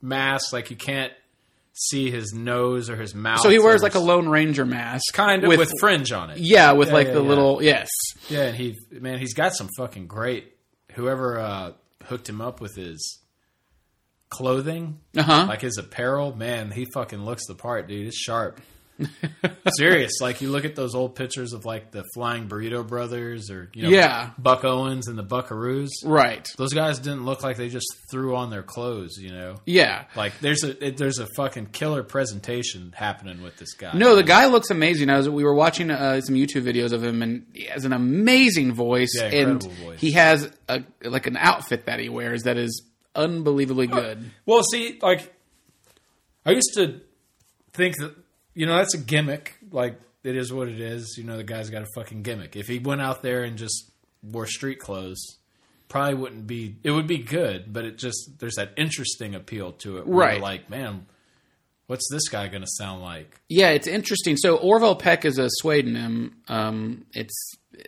Speaker 3: mask. Like you can't see his nose or his mouth.
Speaker 1: So he wears
Speaker 3: or
Speaker 1: like a
Speaker 3: his-
Speaker 1: Lone Ranger mask,
Speaker 3: kind of
Speaker 1: with,
Speaker 3: with, fringe on it.
Speaker 1: yeah, with like
Speaker 3: yeah,
Speaker 1: the
Speaker 3: yeah.
Speaker 1: little yes.
Speaker 3: Yeah, and he man, he's got some fucking great whoever uh hooked him up with his clothing,
Speaker 1: Uh huh.
Speaker 3: like his apparel, man, he fucking looks the part, dude. It's sharp. [LAUGHS] Serious. Like you look at those old pictures of like the flying burrito brothers or you know
Speaker 1: Yeah.
Speaker 3: Buck Owens and the Buckaroos.
Speaker 1: right.
Speaker 3: Those guys didn't look like they just threw on their clothes, you know.
Speaker 1: Yeah.
Speaker 3: Like there's a it- there's a fucking killer presentation happening with this guy.
Speaker 1: No, the guy looks amazing. I was we were watching uh, some YouTube videos of him, and he has an amazing voice,
Speaker 3: Yeah,
Speaker 1: and
Speaker 3: incredible voice.
Speaker 1: he has a like an outfit that he wears that is unbelievably
Speaker 3: Oh,
Speaker 1: good.
Speaker 3: Well, see, like I used to think that you know that's a gimmick. Like it is what it is. You know, the guy's got a fucking gimmick. If he went out there and just wore street clothes, probably wouldn't be. It would be good, but it just there's that interesting appeal to it. where
Speaker 1: Right.
Speaker 3: you're Like, man, what's this guy going to sound like?
Speaker 1: Yeah, it's interesting. So Orville Peck is a pseudonym. Um, it's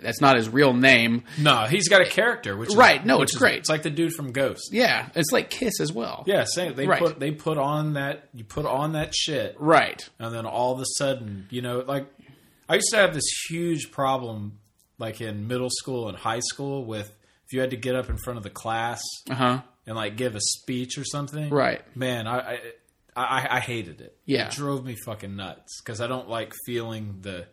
Speaker 1: that's not his real name.
Speaker 3: No, he's got a character, which is-
Speaker 1: Right, no,
Speaker 3: which
Speaker 1: it's
Speaker 3: is-
Speaker 1: great.
Speaker 3: It's like the dude from Ghost.
Speaker 1: Yeah, it's like Kiss as well.
Speaker 3: Yeah, same. They
Speaker 1: Right.
Speaker 3: put they put on that you put on that shit,
Speaker 1: Right.
Speaker 3: and then all of a sudden, you know, like I used to have this huge problem, like in middle school and high school, with if you had to get up in front of the class
Speaker 1: Uh huh.
Speaker 3: and like give a speech or something.
Speaker 1: Right.
Speaker 3: Man, I I, I, I hated it.
Speaker 1: Yeah.
Speaker 3: it drove me fucking nuts because I don't like feeling the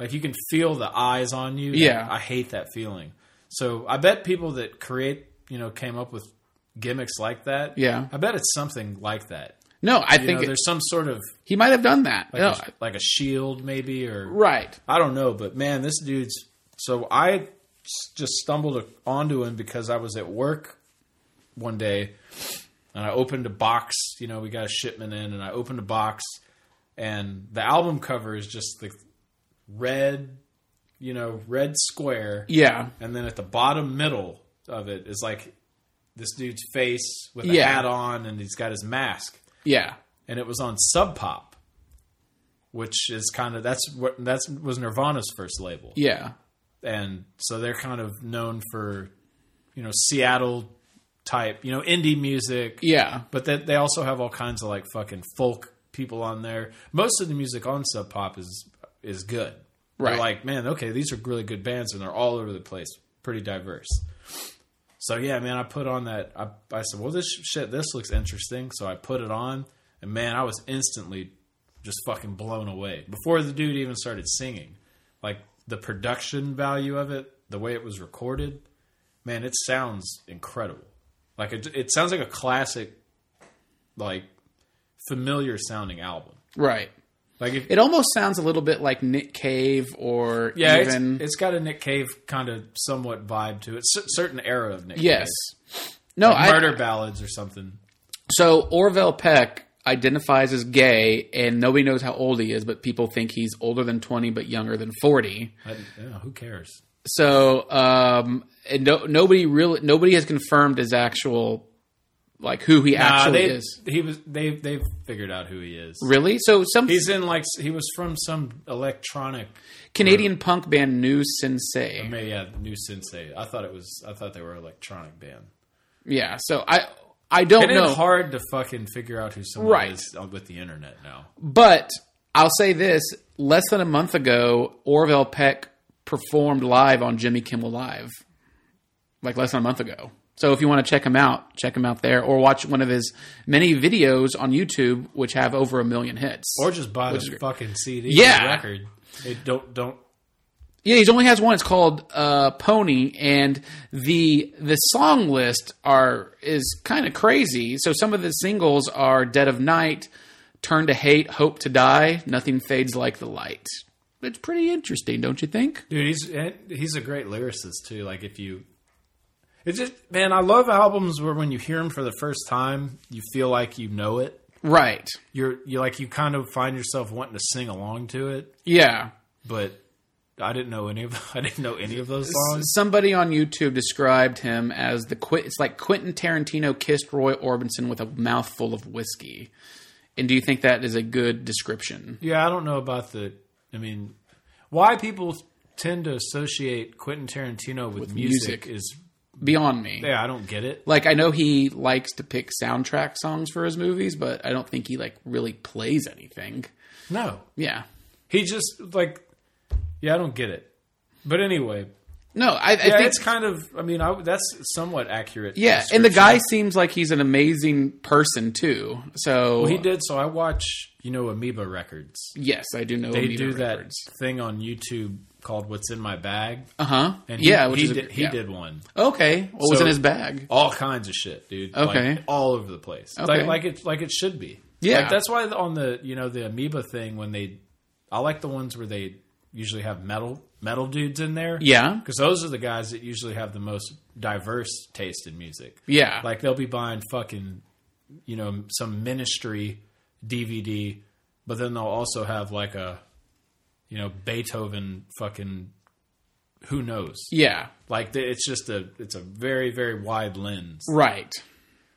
Speaker 3: like you can feel the eyes on you.
Speaker 1: Yeah.
Speaker 3: I hate that feeling. So I bet people that create, you know, came up with gimmicks like that.
Speaker 1: Yeah.
Speaker 3: I bet it's something like that.
Speaker 1: No, I
Speaker 3: You
Speaker 1: think
Speaker 3: know,
Speaker 1: it-
Speaker 3: there's some sort of
Speaker 1: he might have done that.
Speaker 3: like,
Speaker 1: No,
Speaker 3: a, like a shield maybe or
Speaker 1: right.
Speaker 3: I don't know, but man, this dude's. So I s- just stumbled onto him because I was at work one day, and I opened a box. You know, we got a shipment in, and I opened a box, and the album cover is just the red, you know, red square,
Speaker 1: Yeah.
Speaker 3: and then at the bottom middle of it is like this dude's face with a
Speaker 1: Yeah.
Speaker 3: hat on, and he's got his mask
Speaker 1: Yeah.
Speaker 3: and it was on Sub Pop, which is kind of that's what that's was Nirvana's first label,
Speaker 1: Yeah.
Speaker 3: and so they're kind of known for you know Seattle type you know indie music,
Speaker 1: Yeah.
Speaker 3: but that they also have all kinds of like fucking folk people on there. Most of the music on Sub Pop is is good. They're
Speaker 1: Right.
Speaker 3: like, man, okay, these are really good bands, and they're all over the place, pretty diverse. So yeah, man, I put on that. I, I said, well, this shit, this looks interesting. So I put it on, and man, I was instantly just fucking blown away before the dude even started singing. Like the production value of it, the way it was recorded, man, it sounds incredible. Like it, it sounds like a classic, like familiar sounding album.
Speaker 1: Right.
Speaker 3: Like if,
Speaker 1: It almost sounds a little bit like Nick Cave or
Speaker 3: yeah, it's,
Speaker 1: even
Speaker 3: it's got a Nick Cave kind of somewhat vibe to it. C- certain era of Nick.
Speaker 1: yes.
Speaker 3: Cave.
Speaker 1: No, I,
Speaker 3: Like murder ballads or something.
Speaker 1: So Orville Peck identifies as gay, and nobody knows how old he is, but people think he's older than twenty but younger than forty.
Speaker 3: I, yeah, who cares?
Speaker 1: So um, and no, nobody really nobody has confirmed his actual like who he
Speaker 3: Uh,
Speaker 1: actually
Speaker 3: they,
Speaker 1: is.
Speaker 3: He was. They they've figured out who he is.
Speaker 1: Really? So some
Speaker 3: He's in like he was from some electronic.
Speaker 1: Canadian punk band, New Sensei.
Speaker 3: Yeah, new sensei. I thought it was. I thought they were electronic band.
Speaker 1: Yeah. So I I don't
Speaker 3: It is
Speaker 1: know.
Speaker 3: hard to fucking figure out who someone
Speaker 1: Oh, Right.
Speaker 3: is uh, with the internet now.
Speaker 1: But I'll say this: less than a month ago, Orville Peck performed live on Jimmy Kimmel Live, like less than a month ago. So if you want to check him out, check him out there, or watch one of his many videos on YouTube, which have over a million hits.
Speaker 3: Or just buy
Speaker 1: Which is
Speaker 3: the
Speaker 1: great.
Speaker 3: fucking CD.
Speaker 1: Yeah.
Speaker 3: the record. They don't don't.
Speaker 1: yeah, he's only has one. It's called uh, Pony, and the the song list are is kind of crazy. So some of the singles are Dead of Night, Turn to Hate, Hope to Die, Nothing Fades Like the Light. It's pretty interesting, don't you think?
Speaker 3: Dude, he's and he's a great lyricist too. Like if you, it's just man, I love albums where when you hear them for the first time, you feel like you know it.
Speaker 1: Right.
Speaker 3: You're you like you kind of find yourself wanting to sing along to it.
Speaker 1: Yeah.
Speaker 3: but I didn't know any of [LAUGHS] I didn't know any of those songs.
Speaker 1: Somebody on YouTube described him as the Qu- it's like Quentin Tarantino kissed Roy Orbison with a mouthful of whiskey. And do you think that is a good description?
Speaker 3: Yeah, I don't know about the. I mean, why people tend to associate Quentin Tarantino with, music,
Speaker 1: music.
Speaker 3: is
Speaker 1: Beyond me.
Speaker 3: yeah, I don't get it.
Speaker 1: Like I know he likes to pick soundtrack songs for his movies, but I don't think he like really plays anything.
Speaker 3: No,
Speaker 1: Yeah.
Speaker 3: he just like yeah, I don't get it. But anyway,
Speaker 1: No, I, I
Speaker 3: yeah,
Speaker 1: think
Speaker 3: it's kind of. I mean, I, that's somewhat accurate.
Speaker 1: yeah, and the
Speaker 3: description.
Speaker 1: guy seems like he's an amazing person too. So
Speaker 3: Well, he did. So I watch you know Amoeba Records.
Speaker 1: yes, I do know
Speaker 3: They
Speaker 1: Amoeba
Speaker 3: do that
Speaker 1: Records.
Speaker 3: thing on YouTube called "What's in My Bag,"
Speaker 1: Uh-huh.
Speaker 3: and he,
Speaker 1: yeah, which
Speaker 3: he,
Speaker 1: is a-
Speaker 3: did, he
Speaker 1: yeah.
Speaker 3: did one.
Speaker 1: Okay. What was
Speaker 3: So-
Speaker 1: in his bag?
Speaker 3: all kinds of shit, dude.
Speaker 1: Okay.
Speaker 3: like, all over the place.
Speaker 1: Okay.
Speaker 3: Like, like it, like it should be.
Speaker 1: Yeah.
Speaker 3: Like, that's why on the you know the amoeba thing when they, I like the ones where they usually have metal metal dudes in there.
Speaker 1: Yeah.
Speaker 3: because those are the guys that usually have the most diverse taste in music.
Speaker 1: Yeah.
Speaker 3: Like they'll be buying fucking, you know, some Ministry DVD, but then they'll also have like a, you know, Beethoven fucking, who knows?
Speaker 1: yeah.
Speaker 3: Like th- it's just a it's a very very wide lens.
Speaker 1: Right.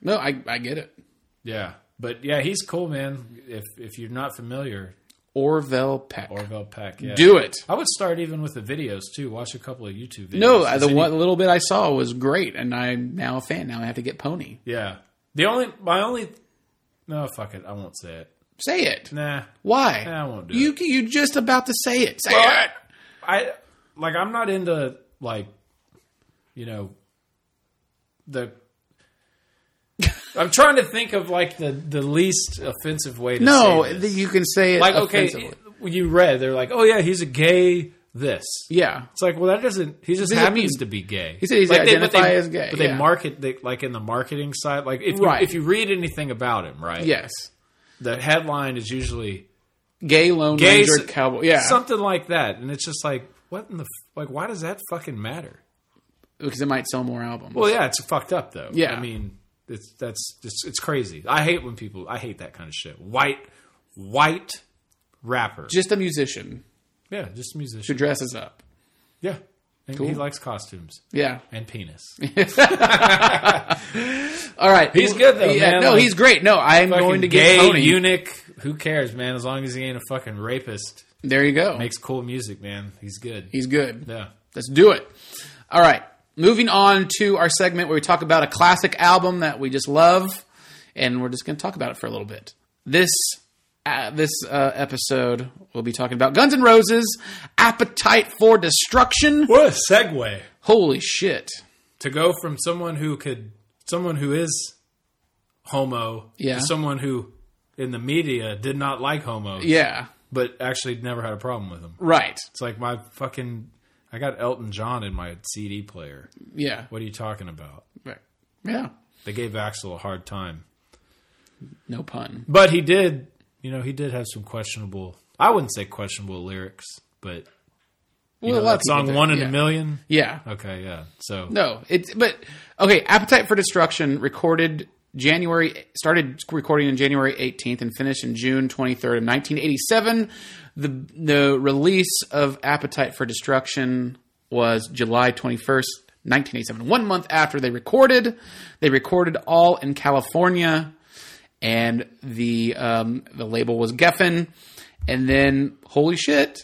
Speaker 1: No, I, I get it.
Speaker 3: Yeah, but yeah, he's cool, man. If if you're not familiar,
Speaker 1: Orville Peck.
Speaker 3: Orville Peck, yeah.
Speaker 1: Do it.
Speaker 3: I would start even with the videos too. Watch a couple of YouTube videos.
Speaker 1: No, I- the
Speaker 3: Is
Speaker 1: one
Speaker 3: any-
Speaker 1: little bit I saw was great, and I'm now a fan. Now I have to get Pony.
Speaker 3: Yeah, the only my only. No, fuck it. I won't say it.
Speaker 1: Say it.
Speaker 3: Nah,
Speaker 1: Why?
Speaker 3: I won't do
Speaker 1: you you just about to say it. Say
Speaker 3: Well,
Speaker 1: it.
Speaker 3: I like. I'm not into like, you know, the. I'm trying to think of like the the least offensive way. to
Speaker 1: No,
Speaker 3: say this.
Speaker 1: th- you can say it.
Speaker 3: like okay,
Speaker 1: offensively.
Speaker 3: when you read, they're like, oh yeah, he's a gay. This.
Speaker 1: Yeah.
Speaker 3: It's like, well, that doesn't. He just
Speaker 1: Doesn't
Speaker 3: happens
Speaker 1: mean-
Speaker 3: to be gay.
Speaker 1: He said he's
Speaker 3: like but
Speaker 1: identified as gay,
Speaker 3: But
Speaker 1: yeah.
Speaker 3: they market, they, like in the marketing side, like if you,
Speaker 1: Right.
Speaker 3: if you read anything about him, right?
Speaker 1: Yes.
Speaker 3: the headline is usually
Speaker 1: Gay lone
Speaker 3: Gay
Speaker 1: ranger
Speaker 3: s-
Speaker 1: cowboy. Yeah,
Speaker 3: something like that, and it's just like what in the f- like why does that fucking matter?
Speaker 1: because it might sell more albums.
Speaker 3: Well, yeah, it's fucked up though.
Speaker 1: Yeah.
Speaker 3: I mean, it's that's it's, it's crazy. I hate when people. I hate that kind of shit. White, white rapper.
Speaker 1: just a musician
Speaker 3: yeah, just a
Speaker 1: who
Speaker 3: musician.
Speaker 1: dresses up.
Speaker 3: Yeah, and he likes costumes
Speaker 1: Yeah.
Speaker 3: and penis.
Speaker 1: All right.
Speaker 3: He's good, though,
Speaker 1: Yeah,
Speaker 3: man.
Speaker 1: No,
Speaker 3: Like,
Speaker 1: he's great. No, I'm
Speaker 3: Fucking
Speaker 1: going to
Speaker 3: gay
Speaker 1: get Tony.
Speaker 3: eunuch. Who cares, man? As long as he ain't a fucking rapist,
Speaker 1: there you go.
Speaker 3: makes cool music, man. He's good.
Speaker 1: he's good.
Speaker 3: yeah.
Speaker 1: Let's do it. All right. Moving on to our segment where we talk about a classic album that we just love, and we're just going to talk about it for a little bit. This uh, this uh, episode, we'll be talking about Guns N' Roses' "Appetite for Destruction."
Speaker 3: What a segue
Speaker 1: Holy shit!
Speaker 3: to go from someone who could, someone who is homo,
Speaker 1: Yeah.
Speaker 3: to someone who in the media did not like homos.
Speaker 1: Yeah,
Speaker 3: but actually never had a problem with them.
Speaker 1: right.
Speaker 3: It's like my fucking I got Elton John in my CD player.
Speaker 1: Yeah,
Speaker 3: What are you talking about?
Speaker 1: right. yeah.
Speaker 3: They gave Axel a hard time,
Speaker 1: No pun.
Speaker 3: but he did. You know, he did have some questionable. I wouldn't say questionable lyrics, but you
Speaker 1: Well,
Speaker 3: know,
Speaker 1: a lot of
Speaker 3: that
Speaker 1: people do.
Speaker 3: song "One in
Speaker 1: yeah.
Speaker 3: a Million.
Speaker 1: Yeah,
Speaker 3: Okay, yeah. So
Speaker 1: No, it's but okay. Appetite for Destruction recorded January started recording in January 18th and finished in June 23rd of 1987. The the release of Appetite for Destruction was July 21st. 1987. One month after they recorded, they recorded all in California, and the um, the label was Geffen. And then, holy shit,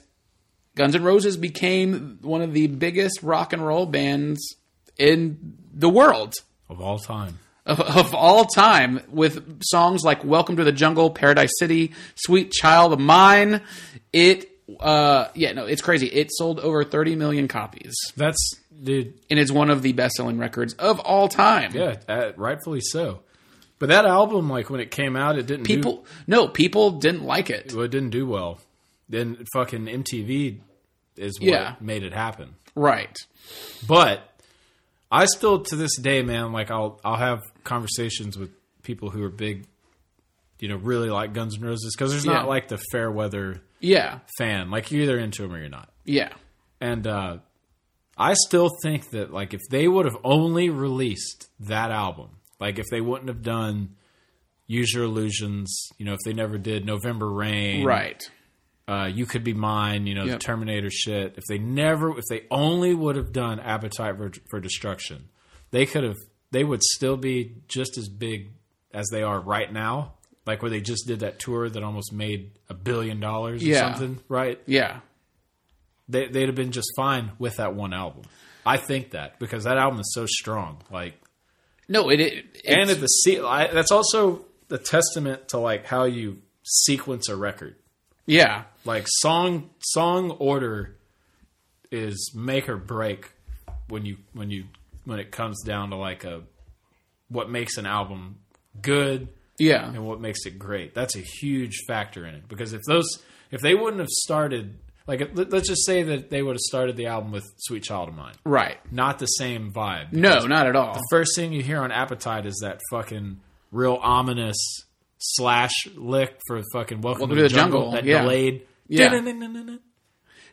Speaker 1: Guns N' Roses became one of the biggest rock and roll bands in the world
Speaker 3: of all time,
Speaker 1: of, of all time, with songs like "Welcome to the Jungle," "Paradise City," "Sweet Child of Mine." It, uh, yeah, no, it's crazy. It sold over 30 million copies,
Speaker 3: that's dude.
Speaker 1: and it's one of the best-selling records of all time.
Speaker 3: Yeah, uh, rightfully so. But that album, like when it came out, it didn't do-
Speaker 1: People, no, people didn't like it.
Speaker 3: well, it didn't do well. Then fucking MTV is what
Speaker 1: Yeah.
Speaker 3: made it happen.
Speaker 1: Right?
Speaker 3: But I still to this day, man, like I'll I'll have conversations with people who are big, you know, really like Guns N' Roses because there's
Speaker 1: Yeah.
Speaker 3: not like the fair weather
Speaker 1: Yeah,
Speaker 3: fan. Like you're either into them or you're not.
Speaker 1: yeah,
Speaker 3: And uh, I still think that like if they would have only released that album, like if they wouldn't have done Use Your Illusions, you know, if they never did November Rain,
Speaker 1: right.
Speaker 3: uh, you could be mine, you know,
Speaker 1: Yep.
Speaker 3: the Terminator shit. If they never, if they only would have done Appetite for, for Destruction, they could have, they would still be just as big as they are right now. Like where they just did that tour that almost made a billion dollars or
Speaker 1: Yeah.
Speaker 3: something, right?
Speaker 1: Yeah,
Speaker 3: They, they'd have been just fine with that one album. I think that because that album is so strong. Like,
Speaker 1: no, it. it
Speaker 3: and
Speaker 1: it's-
Speaker 3: at the se- I, that's also the testament to like how you sequence a record.
Speaker 1: yeah,
Speaker 3: like song song order is make or break when you when you when it comes down to like a what makes an album good
Speaker 1: yeah,
Speaker 3: and what makes it great that's a huge factor in it because if those if they wouldn't have started like if- let- let's just say that they would have started the album with sweet child of mine
Speaker 1: right.
Speaker 3: not the same vibe
Speaker 1: No, not at all.
Speaker 3: first thing you hear on appetite is that fucking real ominous slash lick for fucking welcome, to, the jungle, that
Speaker 1: yeah.
Speaker 3: delayed
Speaker 1: Yeah.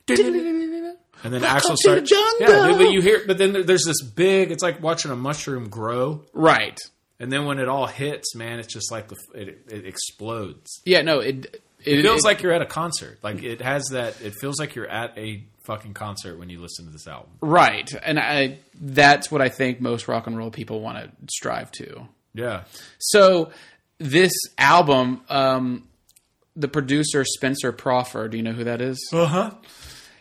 Speaker 3: and then Axel
Speaker 1: to
Speaker 3: starts
Speaker 1: the jungle.
Speaker 3: yeah dude, but you hear but then there- there's this big it's like watching a mushroom grow
Speaker 1: [LAUGHS] Right.
Speaker 3: and then when it all hits man it's just like the it, it explodes
Speaker 1: Yeah, no, it it,
Speaker 3: it feels
Speaker 1: it-
Speaker 3: like you're at a concert like it has that it feels like you're at a fucking concert when you listen to this album
Speaker 1: right, and I that's what I think most rock and roll people want to strive to.
Speaker 3: yeah
Speaker 1: So this album, um, the producer Spencer Crawford, do you know who that is?
Speaker 3: uh-huh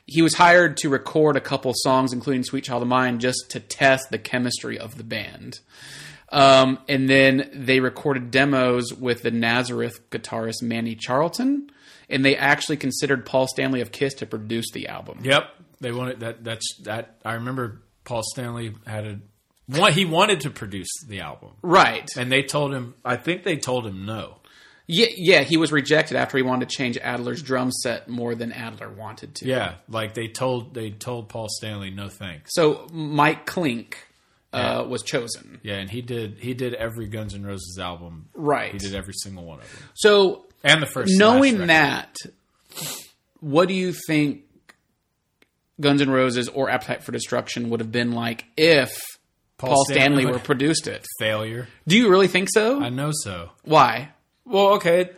Speaker 1: He was hired to record a couple songs, including "Sweet Child of Mine," just to test the chemistry of the band. Um, and then they recorded demos with the Nazareth guitarist Manny Charlton, and they actually considered Paul Stanley of Kiss to produce the album.
Speaker 3: Yep, they wanted that. That's that. I remember Paul Stanley had a one. He wanted to produce the album,
Speaker 1: Right.
Speaker 3: and they told him. I think they told him no.
Speaker 1: Yeah, yeah, he was rejected after he wanted to change Adler's drum set more than Adler wanted to.
Speaker 3: Yeah, like they told they told Paul Stanley no thanks.
Speaker 1: So Mike Clink uh, was chosen.
Speaker 3: Yeah, and he did he did every Guns N' Roses album.
Speaker 1: Right.
Speaker 3: He did every single one of them.
Speaker 1: So
Speaker 3: and the first
Speaker 1: knowing
Speaker 3: Slash record.
Speaker 1: that, what do you think Guns N' Roses or Appetite for Destruction would have been like if Paul, Stanley, were
Speaker 3: would-
Speaker 1: produced it?
Speaker 3: failure.
Speaker 1: Do you really think so?
Speaker 3: I know so.
Speaker 1: Why?
Speaker 3: Well, okay.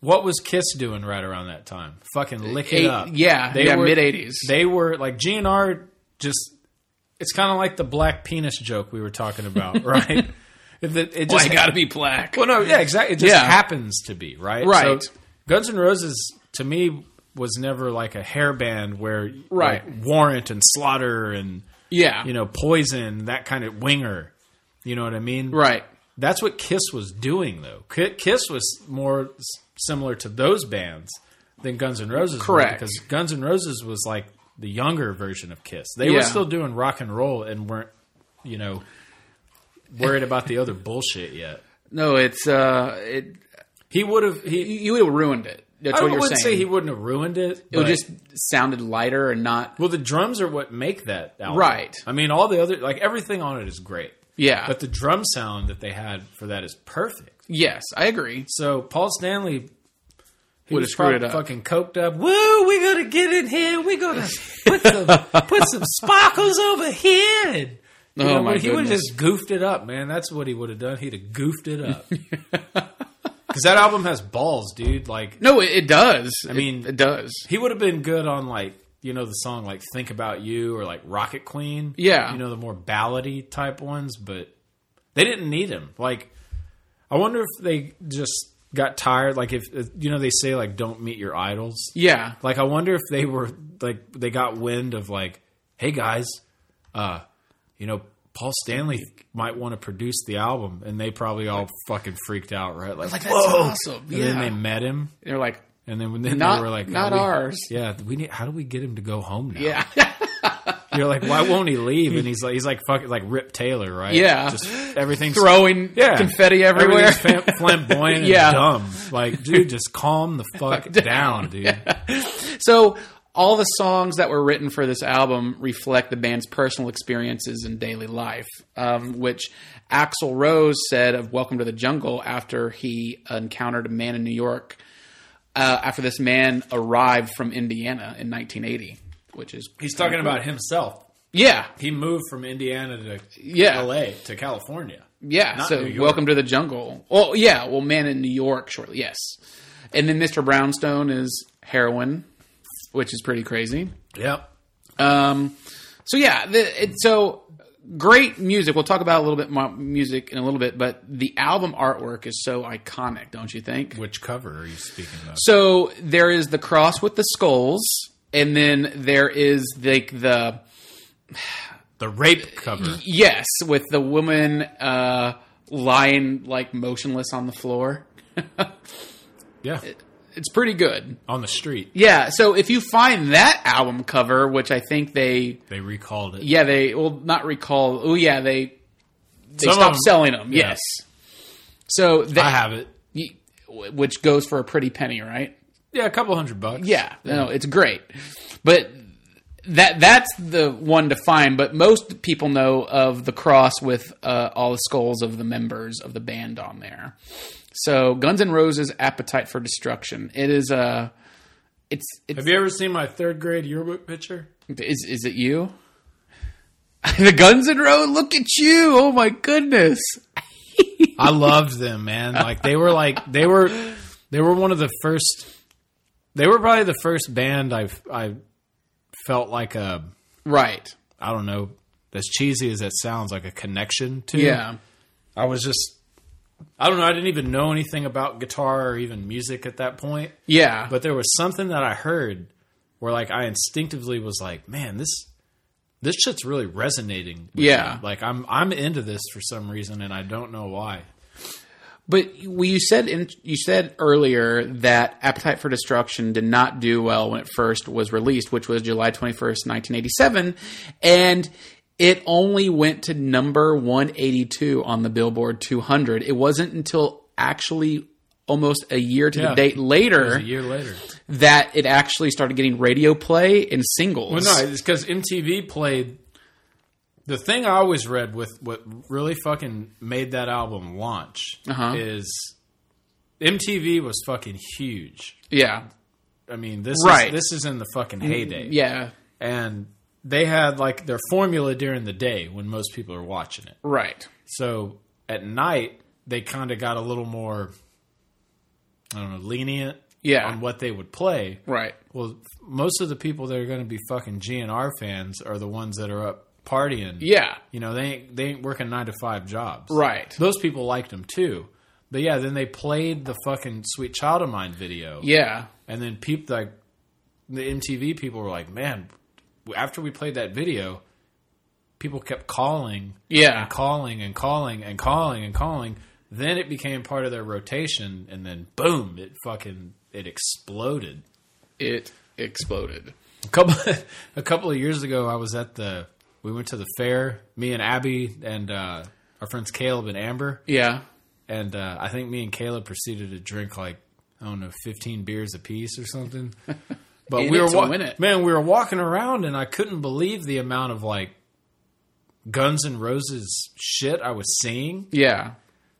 Speaker 3: What was Kiss doing right around that time? Fucking lick it
Speaker 1: Eight-
Speaker 3: up.
Speaker 1: yeah, yeah, mid-eighties.
Speaker 3: They were like GNR. Just it's kind of like the black penis joke we were talking about, [LAUGHS] right? It, it
Speaker 1: Why
Speaker 3: just
Speaker 1: got to be black?
Speaker 3: Well, no, yeah, exactly. It just
Speaker 1: Yeah.
Speaker 3: happens to be right.
Speaker 1: Right.
Speaker 3: So Guns N' Roses to me was never like a hair band where
Speaker 1: Right.
Speaker 3: like, Warrant and Slaughter and
Speaker 1: yeah,
Speaker 3: you know Poison that kind of winger. You know what I mean?
Speaker 1: right.
Speaker 3: That's what Kiss was doing, though. Ki- Kiss was more s- similar to those bands than Guns N' Roses. were,
Speaker 1: Correct.
Speaker 3: because Guns N' Roses was like the younger version of Kiss. They
Speaker 1: Yeah.
Speaker 3: were still doing rock and roll and weren't, you know, worried about the other bullshit yet.
Speaker 1: No, it's uh, it
Speaker 3: He would have. He.
Speaker 1: you- you would have ruined it. That's
Speaker 3: I
Speaker 1: what you're
Speaker 3: wouldn't
Speaker 1: saying.
Speaker 3: say he wouldn't have ruined it.
Speaker 1: it would just sounded lighter and not
Speaker 3: Well, the drums are what make that album.
Speaker 1: Right.
Speaker 3: I mean, all the other like everything on it is great,
Speaker 1: yeah.
Speaker 3: but the drum sound that they had for that is perfect.
Speaker 1: yes, I agree.
Speaker 3: So Paul Stanley he
Speaker 1: Would've
Speaker 3: was
Speaker 1: screwed
Speaker 3: probably
Speaker 1: it up.
Speaker 3: fucking coked up. Woo, we gonna get in here. We gonna
Speaker 1: [LAUGHS]
Speaker 3: put some put some sparkles over here. And, you
Speaker 1: Oh,
Speaker 3: know,
Speaker 1: my
Speaker 3: he would have
Speaker 1: goodness.
Speaker 3: just goofed it up, man. That's what he would have done. He'd have goofed it
Speaker 1: [LAUGHS]
Speaker 3: up. Because that album has balls, dude. Like
Speaker 1: No, it, it does. I
Speaker 3: mean-
Speaker 1: it, does.
Speaker 3: he would have been good on like you know the song like "Think About You" or like "Rocket Queen."
Speaker 1: Yeah.
Speaker 3: you know the more ballady type ones, but they didn't need him. Like, I wonder if they just got tired. Like, if if- you know they say like "Don't meet your idols."
Speaker 1: Yeah,
Speaker 3: Like, I wonder if they were like they got wind of like, "Hey guys, uh, you know." Paul Stanley might want to produce the album, and they probably all fucking freaked out, right? Like,
Speaker 1: like, that's
Speaker 3: whoa!
Speaker 1: awesome.
Speaker 3: And then
Speaker 1: Yeah.
Speaker 3: they met him,
Speaker 1: you're like
Speaker 3: and then, then
Speaker 1: Not-
Speaker 3: they were like,
Speaker 1: not
Speaker 3: "Oh, we-
Speaker 1: ours."
Speaker 3: Yeah, we need. How do we get him to go home now?
Speaker 1: yeah.
Speaker 3: you're like, why won't he leave?
Speaker 1: [LAUGHS]
Speaker 3: And he's like, he's like, fuck, like Rip Taylor, right?
Speaker 1: Yeah.
Speaker 3: just
Speaker 1: [LAUGHS] [LAUGHS]
Speaker 3: everything's
Speaker 1: throwing
Speaker 3: yeah,
Speaker 1: confetti everywhere.
Speaker 3: Everything's fam-
Speaker 1: [LAUGHS]
Speaker 3: flamboyant,
Speaker 1: Yeah.
Speaker 3: and dumb. Like, dude, just calm the
Speaker 1: [LAUGHS]
Speaker 3: fuck down, dude.
Speaker 1: so all the songs that were written for this album reflect the band's personal experiences in daily life, um, which Axl Rose said of "Welcome to the Jungle" after he encountered a man in New York. Uh, after this man arrived from Indiana in 1980, which is
Speaker 3: He's talking about himself.
Speaker 1: yeah,
Speaker 3: He moved from Indiana to
Speaker 1: Yeah.
Speaker 3: L.A. to California.
Speaker 1: Yeah,
Speaker 3: Not
Speaker 1: so
Speaker 3: New York.
Speaker 1: Welcome to the Jungle. Oh, yeah, well, Man in New York shortly, yes. And then Mr. Brownstone is heroin, which is pretty crazy.
Speaker 3: Yep.
Speaker 1: Um, so, yeah, the, it, so great music. We'll talk about a little bit more music in a little bit, but the album artwork is so iconic, don't you think?
Speaker 3: Which cover are you speaking of?
Speaker 1: So there is the cross with the skulls, and then there is like the
Speaker 3: The rape cover.
Speaker 1: Yes, with the woman uh, lying like motionless on the floor.
Speaker 3: Yeah,
Speaker 1: It's pretty good.
Speaker 3: on the street.
Speaker 1: Yeah, so if you find that album cover, which I think they,
Speaker 3: They recalled it.
Speaker 1: yeah, they well not recall. Oh yeah, they they
Speaker 3: Some of
Speaker 1: stopped
Speaker 3: them-
Speaker 1: selling them.
Speaker 3: yeah.
Speaker 1: Yes. So
Speaker 3: I
Speaker 1: that
Speaker 3: have it.
Speaker 1: y- which goes for a pretty penny, right?
Speaker 3: Yeah, a couple hundred bucks.
Speaker 1: Yeah, no, it's great, but that that's the one to find. But most people know of the cross with uh, all the skulls of the members of the band on there. So Guns N' Roses' Appetite for Destruction. It is a. It's it's
Speaker 3: Have you ever seen my third grade yearbook picture?
Speaker 1: is is it you? [LAUGHS] the Guns N' Roses. Look at you! Oh my goodness!
Speaker 3: I loved them, man. Like they were like they were they were one of the first. They were probably the first band I I felt like a
Speaker 1: Right.
Speaker 3: I don't know as cheesy as that sounds like a connection to.
Speaker 1: Yeah.
Speaker 3: I was just I don't know. I didn't even know anything about guitar or even music at that point,
Speaker 1: Yeah.
Speaker 3: but there was something that I heard where like I instinctively was like, man, this. This shit's really resonating. with
Speaker 1: Yeah.
Speaker 3: me. like I'm I'm into this for some reason, and I don't know why.
Speaker 1: But well, you said in, you said earlier that Appetite for Destruction did not do well when it first was released, which was July twenty first, nineteen eighty seven, and it only went to number one eighty two on the Billboard two hundred. It wasn't until actually almost a year to the
Speaker 3: Yeah.
Speaker 1: date later
Speaker 3: A year later,
Speaker 1: that it actually started getting radio play and singles.
Speaker 3: Well, no, it's because MTV played. The thing I always read with what really fucking made that album launch
Speaker 1: Uh-huh.
Speaker 3: is MTV was fucking huge.
Speaker 1: Yeah.
Speaker 3: I mean, this
Speaker 1: Right. Mm,
Speaker 3: is, this is in the fucking heyday.
Speaker 1: Yeah.
Speaker 3: and they had like their formula during the day when most people are watching it.
Speaker 1: Right.
Speaker 3: So at night they kind of got a little more, I don't know, lenient
Speaker 1: Yeah.
Speaker 3: on what they would play.
Speaker 1: Right.
Speaker 3: Well, most of the people that are going to be fucking GNR fans are the ones that are up partying.
Speaker 1: Yeah.
Speaker 3: You know, they ain't, they ain't working nine to five jobs.
Speaker 1: Right.
Speaker 3: Those people liked them too. But yeah, then they played the fucking Sweet Child of Mine video.
Speaker 1: Yeah.
Speaker 3: And then peep like the MTV people were like, man, after we played that video, people kept calling,
Speaker 1: Yeah.
Speaker 3: and calling, and calling, and calling, and calling. Then it became part of their rotation, and then boom, it fucking it exploded.
Speaker 1: It exploded.
Speaker 3: A couple [LAUGHS] a couple of years ago, I was at the we went to the fair. Me and Abby and uh, our friends Caleb and Amber,
Speaker 1: Yeah.
Speaker 3: and uh, I think me and Caleb proceeded to drink like I don't know, fifteen beers apiece
Speaker 1: [LAUGHS]
Speaker 3: or something. But
Speaker 1: In
Speaker 3: we
Speaker 1: it
Speaker 3: were
Speaker 1: to
Speaker 3: wa-
Speaker 1: win it.
Speaker 3: man, we were walking around, and I couldn't believe the amount of like Guns N' Roses shit I was seeing.
Speaker 1: Yeah.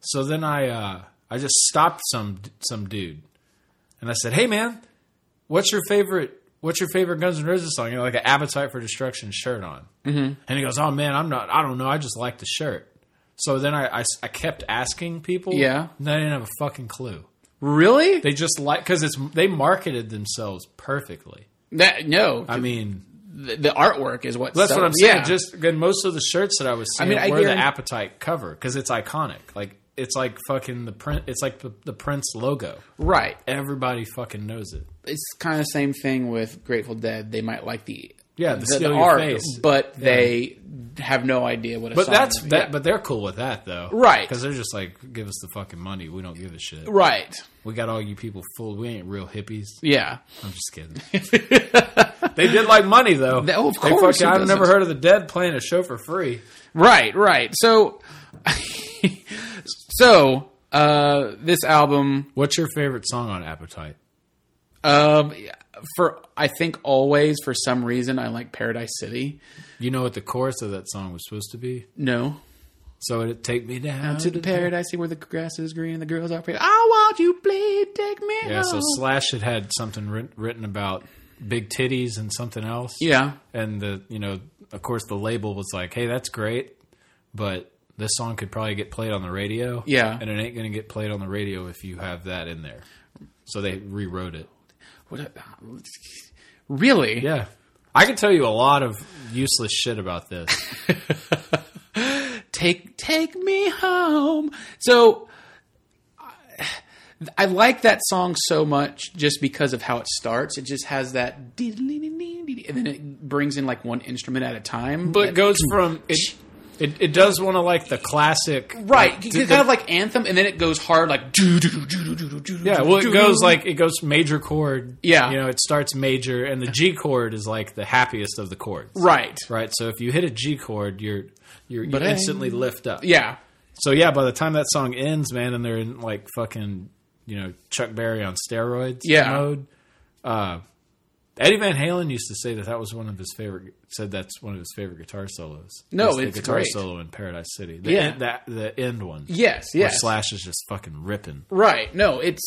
Speaker 3: So then I uh, I just stopped some some dude, and I said, "Hey man, what's your favorite?" What's your favorite Guns N' Roses song? You know, like an Appetite for Destruction shirt on. Mm-hmm. And he goes, "Oh man, I'm not. I don't know. I just like the shirt." So then I, I, I kept asking people.
Speaker 1: Yeah.
Speaker 3: and they didn't have a fucking clue.
Speaker 1: Really?
Speaker 3: They just like because it's they marketed themselves perfectly.
Speaker 1: That no.
Speaker 3: I mean,
Speaker 1: the, the artwork is what.
Speaker 3: that's
Speaker 1: sells-
Speaker 3: what I'm saying.
Speaker 1: Yeah.
Speaker 3: Just and most of the shirts that I was seeing
Speaker 1: mean, I
Speaker 3: were
Speaker 1: guarantee-
Speaker 3: the Appetite cover because it's iconic. Like it's like fucking the print. It's like the, the Prince logo.
Speaker 1: right.
Speaker 3: Everybody fucking knows it.
Speaker 1: It's kind of the same thing with Grateful Dead. They might like the
Speaker 3: Yeah, the
Speaker 1: the,
Speaker 3: steal
Speaker 1: the
Speaker 3: your
Speaker 1: art,
Speaker 3: face.
Speaker 1: but they have no idea what. A
Speaker 3: But
Speaker 1: song
Speaker 3: that's
Speaker 1: is.
Speaker 3: that.
Speaker 1: Yeah.
Speaker 3: But they're cool with that though,
Speaker 1: Right.
Speaker 3: Because they're just like, give us the fucking money. We don't give a shit.
Speaker 1: right.
Speaker 3: We got all you people fooled. We ain't real hippies.
Speaker 1: Yeah.
Speaker 3: I'm just
Speaker 1: [LAUGHS]
Speaker 3: kidding. they did like money though.
Speaker 1: They- oh, of
Speaker 3: They
Speaker 1: course
Speaker 3: fucking-
Speaker 1: it
Speaker 3: I've never
Speaker 1: doesn't.
Speaker 3: heard of the Dead playing a show for free.
Speaker 1: Right, right. So, [LAUGHS] so uh, this album,
Speaker 3: What's your favorite song on Appetite?
Speaker 1: um, for I think always for some reason I like Paradise City.
Speaker 3: You know what the chorus of that song was supposed to be?
Speaker 1: No,
Speaker 3: So it'd take me down
Speaker 1: to the Paradise City where the grass is green and the girls are pretty. I want you, please take me
Speaker 3: Yeah, so
Speaker 1: home.
Speaker 3: Slash had had something writ- written about big titties and something else.
Speaker 1: yeah,
Speaker 3: And the you know, of course, the label was like, "Hey, that's great, but this song could probably get played on the radio."
Speaker 1: Yeah.
Speaker 3: and it ain't gonna get played on the radio if you have that in there. So they rewrote it.
Speaker 1: what a, really?
Speaker 3: Yeah. I could tell you a lot of useless shit about this.
Speaker 1: take take me home so I- I like that song so much just because of how it starts. It just has that, dee-dee-dee-dee-dee, and then it brings in like one instrument at a time.
Speaker 3: But it goes from it it, it does one of like the classic
Speaker 1: right,
Speaker 3: like,
Speaker 1: it's
Speaker 3: the-
Speaker 1: kind of like anthem, and then it goes hard, like doo doo doo doo doo doo doo.
Speaker 3: Yeah, well, it goes like it goes major chord.
Speaker 1: Yeah.
Speaker 3: you know, it starts major, and the G chord is like the happiest of the chords.
Speaker 1: right,
Speaker 3: right. So if you hit a G chord, you're you're you
Speaker 1: But-
Speaker 3: instantly lift up.
Speaker 1: yeah,
Speaker 3: So yeah, by the time that song ends, man, and they're in like fucking you know Chuck Berry on steroids.
Speaker 1: Yeah.
Speaker 3: mode. Uh, Eddie Van Halen used to say that that was one of his favorite. Said that's one of his favorite guitar solos.
Speaker 1: No,
Speaker 3: the
Speaker 1: it's
Speaker 3: guitar
Speaker 1: great.
Speaker 3: solo in Paradise City. The
Speaker 1: Yeah.
Speaker 3: end, that the end one.
Speaker 1: yes,
Speaker 3: where
Speaker 1: yes,
Speaker 3: Slash is just fucking ripping.
Speaker 1: right. No, it's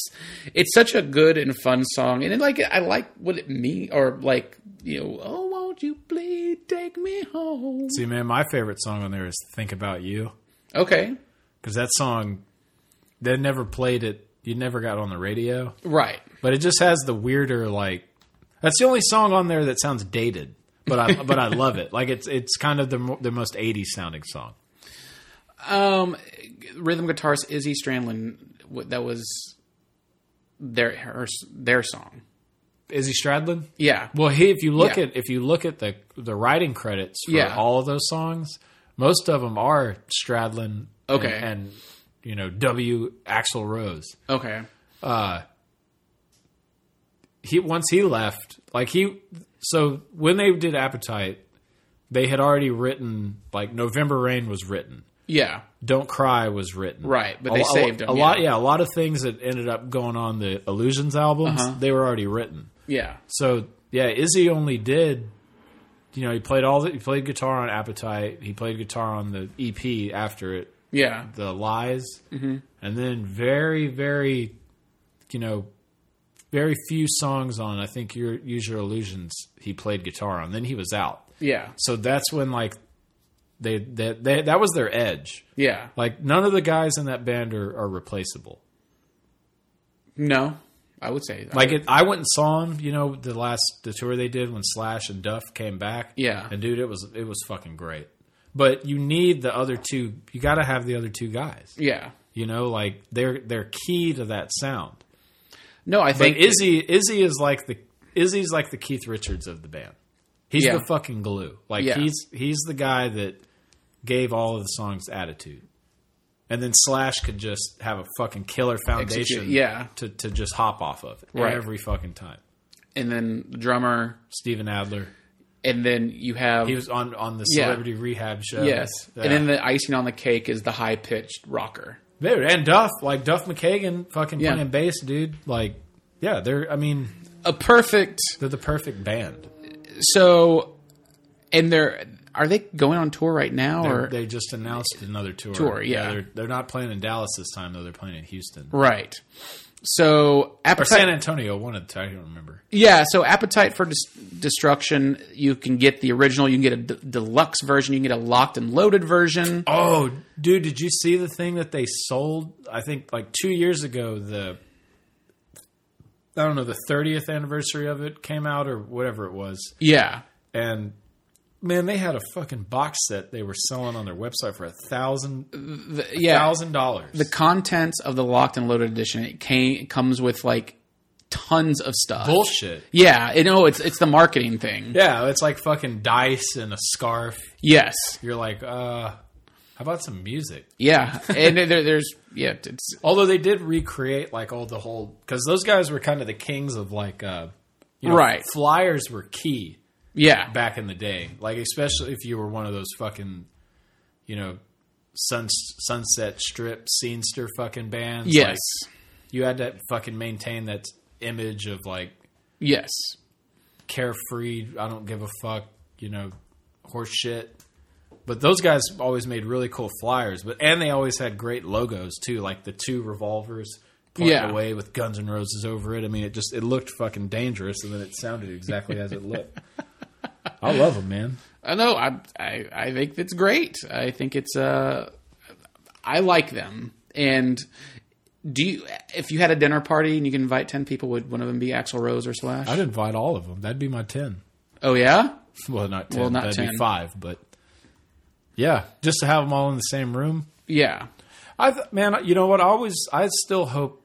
Speaker 1: it's such a good and fun song, and it, like I like what it means, or like you know, oh, won't you please take me home?
Speaker 3: See, man, my favorite song on there is "Think About You"
Speaker 1: Okay,
Speaker 3: because that song they never played it. You never got on the radio,
Speaker 1: right.
Speaker 3: but it just has the weirder like. That's the only song on there that sounds dated, but I but I love it. Like it's it's kind of the mo- the most '80s sounding song.
Speaker 1: Um, rhythm guitarist Izzy Stradlin. wh- That was their her, their song.
Speaker 3: Izzy Stradlin.
Speaker 1: Yeah,
Speaker 3: Well, he if you look
Speaker 1: Yeah.
Speaker 3: at if you look at the the writing credits for
Speaker 1: Yeah.
Speaker 3: all of those songs, most of them are Stradlin.
Speaker 1: Okay.
Speaker 3: and, and you know W. Axl Rose.
Speaker 1: okay,
Speaker 3: he once he left, like he so when they did Appetite, they had already written like November Rain was written,
Speaker 1: yeah,
Speaker 3: Don't Cry was written,
Speaker 1: Right, but
Speaker 3: A
Speaker 1: they
Speaker 3: lo-
Speaker 1: saved
Speaker 3: a,
Speaker 1: 'em,
Speaker 3: lot.
Speaker 1: yeah.
Speaker 3: Yeah, a lot of things that ended up going on the Illusions albums
Speaker 1: Uh-huh.
Speaker 3: they were already written.
Speaker 1: yeah,
Speaker 3: So yeah, Izzy only did. You know, he played all the, he played guitar on Appetite. He played guitar on the EP after it
Speaker 1: yeah,
Speaker 3: the lies, and then very, very you know, very few songs on. I think your Use Your Illusions he played guitar on. Then he was out.
Speaker 1: Yeah.
Speaker 3: So that's when like they that they, that was their edge.
Speaker 1: Yeah.
Speaker 3: Like none of the guys in that band are, are replaceable.
Speaker 1: No, I would say that.
Speaker 3: Like it, I went and saw them. You know, the last the tour they did when Slash and Duff came back.
Speaker 1: Yeah.
Speaker 3: and dude, it was it was fucking great. But you need the other two. You got to have the other two guys.
Speaker 1: yeah.
Speaker 3: You know, like they're they're key to that sound.
Speaker 1: No, I
Speaker 3: But
Speaker 1: think
Speaker 3: Izzy Izzy is like the Izzy's like the Keith Richards of the band. He's
Speaker 1: Yeah.
Speaker 3: the fucking glue. Like
Speaker 1: Yeah.
Speaker 3: he's he's the guy that gave all of the songs attitude. And then Slash could just have a fucking killer foundation
Speaker 1: Execute, yeah.
Speaker 3: to, to just hop off of
Speaker 1: Right.
Speaker 3: every fucking time.
Speaker 1: and then the drummer,
Speaker 3: Steven Adler.
Speaker 1: and then you have
Speaker 3: He was on, on the
Speaker 1: Yeah.
Speaker 3: celebrity rehab show. Uh,
Speaker 1: yes,
Speaker 3: Yeah.
Speaker 1: and then the icing on the cake is the high pitched rocker.
Speaker 3: dude, and Duff, like Duff McKagan fucking
Speaker 1: Yeah.
Speaker 3: playing bass, dude. Like yeah, they're I mean,
Speaker 1: A perfect.
Speaker 3: they're the perfect band.
Speaker 1: So, and they're are they going on tour right now
Speaker 3: They're-
Speaker 1: or
Speaker 3: they just announced another tour.
Speaker 1: Tour, yeah.
Speaker 3: they're, they're not playing in Dallas this time, though. They're playing in Houston
Speaker 1: right? So
Speaker 3: or
Speaker 1: appetite,
Speaker 3: San Antonio. One of the two. I don't remember.
Speaker 1: yeah. So appetite for Dis- destruction. You can get the original. You can get a d- deluxe version. You can get a locked and loaded version.
Speaker 3: Oh, dude, did you see the thing that they sold? I think like two years ago. The I don't know the thirtieth anniversary of it came out or whatever it was,
Speaker 1: Yeah,
Speaker 3: and man, they had a fucking box set they were selling on their website for a thousand
Speaker 1: The- yeah.
Speaker 3: thousand dollars.
Speaker 1: the contents of the locked and loaded edition it came it comes with like tons of stuff
Speaker 3: Bullshit.
Speaker 1: yeah you know it's it's the marketing thing
Speaker 3: Yeah, it's like fucking dice and a scarf.
Speaker 1: yes
Speaker 3: You're like, uh, how about some music?
Speaker 1: yeah and there, there's yeah it's
Speaker 3: Although they did recreate like all the whole because those guys were kind of the kings of like uh, you know,
Speaker 1: Right.
Speaker 3: Flyers were key
Speaker 1: yeah
Speaker 3: back in the day, like especially if you were one of those fucking you know sun, sunset strip scenester fucking bands.
Speaker 1: yes
Speaker 3: like, you had to fucking maintain that image of like
Speaker 1: yes
Speaker 3: carefree. I don't give a fuck. You know, horse shit. But those guys always made really cool flyers, but and they always had great logos too, like the two revolvers pointing
Speaker 1: Yeah.
Speaker 3: away with Guns N' Roses over it. I mean, it just it looked fucking dangerous, and then it sounded exactly as it
Speaker 1: [LAUGHS]
Speaker 3: looked. I love them, man.
Speaker 1: i know I, I i think it's great i think it's uh i like them and do you if you had a dinner party and you can invite 10 people would one of them be Axl Rose or Slash
Speaker 3: I'd invite all of them. That'd be my ten.
Speaker 1: oh yeah
Speaker 3: Well, not ten.
Speaker 1: Well, not
Speaker 3: That'd
Speaker 1: 10.
Speaker 3: be five, but yeah, just to have them all in the same room.
Speaker 1: yeah
Speaker 3: I th- man, you know what? I always, I still hope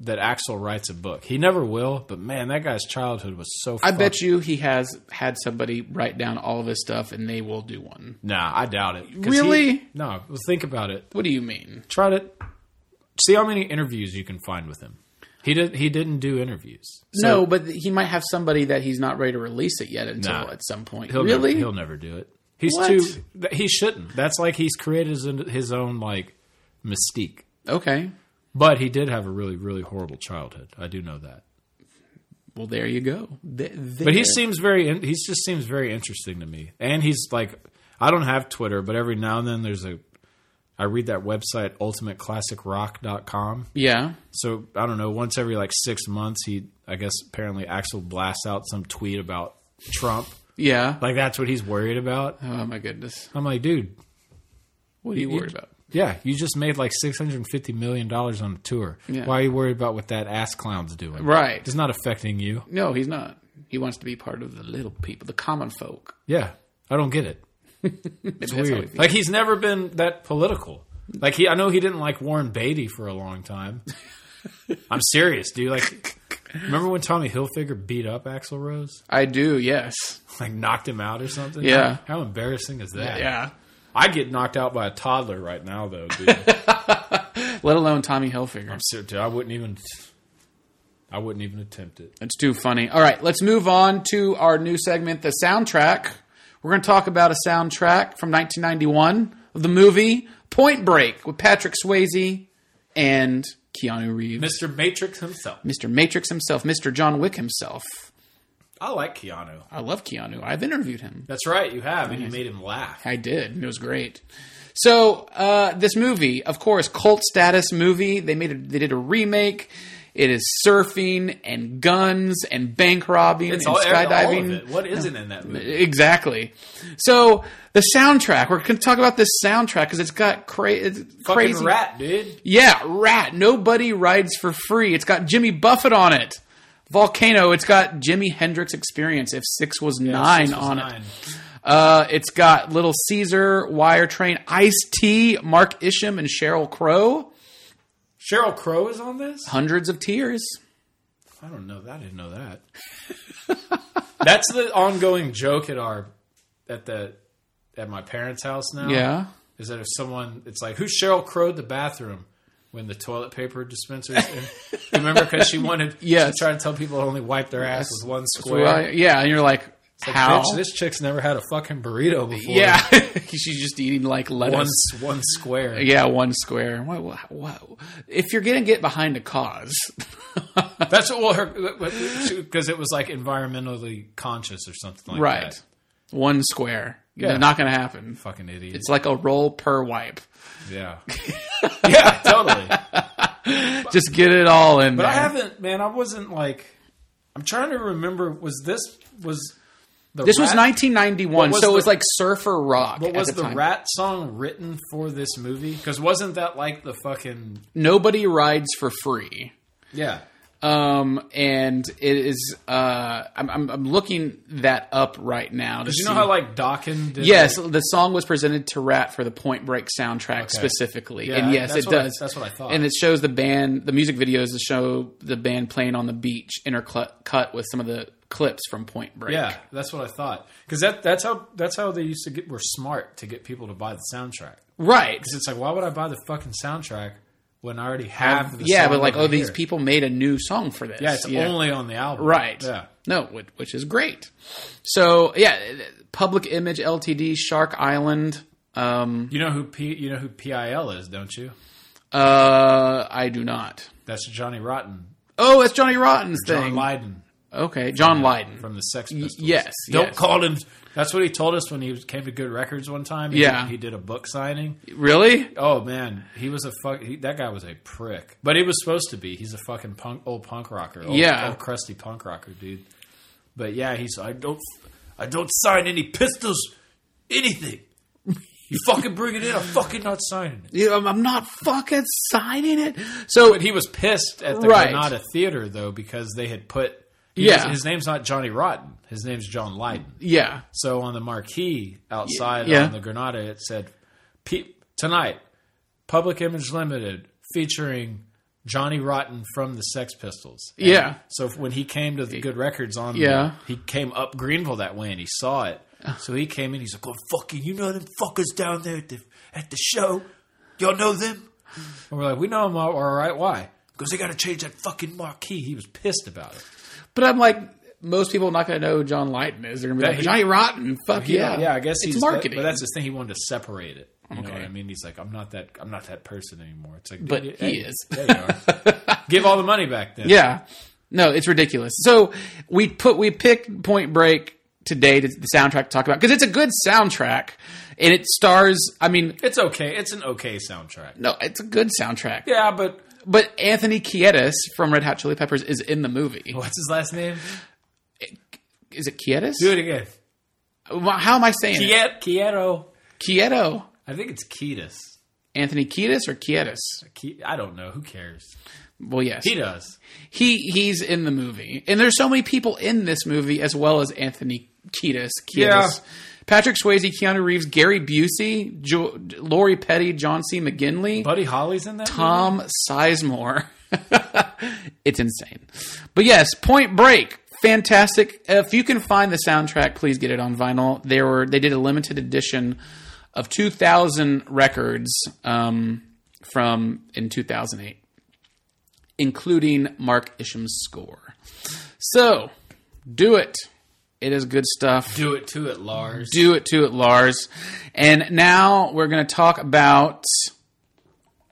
Speaker 3: that Axel writes a book. He never will, but man, that guy's childhood was so.
Speaker 1: I bet you he has had somebody write down all of his stuff and they will do one.
Speaker 3: Nah, I doubt it. 'Cause
Speaker 1: Really?
Speaker 3: He, no. Well, think about it.
Speaker 1: What do you mean?
Speaker 3: Try to see how many interviews you can find with him. He did. He didn't do interviews. So
Speaker 1: no, but he might have somebody that he's not ready to release it yet until
Speaker 3: Nah.
Speaker 1: at some point.
Speaker 3: he'll
Speaker 1: really?
Speaker 3: Never, he'll never do it. He's
Speaker 1: What?
Speaker 3: too. th- He shouldn't. That's like he's created his, his own like mystique.
Speaker 1: okay.
Speaker 3: But he did have a really, really horrible childhood. I do know that.
Speaker 1: Well, there you go. Th-
Speaker 3: But he
Speaker 1: there.
Speaker 3: seems very. in- He just seems very interesting to me. And he's like, I don't have Twitter, but every now and then there's a. I read that website ultimateclassicrock.com.
Speaker 1: yeah.
Speaker 3: So I don't know. Once every like six months, he I guess apparently Axel blasts out some tweet about Trump.
Speaker 1: Yeah.
Speaker 3: Like that's what he's worried about.
Speaker 1: oh my goodness.
Speaker 3: I'm like, dude,
Speaker 1: What are you
Speaker 3: you-
Speaker 1: worried about?
Speaker 3: yeah, you just made like 650 million dollars on the tour.
Speaker 1: Yeah.
Speaker 3: Why are you worried about what that ass clown's doing?
Speaker 1: Right.
Speaker 3: It's not affecting you.
Speaker 1: No, he's not. He wants to be part of the little people, the common folk.
Speaker 3: Yeah, I don't get it.
Speaker 1: It's
Speaker 3: weird. like he's never been that political. Like he, I know he didn't like Warren Beatty for a
Speaker 1: [LAUGHS]
Speaker 3: long time. I'm serious, dude. Like, remember when Tommy Hilfiger beat up Axl Rose,
Speaker 1: I do. Yes.
Speaker 3: like knocked him out or something?
Speaker 1: Yeah.
Speaker 3: How, how embarrassing is that?
Speaker 1: Yeah.
Speaker 3: I get knocked out by a toddler right now,
Speaker 1: [LAUGHS]
Speaker 3: though, dude. I'm
Speaker 1: Let alone Tommy Hilfiger.
Speaker 3: ser- dude, I wouldn't even. I wouldn't even attempt it.
Speaker 1: It's too funny. All right, let's move on to our new segment, the soundtrack. We're going to talk about a soundtrack from 1991 of the movie Point Break with Patrick Swayze and Keanu Reeves.
Speaker 3: Mr. Matrix himself.
Speaker 1: Mr. Matrix himself, Mr. John Wick himself.
Speaker 3: I like Keanu.
Speaker 1: I love Keanu. I've interviewed him.
Speaker 3: That's right, you have, and you made him laugh.
Speaker 1: I did. and It was great. So uh, this movie, of course, cult status movie. They made a, they did a remake, It is surfing and guns and bank robbing
Speaker 3: It's
Speaker 1: and
Speaker 3: all, skydiving.
Speaker 1: skydiving.
Speaker 3: What isn't in that movie?
Speaker 1: Exactly. So the soundtrack. We're going to talk about this soundtrack because it's got cra- it's
Speaker 3: Fucking
Speaker 1: crazy.
Speaker 3: rat, dude.
Speaker 1: Yeah, Rat. Nobody rides for free. It's got Jimmy Buffett on it. Volcano. It's got Jimi Hendrix Experience. If six was nine
Speaker 3: This was
Speaker 1: on it.
Speaker 3: nine.
Speaker 1: Uh, it's got Little Caesar, Wire Train, Ice T, Mark Isham, and Cheryl Crow.
Speaker 3: Cheryl Crow is on this.
Speaker 1: Hundreds of tears.
Speaker 3: I don't know that. I didn't know that. [LAUGHS] That's the ongoing joke at our at the at my parents' house now.
Speaker 1: Yeah.
Speaker 3: is that if someone it's like who Cheryl crowed the bathroom when the toilet paper dispenser is in?
Speaker 1: [LAUGHS]
Speaker 3: remember because she wanted
Speaker 1: Yes.
Speaker 3: she tried to tell people to only wipe their ass with one square.
Speaker 1: Well, yeah, and you're like,
Speaker 3: Like,
Speaker 1: how?
Speaker 3: Bitch, this chick's never had a fucking burrito before.
Speaker 1: yeah, [LAUGHS] she's just eating like lettuce.
Speaker 3: one s- one square.
Speaker 1: Yeah, one square. What, what, what? If you're gonna get behind a cause, [LAUGHS]
Speaker 3: That's what well her because it was like environmentally conscious or something like
Speaker 1: right?
Speaker 3: that.
Speaker 1: One square.
Speaker 3: Yeah.
Speaker 1: Not gonna happen.
Speaker 3: Fucking idiot.
Speaker 1: It's like a roll per wipe.
Speaker 3: [LAUGHS] yeah. yeah, totally.
Speaker 1: Just get it all in
Speaker 3: But
Speaker 1: there.
Speaker 3: I haven't, man. I wasn't like. I'm trying to remember. Was this was the
Speaker 1: this was
Speaker 3: rat,
Speaker 1: 1991,
Speaker 3: was
Speaker 1: so it was
Speaker 3: the-
Speaker 1: like surfer rock.
Speaker 3: What
Speaker 1: at
Speaker 3: was
Speaker 1: the,
Speaker 3: the,
Speaker 1: time.
Speaker 3: rat song written for this movie? Because wasn't that like the fucking
Speaker 1: Nobody rides for free.
Speaker 3: yeah?
Speaker 1: Um, and it is. Uh, I'm, I'm, I'm looking that up right now. to
Speaker 3: Because you
Speaker 1: see-
Speaker 3: know how like Dawkins did.
Speaker 1: Yes,
Speaker 3: like-
Speaker 1: the song was presented to Rat for the Point Break soundtrack specifically,
Speaker 3: Yeah,
Speaker 1: and yes,
Speaker 3: that's
Speaker 1: it
Speaker 3: what I-
Speaker 1: does.
Speaker 3: that's what I thought.
Speaker 1: And it shows the band, the music videos to show the band playing on the beach, intercut with some of the clips from Point Break.
Speaker 3: yeah, that's what I thought. Because that that's how that's how they used to get were smart to get people to buy the soundtrack.
Speaker 1: right.
Speaker 3: 'Cause it's like why would I buy the fucking soundtrack when I already have? the
Speaker 1: Yeah,
Speaker 3: song
Speaker 1: but like,
Speaker 3: over
Speaker 1: oh, these
Speaker 3: here?
Speaker 1: people made a new song for this.
Speaker 3: Yeah, it's only on the album.
Speaker 1: Right.
Speaker 3: Yeah.
Speaker 1: No, which, which is great. So yeah, Public Image Ltd. Shark Island. Um,
Speaker 3: You know who P, you know who PIL is, don't you?
Speaker 1: uh, I do not.
Speaker 3: That's Johnny Rotten.
Speaker 1: Oh, it's Johnny Rotten's
Speaker 3: John
Speaker 1: thing.
Speaker 3: Lydon
Speaker 1: okay, John Lydon.
Speaker 3: from the Sex Pistols.
Speaker 1: yes,
Speaker 3: Don't
Speaker 1: yes.
Speaker 3: call him. That's what he told us when he was- came to Good Records one time. He-
Speaker 1: Yeah.
Speaker 3: He, did a book signing.
Speaker 1: Really?
Speaker 3: Oh, man. He was a fuck. He, that guy was a prick. But he was supposed to be. He's a fucking punk, old punk rocker. Old,
Speaker 1: Yeah.
Speaker 3: Old crusty punk rocker, dude. But yeah, he's, I don't, I don't sign any pistols, anything. [LAUGHS] You fucking bring it in. I'm fucking not signing it.
Speaker 1: Yeah, I'm, I'm not fucking signing it. So
Speaker 3: But he was pissed at the
Speaker 1: Right.
Speaker 3: Granada Theater though because they had put. he
Speaker 1: Yeah.
Speaker 3: was- his name's not Johnny Rotten. His name's John Lydon.
Speaker 1: yeah,
Speaker 3: So on the marquee outside
Speaker 1: Yeah.
Speaker 3: on the Granada, it said, Pe- "Tonight, Public Image Limited featuring Johnny Rotten from the Sex Pistols." And
Speaker 1: Yeah.
Speaker 3: So when he came to the Good Records on,
Speaker 1: Yeah. Ah.
Speaker 3: the, he came up Greenville that way and he saw it. So he came in. He's like, "Well, fucking, you know them fuckers down there at the at the show. Y'all know them?" And we're like, "We know them all, all right. Why?" Because they got to change that fucking marquee. He was pissed about it.
Speaker 1: but I'm like, most people are not going to know who John Lydon is. They're going to be
Speaker 3: That
Speaker 1: like
Speaker 3: he-
Speaker 1: Johnny Rotten. Fuck
Speaker 3: He-
Speaker 1: yeah,
Speaker 3: yeah, I guess
Speaker 1: it's
Speaker 3: he's
Speaker 1: marketing.
Speaker 3: But, that's his thing. He wanted to separate it. You know
Speaker 1: Okay.
Speaker 3: what I mean? He's like, I'm not that. I'm not that person anymore. It's like,
Speaker 1: But
Speaker 3: dude,
Speaker 1: he is.
Speaker 3: There you are.
Speaker 1: [LAUGHS]
Speaker 3: Give all the money back then.
Speaker 1: yeah, no, it's ridiculous. So we put we picked Point Break today to the soundtrack to talk about because it's a good soundtrack and it stars. I mean,
Speaker 3: it's okay. It's an okay soundtrack.
Speaker 1: no, it's a good soundtrack.
Speaker 3: Yeah, but
Speaker 1: But Anthony Kiedis from Red Hot Chili Peppers is in the movie.
Speaker 3: what's his last name?
Speaker 1: Is it Kiedis?
Speaker 3: Do it again.
Speaker 1: How am I saying it?
Speaker 3: Kiet Kieto.
Speaker 1: Kieto.
Speaker 3: I think it's Ketus.
Speaker 1: Anthony Kiedis or Kiedis?
Speaker 3: Ke- I don't know. Who cares?
Speaker 1: Well, yes,
Speaker 3: He does.
Speaker 1: he he's in the movie, and there's so many people in this movie as well as Anthony Kiedis, Kiedis,
Speaker 3: Yeah.
Speaker 1: Patrick Swayze, Keanu Reeves, Gary Busey, jo- Lori Petty, John C. McGinley,
Speaker 3: Buddy Holly's in that.
Speaker 1: Tom Sizemore. [LAUGHS] it's insane, but yes, Point Break. Fantastic! If you can find the soundtrack, please get it on vinyl. There were they did a limited edition of 2,000 records um, from in 2008 including Mark Isham's score. So, do it. It is good stuff.
Speaker 3: Do it to it, Lars.
Speaker 1: Do it to it, Lars. And now we're going to talk about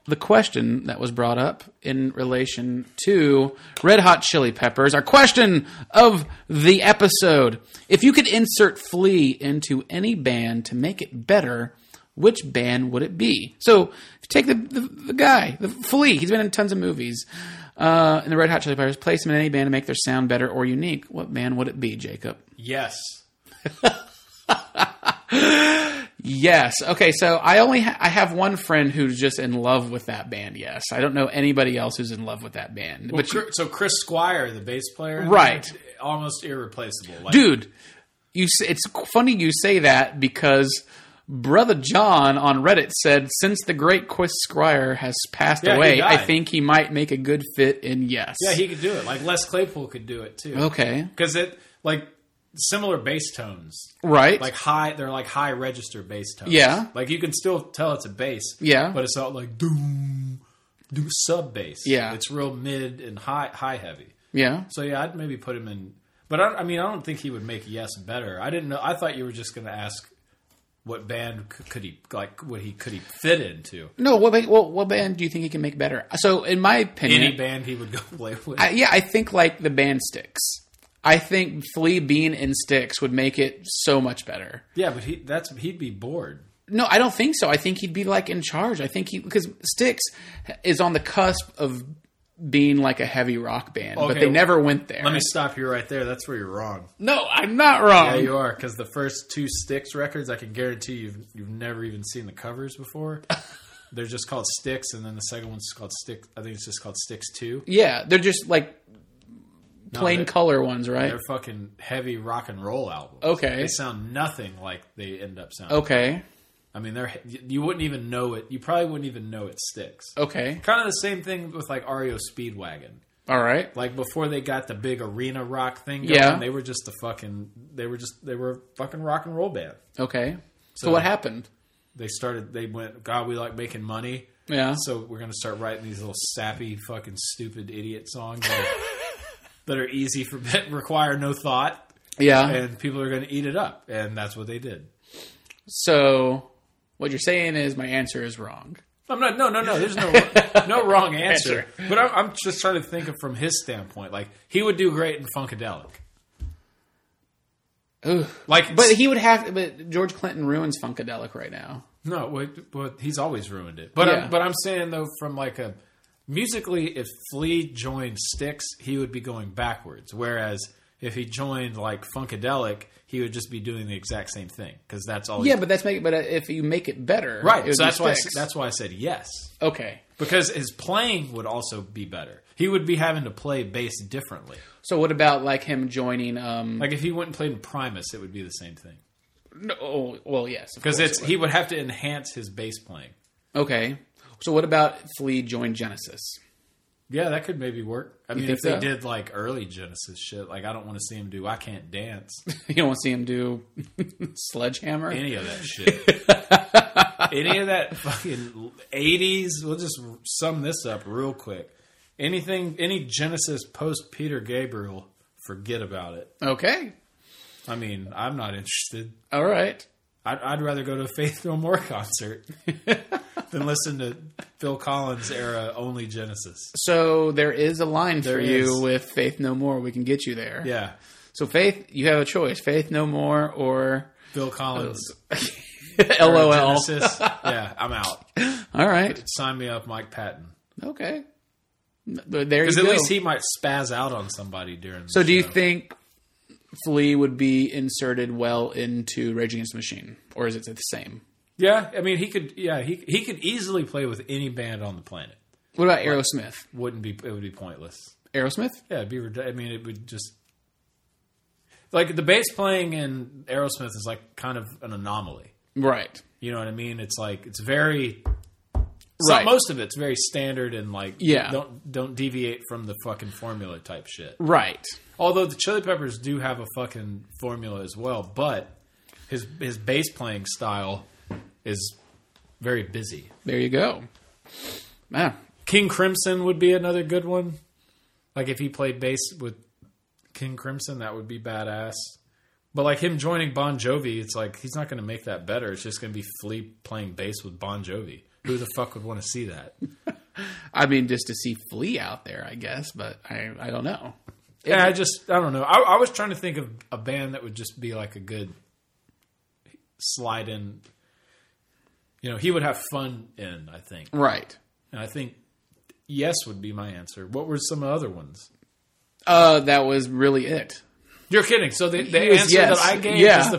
Speaker 1: the question that was brought up in relation to Red Hot Chili Peppers. Our question of the episode If you could insert Flea into any band to make it better, which band would it be? So if you take the, the, the guy, the Flea, he's been in tons of movies. Uh, and the Red Hot Chili Peppers place them in any band to make their sound better or unique. What band would it be, Jacob?
Speaker 3: Yes.
Speaker 1: Yes. Okay. So I only ha- I have one friend who's just in love with that band. Yes. I don't know anybody else who's in love with that band. but you-
Speaker 3: so Chris Squire, the bass player,
Speaker 1: Right.
Speaker 3: Almost irreplaceable. Like,
Speaker 1: dude, you s- it's funny you say that because brother John on Reddit said since the great Chris Squire has passed
Speaker 3: Yeah, he
Speaker 1: away, I
Speaker 3: died.
Speaker 1: think he might make a good fit in Yes.
Speaker 3: yeah, he could do it. Like Les Claypool could do it too.
Speaker 1: okay.
Speaker 3: because it like similar bass tones,
Speaker 1: Right.
Speaker 3: like high. They're like high register bass tones.
Speaker 1: Yeah.
Speaker 3: like you can still tell it's a bass.
Speaker 1: Yeah.
Speaker 3: but it's all like doom, do sub bass.
Speaker 1: Yeah.
Speaker 3: it's real mid and high, high heavy.
Speaker 1: yeah.
Speaker 3: So yeah, I'd maybe put him in. But I, I mean, I don't think he would make Yes better. I didn't know. I thought you were just going to ask what band c- could he like? What he could he fit into?
Speaker 1: No. What, ba- what what band do you think he can make better? So in my opinion,
Speaker 3: Any band he would go [LAUGHS] play with?
Speaker 1: I, yeah, I think like the band Sticks. I think Flea Bean and Sticks would make it so much better.
Speaker 3: yeah, but he that's he'd be bored.
Speaker 1: No, I don't think so. I think he'd be like in charge. I think he because Sticks is on the cusp of being like a heavy rock band, but
Speaker 3: Okay,
Speaker 1: they never went there.
Speaker 3: Let me stop you right there. That's where you're wrong.
Speaker 1: no, I'm not wrong.
Speaker 3: Yeah, you are because the first two Sticks records, I can guarantee you've you've never even seen the covers
Speaker 1: [LAUGHS]
Speaker 3: before. They're just called Sticks, and then the second one's called Stick. I think it's just called Sticks Two.
Speaker 1: yeah, they're just like plain
Speaker 3: they-
Speaker 1: color ones, right?
Speaker 3: They're fucking heavy rock and roll albums.
Speaker 1: Okay.
Speaker 3: they sound nothing like they end up sounding.
Speaker 1: Okay,
Speaker 3: I mean, they're you wouldn't even know it. You probably wouldn't even know it Sticks.
Speaker 1: okay,
Speaker 3: Kind of the same thing with like REO Speedwagon.
Speaker 1: all right.
Speaker 3: Like before they got the big arena rock thing going,
Speaker 1: Yeah.
Speaker 3: they were just the fucking they were just they were a fucking rock and roll band.
Speaker 1: Okay, so,
Speaker 3: So-
Speaker 1: what happened?
Speaker 3: They started they went, God, we like making money.
Speaker 1: Yeah,
Speaker 3: So we're gonna start writing these little sappy, fucking stupid idiot songs that are, that are easy for that require no thought,
Speaker 1: yeah.
Speaker 3: and people are gonna eat it up, and that's what they did.
Speaker 1: so what you're saying is my answer is wrong.
Speaker 3: I'm not. No, no, no. There's no no wrong answer. But I'm, I'm just trying to think of from his standpoint. Like he would do great in funkadelic.
Speaker 1: Ooh.
Speaker 3: Like,
Speaker 1: But he would have. But George Clinton ruins Funkadelic right now.
Speaker 3: no, wait, but he's always ruined it. But
Speaker 1: Yeah.
Speaker 3: I'm, but I'm saying though, from like a musically, if Flea joined Styx, he would be going backwards. Whereas if he joined like funkadelic, he would just be doing the exact same thing because that's all. he-
Speaker 1: Yeah, but that's make. But uh, if you make it better, it
Speaker 3: right.
Speaker 1: would
Speaker 3: So
Speaker 1: be
Speaker 3: that's why I,
Speaker 1: fixed.
Speaker 3: that's why I said yes
Speaker 1: okay.
Speaker 3: because his playing would also be better. He would be having to play bass differently.
Speaker 1: So what about like him joining? Um,
Speaker 3: Like if he went and played in Primus, it would be the same thing
Speaker 1: no, oh, well, yes, of
Speaker 3: because
Speaker 1: course
Speaker 3: it's
Speaker 1: it
Speaker 3: he would have to enhance his bass playing.
Speaker 1: would. okay. So what about Flea joined Genesis? [LAUGHS]
Speaker 3: Yeah, that could maybe work. I mean,
Speaker 1: think
Speaker 3: if they
Speaker 1: so?
Speaker 3: did like early Genesis shit, like I don't want to see him do "I Can't Dance"
Speaker 1: You don't want to see him do [LAUGHS] Sledgehammer.
Speaker 3: any of
Speaker 1: [LAUGHS]
Speaker 3: that shit. any of that fucking eighties. We'll just sum this up real quick. Anything, any Genesis post Peter Gabriel, forget about it.
Speaker 1: okay,
Speaker 3: I mean, I'm not interested.
Speaker 1: all right.
Speaker 3: I'd, I'd rather go to a Faith No More
Speaker 1: [LAUGHS]
Speaker 3: concert than listen to Phil Collins era only Genesis.
Speaker 1: So there is a line for
Speaker 3: There
Speaker 1: you
Speaker 3: is.
Speaker 1: with Faith No More. We can get you there.
Speaker 3: Yeah,
Speaker 1: So Faith, you have a choice: Faith No More or
Speaker 3: Phil Collins. or
Speaker 1: LOL.
Speaker 3: Genesis. yeah, I'm out.
Speaker 1: All right.
Speaker 3: Sign me up, Mike Patton.
Speaker 1: Okay. But There you
Speaker 3: Because at
Speaker 1: go.
Speaker 3: least he might spaz out on somebody during. The
Speaker 1: so, do you
Speaker 3: show.
Speaker 1: think Flea would be inserted well into Rage Against the Machine, or is it the same?
Speaker 3: Yeah, I mean, he could. Yeah, he he could easily play with any band on the planet.
Speaker 1: What about Aerosmith?
Speaker 3: Wouldn't be. It would be pointless.
Speaker 1: Aerosmith?
Speaker 3: Yeah, it'd be. rid- I mean, it would just. Like the bass playing in Aerosmith is like kind of an anomaly.
Speaker 1: Right.
Speaker 3: You know what I mean? It's like it's very
Speaker 1: Right.
Speaker 3: so most of it's very standard and like
Speaker 1: Yeah.
Speaker 3: don't don't deviate from the fucking formula type shit.
Speaker 1: Right.
Speaker 3: Although the Chili Peppers do have a fucking formula as well, but his his bass playing style is very busy.
Speaker 1: There you go. Ah,
Speaker 3: King Crimson would be another good one. Like if he played bass with King Crimson, that would be badass. But like him joining Bon Jovi, it's like he's not going to make that better. It's just going to be Flea playing bass with Bon Jovi. Who the fuck would want to see that?
Speaker 1: I mean, just to see Flea out there, I guess, but I, I don't know.
Speaker 3: Yeah, I just I don't know. I, I was trying to think of a band that would just be like a good slide in. You know, he would have fun in. I think,
Speaker 1: Right.
Speaker 3: and I think yes would be my answer. What were some other ones?
Speaker 1: Uh, that was really it.
Speaker 3: You're kidding. So the, the
Speaker 1: He was-
Speaker 3: answer
Speaker 1: yes.
Speaker 3: that I gave
Speaker 1: Yeah.
Speaker 3: is the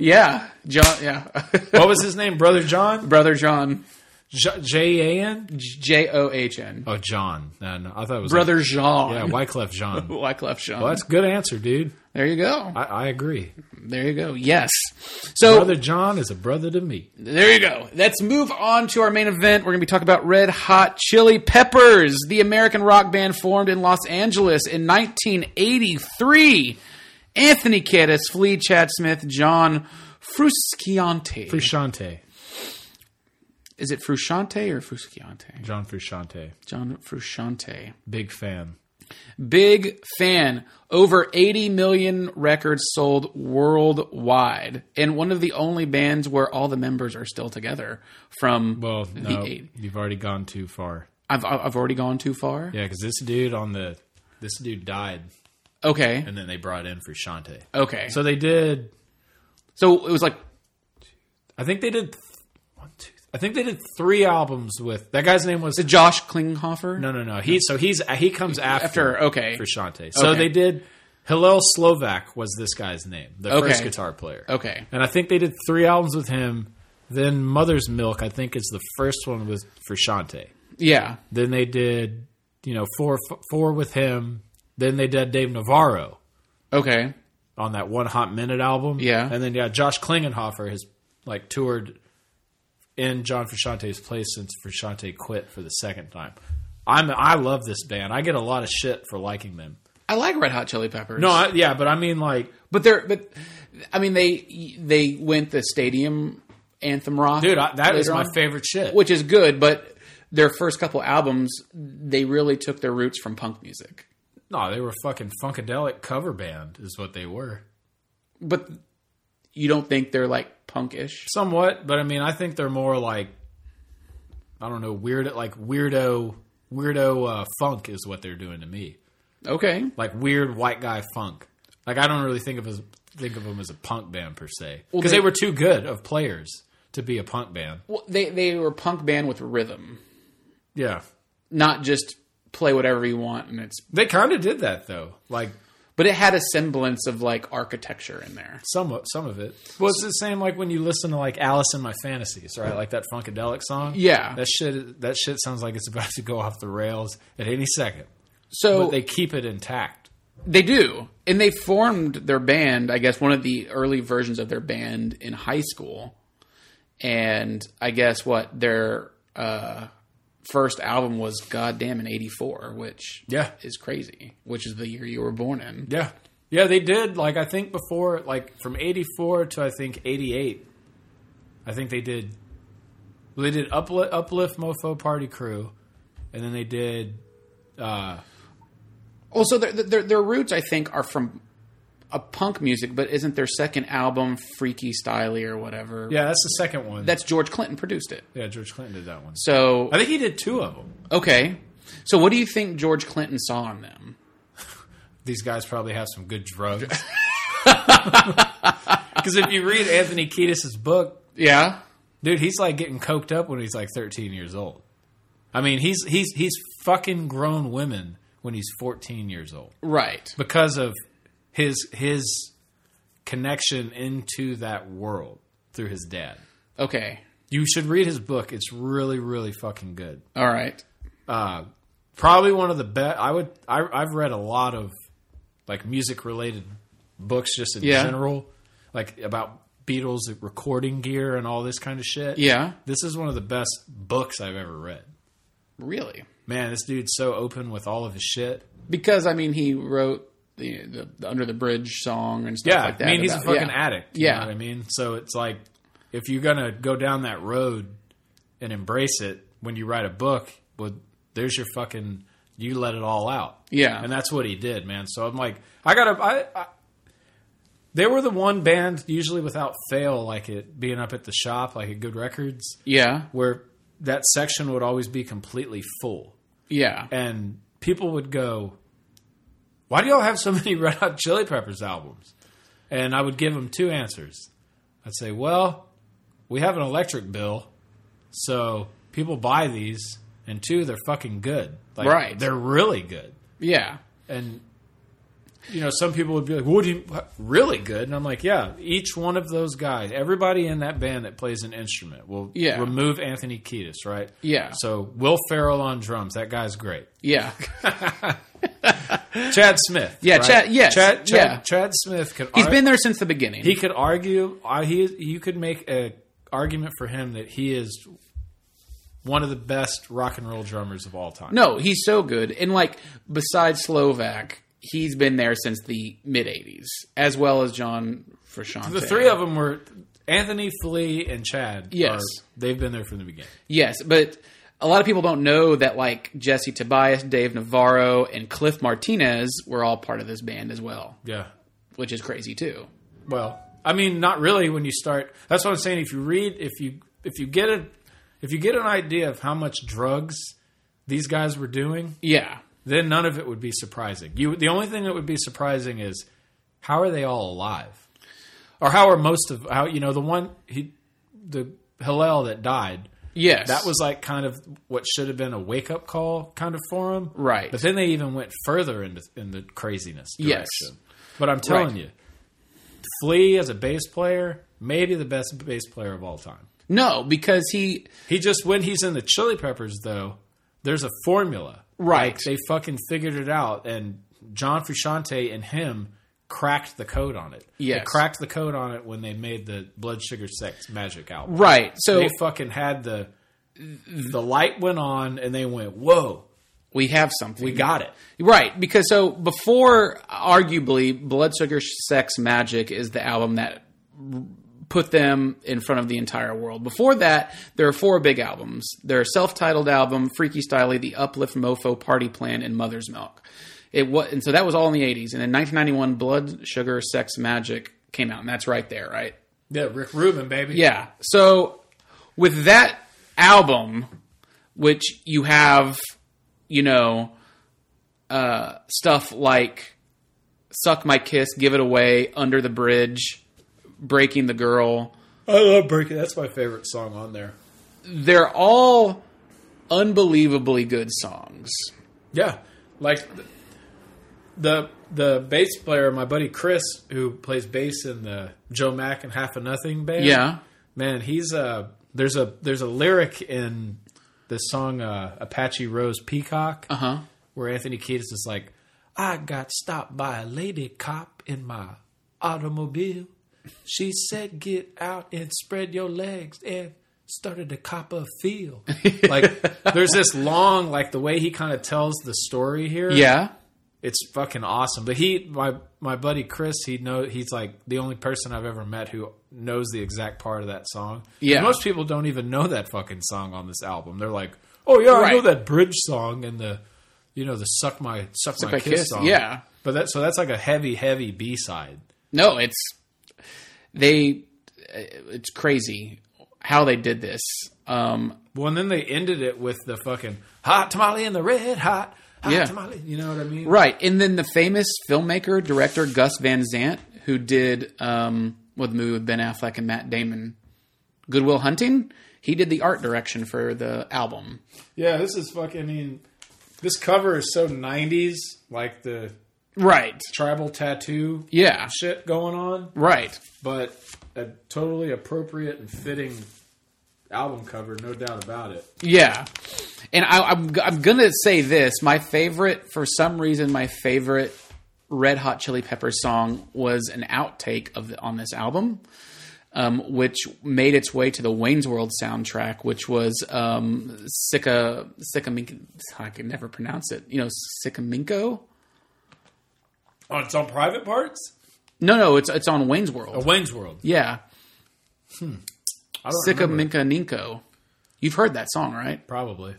Speaker 1: [LAUGHS] Yeah, John. Yeah, [LAUGHS]
Speaker 3: What was his name? Brother John?
Speaker 1: brother John.
Speaker 3: J- J A N?
Speaker 1: J O H N.
Speaker 3: Oh, John. No, no, I thought it was
Speaker 1: Brother John. [LAUGHS]
Speaker 3: Yeah, Wyclef John. well,
Speaker 1: Wyclef Jean.
Speaker 3: that's a good answer, dude.
Speaker 1: There you go.
Speaker 3: I, I agree.
Speaker 1: There you go. Yes. So
Speaker 3: Brother John is a brother to me.
Speaker 1: There you go. Let's move on to our main event. We're going to be talking about Red Hot Chili Peppers, the American rock band formed in Los Angeles in 1983. Anthony Kiedis, Flea Chad Smith, John Frusciante.
Speaker 3: Frusciante.
Speaker 1: Is it Frusciante or Frusciante?
Speaker 3: John Frusciante.
Speaker 1: John Frusciante.
Speaker 3: Big fan.
Speaker 1: Big fan. Over 80 million records sold worldwide. And one of the only bands where all the members are still together from [LAUGHS]
Speaker 3: Well,
Speaker 1: the
Speaker 3: no,
Speaker 1: 80s.
Speaker 3: you've already gone too far.
Speaker 1: I've I've already gone too far.
Speaker 3: Yeah, because this dude on the this dude died,
Speaker 1: Okay.
Speaker 3: and then they brought in Frusciante.
Speaker 1: Okay. So
Speaker 3: So they did.
Speaker 1: so it was like
Speaker 3: I think they did. th- One, two. th- I think they did three albums with that guy's name was.
Speaker 1: Josh Klinghoffer.
Speaker 3: no, no, no. He so he's he comes after,
Speaker 1: After, okay.
Speaker 3: Frusciante. So
Speaker 1: Okay.
Speaker 3: they did. Hillel Slovak was this guy's name, the
Speaker 1: Okay.
Speaker 3: first guitar player.
Speaker 1: Okay.
Speaker 3: And I think they did three albums with him. Then Mother's Milk, I think, is the first one with Frusciante.
Speaker 1: Yeah.
Speaker 3: Then they did, you know, four four with him. Then they did Dave Navarro
Speaker 1: Okay.
Speaker 3: on that One Hot Minute album.
Speaker 1: Yeah.
Speaker 3: and then yeah, Josh Klingenhofer has like toured in John Frusciante's place since Frusciante quit for the second time. I'm I love this band. I get a lot of shit for liking them.
Speaker 1: I like Red Hot Chili Peppers.
Speaker 3: No, I, yeah, but I mean like,
Speaker 1: but they're but I mean they they went the stadium anthem rock.
Speaker 3: dude, I, that is
Speaker 1: later
Speaker 3: my
Speaker 1: on,
Speaker 3: favorite shit.
Speaker 1: which is good, but their first couple albums they really took their roots from punk music.
Speaker 3: no, they were a fucking funkadelic cover band, is what they were.
Speaker 1: But you don't think they're like punkish?
Speaker 3: Somewhat, but I mean, I think they're more like I don't know, weird like weirdo weirdo uh, funk is what they're doing to me.
Speaker 1: Okay.
Speaker 3: Like weird white guy funk. Like I don't really think of as think of them as a punk band per se because they,
Speaker 1: they-
Speaker 3: were too good of players to be a punk band.
Speaker 1: Well, they they were a punk band with rhythm,
Speaker 3: Yeah,
Speaker 1: not just play whatever you want and it's
Speaker 3: they kind of did that though. Like
Speaker 1: but it had a semblance of like architecture in there.
Speaker 3: some of- some of it. Well, it's the same like when you listen to like Alice in My Fantasies, right? Like that funkadelic song.
Speaker 1: Yeah.
Speaker 3: that shit that shit sounds like it's about to go off the rails at any second,
Speaker 1: So
Speaker 3: but they keep it intact.
Speaker 1: they do, and they formed their band. I guess one of the early versions of their band in high school, and I guess what their uh, first album was, goddamn, in '84, which
Speaker 3: Yeah.
Speaker 1: is crazy, which is the year you were born in.
Speaker 3: Yeah. Yeah, they did. Like I think before like from 84 to I think 88. I think they did well, they did uplift, uplift Mofo Party Crew and then they did
Speaker 1: Also, their, their their roots, I think, are from a punk music, but isn't their second album Freaky Styly or whatever?
Speaker 3: Yeah, that's the second one.
Speaker 1: that's George Clinton produced it.
Speaker 3: yeah, George Clinton did that one.
Speaker 1: So
Speaker 3: I think he did two of them.
Speaker 1: Okay. So what do you think George Clinton saw in them?
Speaker 3: These guys probably have some good drugs. [LAUGHS] Cuz if you read Anthony Kiedis' book,
Speaker 1: Yeah.
Speaker 3: dude, he's like getting coked up when he's like 13 years old. I mean, he's he's he's fucking grown women when he's 14 years old.
Speaker 1: Right.
Speaker 3: because of his his connection into that world through his dad.
Speaker 1: Okay.
Speaker 3: You should read his book. It's really really fucking good.
Speaker 1: All right.
Speaker 3: Probably one of the best. I would. I, I've read a lot of like music related books just in
Speaker 1: Yeah.
Speaker 3: general, like about Beatles recording gear and all this kind of shit.
Speaker 1: Yeah.
Speaker 3: This is one of the best books I've ever read.
Speaker 1: Really?
Speaker 3: Man, this dude's so open with all of his shit.
Speaker 1: Because I mean he wrote the, the, the Under the Bridge song and stuff
Speaker 3: Yeah,
Speaker 1: like that.
Speaker 3: I mean he's
Speaker 1: about-
Speaker 3: a fucking
Speaker 1: yeah.
Speaker 3: addict. You
Speaker 1: Yeah.
Speaker 3: know what I mean. So it's like if you're gonna go down that road and embrace it when you write a book, well, there's your fucking you let it all out.
Speaker 1: Yeah.
Speaker 3: and that's what he did, man. So I'm like, I gotta, I. I they were the one band usually without fail, like it being up at the shop, like at Good Records,
Speaker 1: Yeah.
Speaker 3: where that section would always be completely full
Speaker 1: Yeah.
Speaker 3: and people would go, "Why do y'all have so [LAUGHS] many Red Hot Chili Peppers albums?" And I would give them two answers. I'd say, "Well, we have an electric bill, so people buy these, and two, they're fucking good. Like,
Speaker 1: Right.
Speaker 3: They're really good.
Speaker 1: Yeah.
Speaker 3: And you know, some people would be like, "What do you what- really good?" And I'm like, "Yeah, each one of those guys, everybody in that band that plays an instrument, will
Speaker 1: Yeah.
Speaker 3: remove Anthony Kiedis, right?
Speaker 1: Yeah.
Speaker 3: So Will Farrell on drums, that guy's great.
Speaker 1: Yeah.
Speaker 3: Chad Smith,
Speaker 1: Yeah,
Speaker 3: right?
Speaker 1: Chad- yes,
Speaker 3: Chad, Chad,
Speaker 1: yeah.
Speaker 3: Chad Smith could.
Speaker 1: [LAUGHS] He's
Speaker 3: ar-
Speaker 1: been there since the beginning.
Speaker 3: He could argue. I he you could make a argument for him that he is one of the best rock and roll drummers of all time.
Speaker 1: no, he's so good. And like besides Slovak, he's been there since the mid '80s, as well as John Frusciante.
Speaker 3: the three of them were Anthony Flea and Chad.
Speaker 1: Yes.
Speaker 3: are- they've been there from the beginning.
Speaker 1: Yes, but a lot of people don't know that like Jesse Tobias, Dave Navarro, and Cliff Martinez were all part of this band as well,
Speaker 3: Yeah.
Speaker 1: which is crazy too.
Speaker 3: Well, I mean, not really. When you start, that's what I'm saying. If you read, if you if you get a if you get an idea of how much drugs these guys were doing,
Speaker 1: Yeah.
Speaker 3: then none of it would be surprising. You, the only thing that would be surprising is how are they all alive, or how are most of how you know the one he the Hillel that died.
Speaker 1: Yes.
Speaker 3: That was like kind of what should have been a wake up call kind of for him,
Speaker 1: Right.
Speaker 3: But then they even went further into in the craziness
Speaker 1: Yes.
Speaker 3: direction. But I'm telling
Speaker 1: Right.
Speaker 3: you, Flea as a bass player, maybe the best bass player of all time.
Speaker 1: no, because he
Speaker 3: He just when he's in the Chili Peppers though, there's a formula.
Speaker 1: right.
Speaker 3: Like, they fucking figured it out, and John Frusciante and him cracked the code on it.
Speaker 1: Yes.
Speaker 3: They cracked the code on it when they made the Blood Sugar Sex Magic album.
Speaker 1: right. So
Speaker 3: They fucking had the the light went on, and they went, "Whoa,
Speaker 1: we have something.
Speaker 3: we got it."
Speaker 1: Right, because so before, arguably, Blood Sugar Sex Magic is the album that r- put them in front of the entire world. Before that, there are four big albums. Their self-titled album, Freaky Styley, The Uplift Mofo, Party Plan, and Mother's Milk. It was, and so that was all in the '80s. And in 1991, Blood Sugar Sex Magic came out, and that's right there, right?
Speaker 3: Yeah, Rick Rubin, baby.
Speaker 1: Yeah. So with that album, which you have, you know, uh, stuff like "Suck My Kiss," "Give It Away," "Under the Bridge," "Breaking the Girl."
Speaker 3: I love Breaking. That's my favorite song on there.
Speaker 1: They're all unbelievably good songs.
Speaker 3: Yeah, like th- the the bass player, my buddy Chris, who plays bass in the Joe Mack and Half a Nothing band.
Speaker 1: Yeah.
Speaker 3: man, he's uh there's a there's a lyric in the song uh, Apache Rose Peacock
Speaker 1: Uh huh.
Speaker 3: where Anthony Kiedis is like, I got stopped by a lady cop in my automobile. She said, "Get out and spread your legs," and started to cop a feel. like there's this long, like the way he kind of tells the story here.
Speaker 1: Yeah.
Speaker 3: it's fucking awesome. But he, my my buddy Chris, he know he's like the only person I've ever met who knows the exact part of that song.
Speaker 1: Yeah.
Speaker 3: most people don't even know that fucking song on this album. They're like, oh yeah, I know
Speaker 1: Right.
Speaker 3: that bridge song and the, you know, the suck my suck, my,
Speaker 1: My
Speaker 3: kiss,
Speaker 1: Kiss,
Speaker 3: song.
Speaker 1: yeah.
Speaker 3: but that so that's like a heavy heavy B side.
Speaker 1: No, it's they. It's crazy how they did this. Um,
Speaker 3: Well, and then they ended it with the fucking hot tamale and the red hot. Hot
Speaker 1: Yeah.
Speaker 3: tamale, you know what I mean?
Speaker 1: Right, and then the famous filmmaker director Gus Van Sant, who did um, with the movie with Ben Affleck and Matt Damon, Goodwill Hunting. He did the art direction for the album.
Speaker 3: Yeah, this is fucking. I mean, this cover is so '90s, like the
Speaker 1: Right.
Speaker 3: tribal tattoo
Speaker 1: Yeah.
Speaker 3: shit going on,
Speaker 1: Right.
Speaker 3: but a totally appropriate and fitting album cover, no doubt about it.
Speaker 1: Yeah. And I, I'm I'm gonna say this. My favorite, for some reason, my favorite Red Hot Chili Peppers song was an outtake of the, on this album, um, which made its way to the Wayne's World soundtrack, which was um, Sika Sikaminko. I can never pronounce it. You know, Sikaminko.
Speaker 3: Oh, it's on private parts?
Speaker 1: No, no, it's it's on Wayne's World.
Speaker 3: A Wayne's World.
Speaker 1: yeah,
Speaker 3: I don't remember.
Speaker 1: Sikaminka Ninko. You've heard that song, right?
Speaker 3: Probably.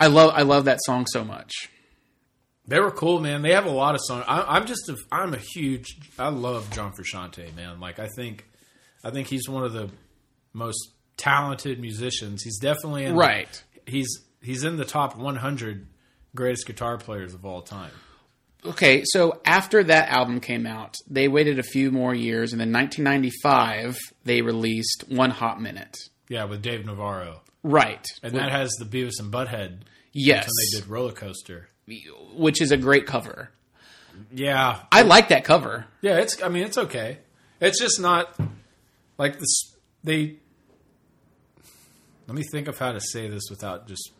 Speaker 1: I love I love that song so much.
Speaker 3: They were cool, man. They have a lot of songs. I, I'm just, a, I'm a huge, I love John Frusciante, man. Like, I think, I think he's one of the most talented musicians. He's definitely in,
Speaker 1: Right.
Speaker 3: He's he's in the top 100 greatest guitar players of all time.
Speaker 1: Okay, so after that album came out, they waited a few more years, and in 1995 they released One Hot Minute.
Speaker 3: Yeah, with Dave Navarro.
Speaker 1: right.
Speaker 3: and that has the Beavis and Butthead.
Speaker 1: yes,
Speaker 3: And they did roller coaster.
Speaker 1: which is a great cover.
Speaker 3: Yeah,
Speaker 1: I like that cover.
Speaker 3: yeah. It's I mean it's okay. It's just not like this. They let me think of how to say this without just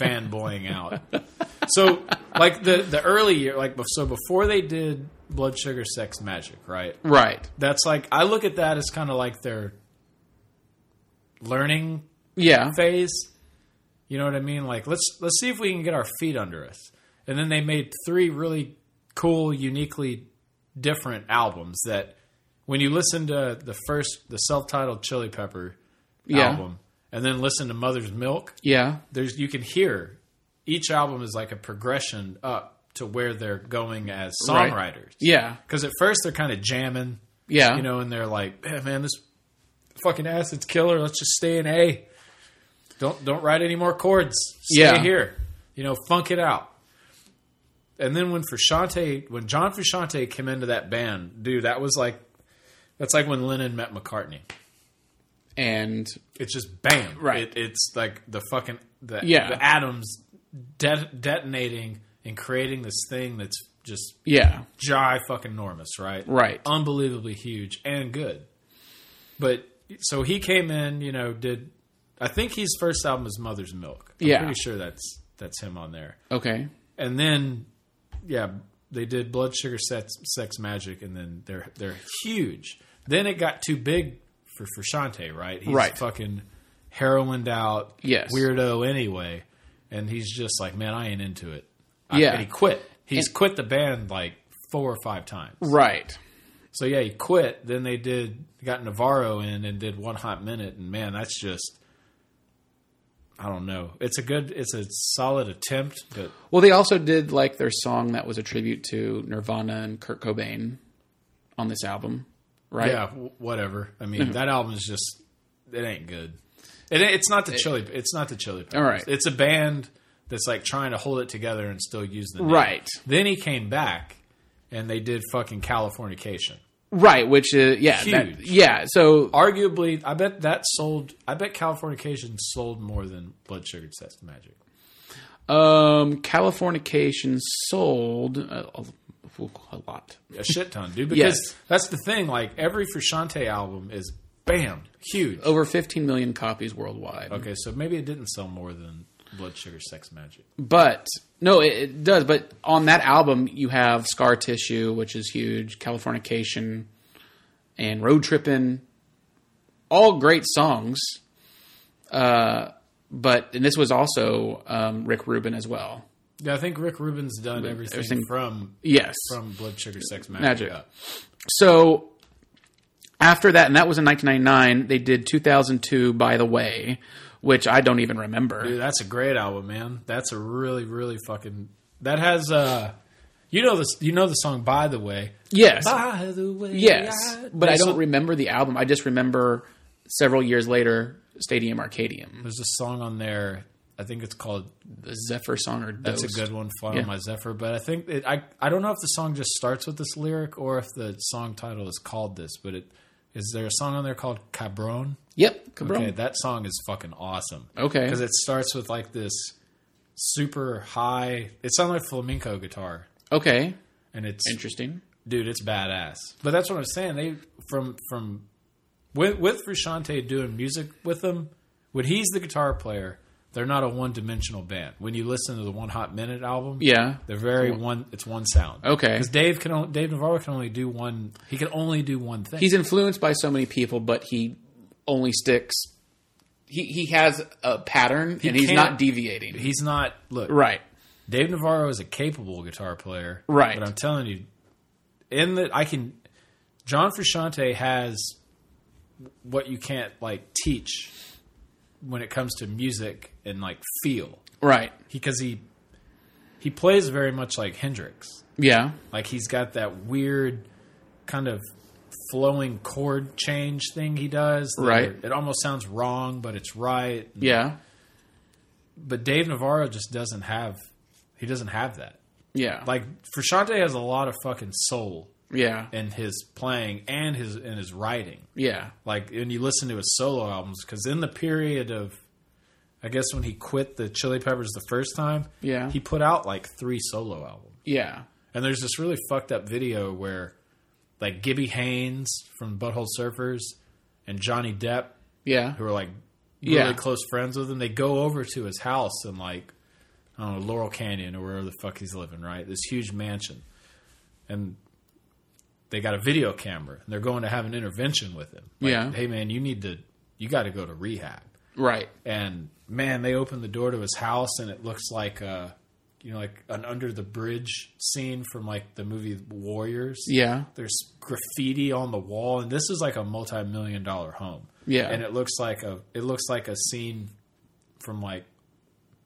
Speaker 3: fanboying out. So like the the early year, like bef- so before they did Blood Sugar Sex Magic, right?
Speaker 1: Right.
Speaker 3: That's like I look at that as kind of like their learning
Speaker 1: Yeah.
Speaker 3: phase. You know what I mean? Like let's let's see if we can get our feet under us. And then they made three really cool, uniquely different albums that when you listen to the first the self-titled Chili Pepper
Speaker 1: Yeah.
Speaker 3: album and then listen to Mother's Milk,
Speaker 1: Yeah.
Speaker 3: there's you can hear each album is like a progression up to where they're going as
Speaker 1: Right.
Speaker 3: songwriters.
Speaker 1: Yeah.
Speaker 3: Cuz at first they're kind of jamming
Speaker 1: Yeah.
Speaker 3: you know, and they're like, "Eh, man, this fucking acid's killer. Let's just stay in A. Don't don't write any more chords. Stay
Speaker 1: Yeah.
Speaker 3: here. You know, funk it out. And then when Frusciante, when John Frusciante came into that band, dude, that was like, that's like when Lennon met McCartney.
Speaker 1: and
Speaker 3: It's just bam,
Speaker 1: Right.
Speaker 3: It, it's like the fucking the,
Speaker 1: Yeah.
Speaker 3: the atoms de- detonating and creating this thing that's just
Speaker 1: yeah.
Speaker 3: jai fucking enormous, right?
Speaker 1: Right.
Speaker 3: Unbelievably huge and good. But so he came in, you know, did I think his first album was Mother's Milk. I'm
Speaker 1: Yeah.
Speaker 3: pretty sure that's that's him on there.
Speaker 1: Okay.
Speaker 3: And then yeah, they did Blood Sugar Sex, Sex Magic and then they're they're huge. Then it got too big for for Shante, right? He's
Speaker 1: Right.
Speaker 3: fucking heroined out
Speaker 1: Yes.
Speaker 3: weirdo anyway. And he's just like, Man, I ain't into it.
Speaker 1: Yeah.
Speaker 3: And he quit. He's
Speaker 1: And-
Speaker 3: quit the band like four or five times.
Speaker 1: Right.
Speaker 3: So yeah, he quit. Then they did got Navarro in and did one hot minute, and man, that's just I don't know. It's a good, it's a solid attempt, but
Speaker 1: Well, they also did like their song that was a tribute to Nirvana and Kurt Cobain on this album, right? Mm-hmm.
Speaker 3: yeah, w- whatever. I mean, that album is just it ain't good. It, ain't- it's not the chili. It's not the chili. Peppers.
Speaker 1: All right.
Speaker 3: it's a band that's like trying to hold it together and still use the name.
Speaker 1: Right.
Speaker 3: Then he came back, and they did fucking Californication.
Speaker 1: Right, which is yeah, that-
Speaker 3: Huge.
Speaker 1: yeah. So
Speaker 3: Arguably, I bet that sold. I bet Californication sold more than Blood Sugar Sex Magic.
Speaker 1: um Californication sold uh, a, a lot.
Speaker 3: a shit ton, dude. Because
Speaker 1: Yes.
Speaker 3: that's the thing. Like every Frusciante album is bam huge.
Speaker 1: Over 15 million copies worldwide.
Speaker 3: Okay, so maybe it didn't sell more than Blood Sugar Sex Magic.
Speaker 1: But no, it, it does. But on that album, you have Scar Tissue, which is huge, Californication, and Road Trippin'. All great songs. Uh, but and this was also um, Rick Rubin as well.
Speaker 3: Yeah, I think Rick Rubin's done everything,
Speaker 1: everything-
Speaker 3: from
Speaker 1: Yes.
Speaker 3: from Blood Sugar Sex Magic.
Speaker 1: Magic.
Speaker 3: up.
Speaker 1: So after that, and that was in 1999, they did 2002. By the way, which I don't even remember.
Speaker 3: Dude, that's a great album, man. That's a really really fucking that has uh you know this you know the song by the way.
Speaker 1: Yes.
Speaker 3: By the way.
Speaker 1: Yes, but I
Speaker 3: there's
Speaker 1: don't
Speaker 3: a-
Speaker 1: remember the album. I just remember several years later, Stadium Arcadium,
Speaker 3: there's a song on there. I think it's called
Speaker 1: the Zephyr song or
Speaker 3: That's a
Speaker 1: Dose.
Speaker 3: good one, Fly
Speaker 1: Yeah.
Speaker 3: on My Zephyr. But I think it, I I don't know if the song just starts with this lyric or if the song title is called this. But it is there a song on there called Cabron?
Speaker 1: Yep, Cabron.
Speaker 3: Okay, that song is fucking awesome.
Speaker 1: Okay.
Speaker 3: because it starts with like this super high. It sounds like flamenco guitar,
Speaker 1: okay,
Speaker 3: and it's
Speaker 1: interesting.
Speaker 3: dude, it's badass. But that's what I'm saying. They from from with with Frusciante doing music with them when he's the guitar player. They're not a one-dimensional band. When you listen to the One Hot Minute album,
Speaker 1: Yeah.
Speaker 3: they're very one. It's one sound.
Speaker 1: Okay.
Speaker 3: Because Dave can on- Dave Navarro can only do one. He can only do one thing.
Speaker 1: He's influenced by so many people, but he only sticks. He he has a pattern, and he's
Speaker 3: can't-
Speaker 1: not deviating.
Speaker 3: he's not look.
Speaker 1: right.
Speaker 3: Dave Navarro is a capable guitar player.
Speaker 1: Right.
Speaker 3: But I'm telling you, in the I can. John Frusciante has what you can't like teach when it comes to music and like feel
Speaker 1: Right.
Speaker 3: because he he plays very much like Hendrix.
Speaker 1: Yeah.
Speaker 3: Like he's got that weird kind of flowing chord change thing he does. that
Speaker 1: Right.
Speaker 3: It almost sounds wrong, but it's right.
Speaker 1: Yeah.
Speaker 3: But Dave Navarro just doesn't have he doesn't have that.
Speaker 1: Yeah.
Speaker 3: Like Frusciante has a lot of fucking soul
Speaker 1: yeah.
Speaker 3: in his playing and his in his writing.
Speaker 1: Yeah.
Speaker 3: Like when you listen to his solo albums, because in the period of I guess when he quit the Chili Peppers the first time,
Speaker 1: Yeah.
Speaker 3: he put out like three solo albums.
Speaker 1: Yeah.
Speaker 3: And there's this really fucked up video where like Gibby Haynes from Butthole Surfers and Johnny Depp,
Speaker 1: Yeah.
Speaker 3: who are like really
Speaker 1: Yeah.
Speaker 3: close friends with him, they go over to his house in like I don't know, Laurel Canyon or wherever the fuck he's living, right? This huge mansion. And they got a video camera and they're going to have an intervention with him. Like,
Speaker 1: Yeah.
Speaker 3: Hey man, you need to you gotta go to rehab
Speaker 1: Right.
Speaker 3: and man, they opened the door to his house, and it looks like a, you know, like an under the bridge scene from like the movie Warriors.
Speaker 1: Yeah.
Speaker 3: There's graffiti on the wall, and this is like a multi-million dollar home.
Speaker 1: Yeah.
Speaker 3: and it looks like a it looks like a scene from like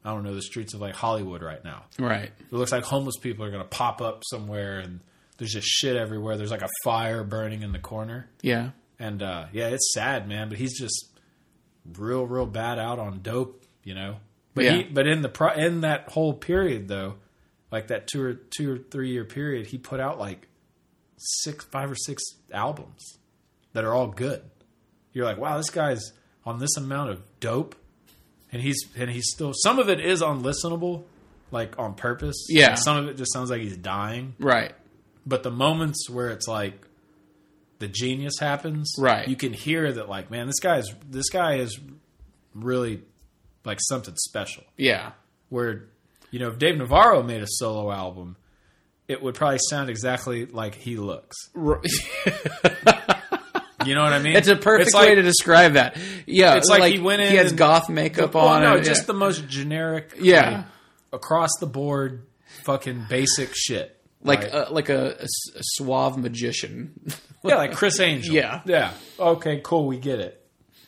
Speaker 3: I don't know the streets of like Hollywood right now.
Speaker 1: Right.
Speaker 3: It looks like homeless people are gonna pop up somewhere, and there's just shit everywhere. There's like a fire burning in the corner.
Speaker 1: Yeah.
Speaker 3: And uh, yeah, it's sad, man. But he's just real, real bad out on dope, you know. But
Speaker 1: Yeah.
Speaker 3: he, but in the pro, in that whole period though, like that two or two or three year period, he put out like six, five or six albums that are all good. You're like, wow, this guy's on this amount of dope, and he's and he's still. Some of it is unlistenable, like on purpose.
Speaker 1: Yeah.
Speaker 3: And some of it just sounds like he's dying
Speaker 1: Right.
Speaker 3: but the moments where it's like the genius happens
Speaker 1: Right.
Speaker 3: you can hear that like man this guy's this guy is really like something special
Speaker 1: Yeah.
Speaker 3: where you know if dave navarro made a solo album it would probably sound exactly like he looks [LAUGHS]
Speaker 1: R-
Speaker 3: you know what i mean
Speaker 1: It's a perfect
Speaker 3: like-
Speaker 1: way to describe that. Yeah,
Speaker 3: It's like he went in
Speaker 1: He has
Speaker 3: and-
Speaker 1: goth makeup
Speaker 3: well,
Speaker 1: on.
Speaker 3: no
Speaker 1: and-
Speaker 3: just the most generic
Speaker 1: Yeah.
Speaker 3: like, across the board fucking basic shit
Speaker 1: like uh,
Speaker 3: right?
Speaker 1: a, like a, a s- a suave magician. [LAUGHS]
Speaker 3: yeah like chris angel
Speaker 1: Yeah.
Speaker 3: yeah okay cool we get it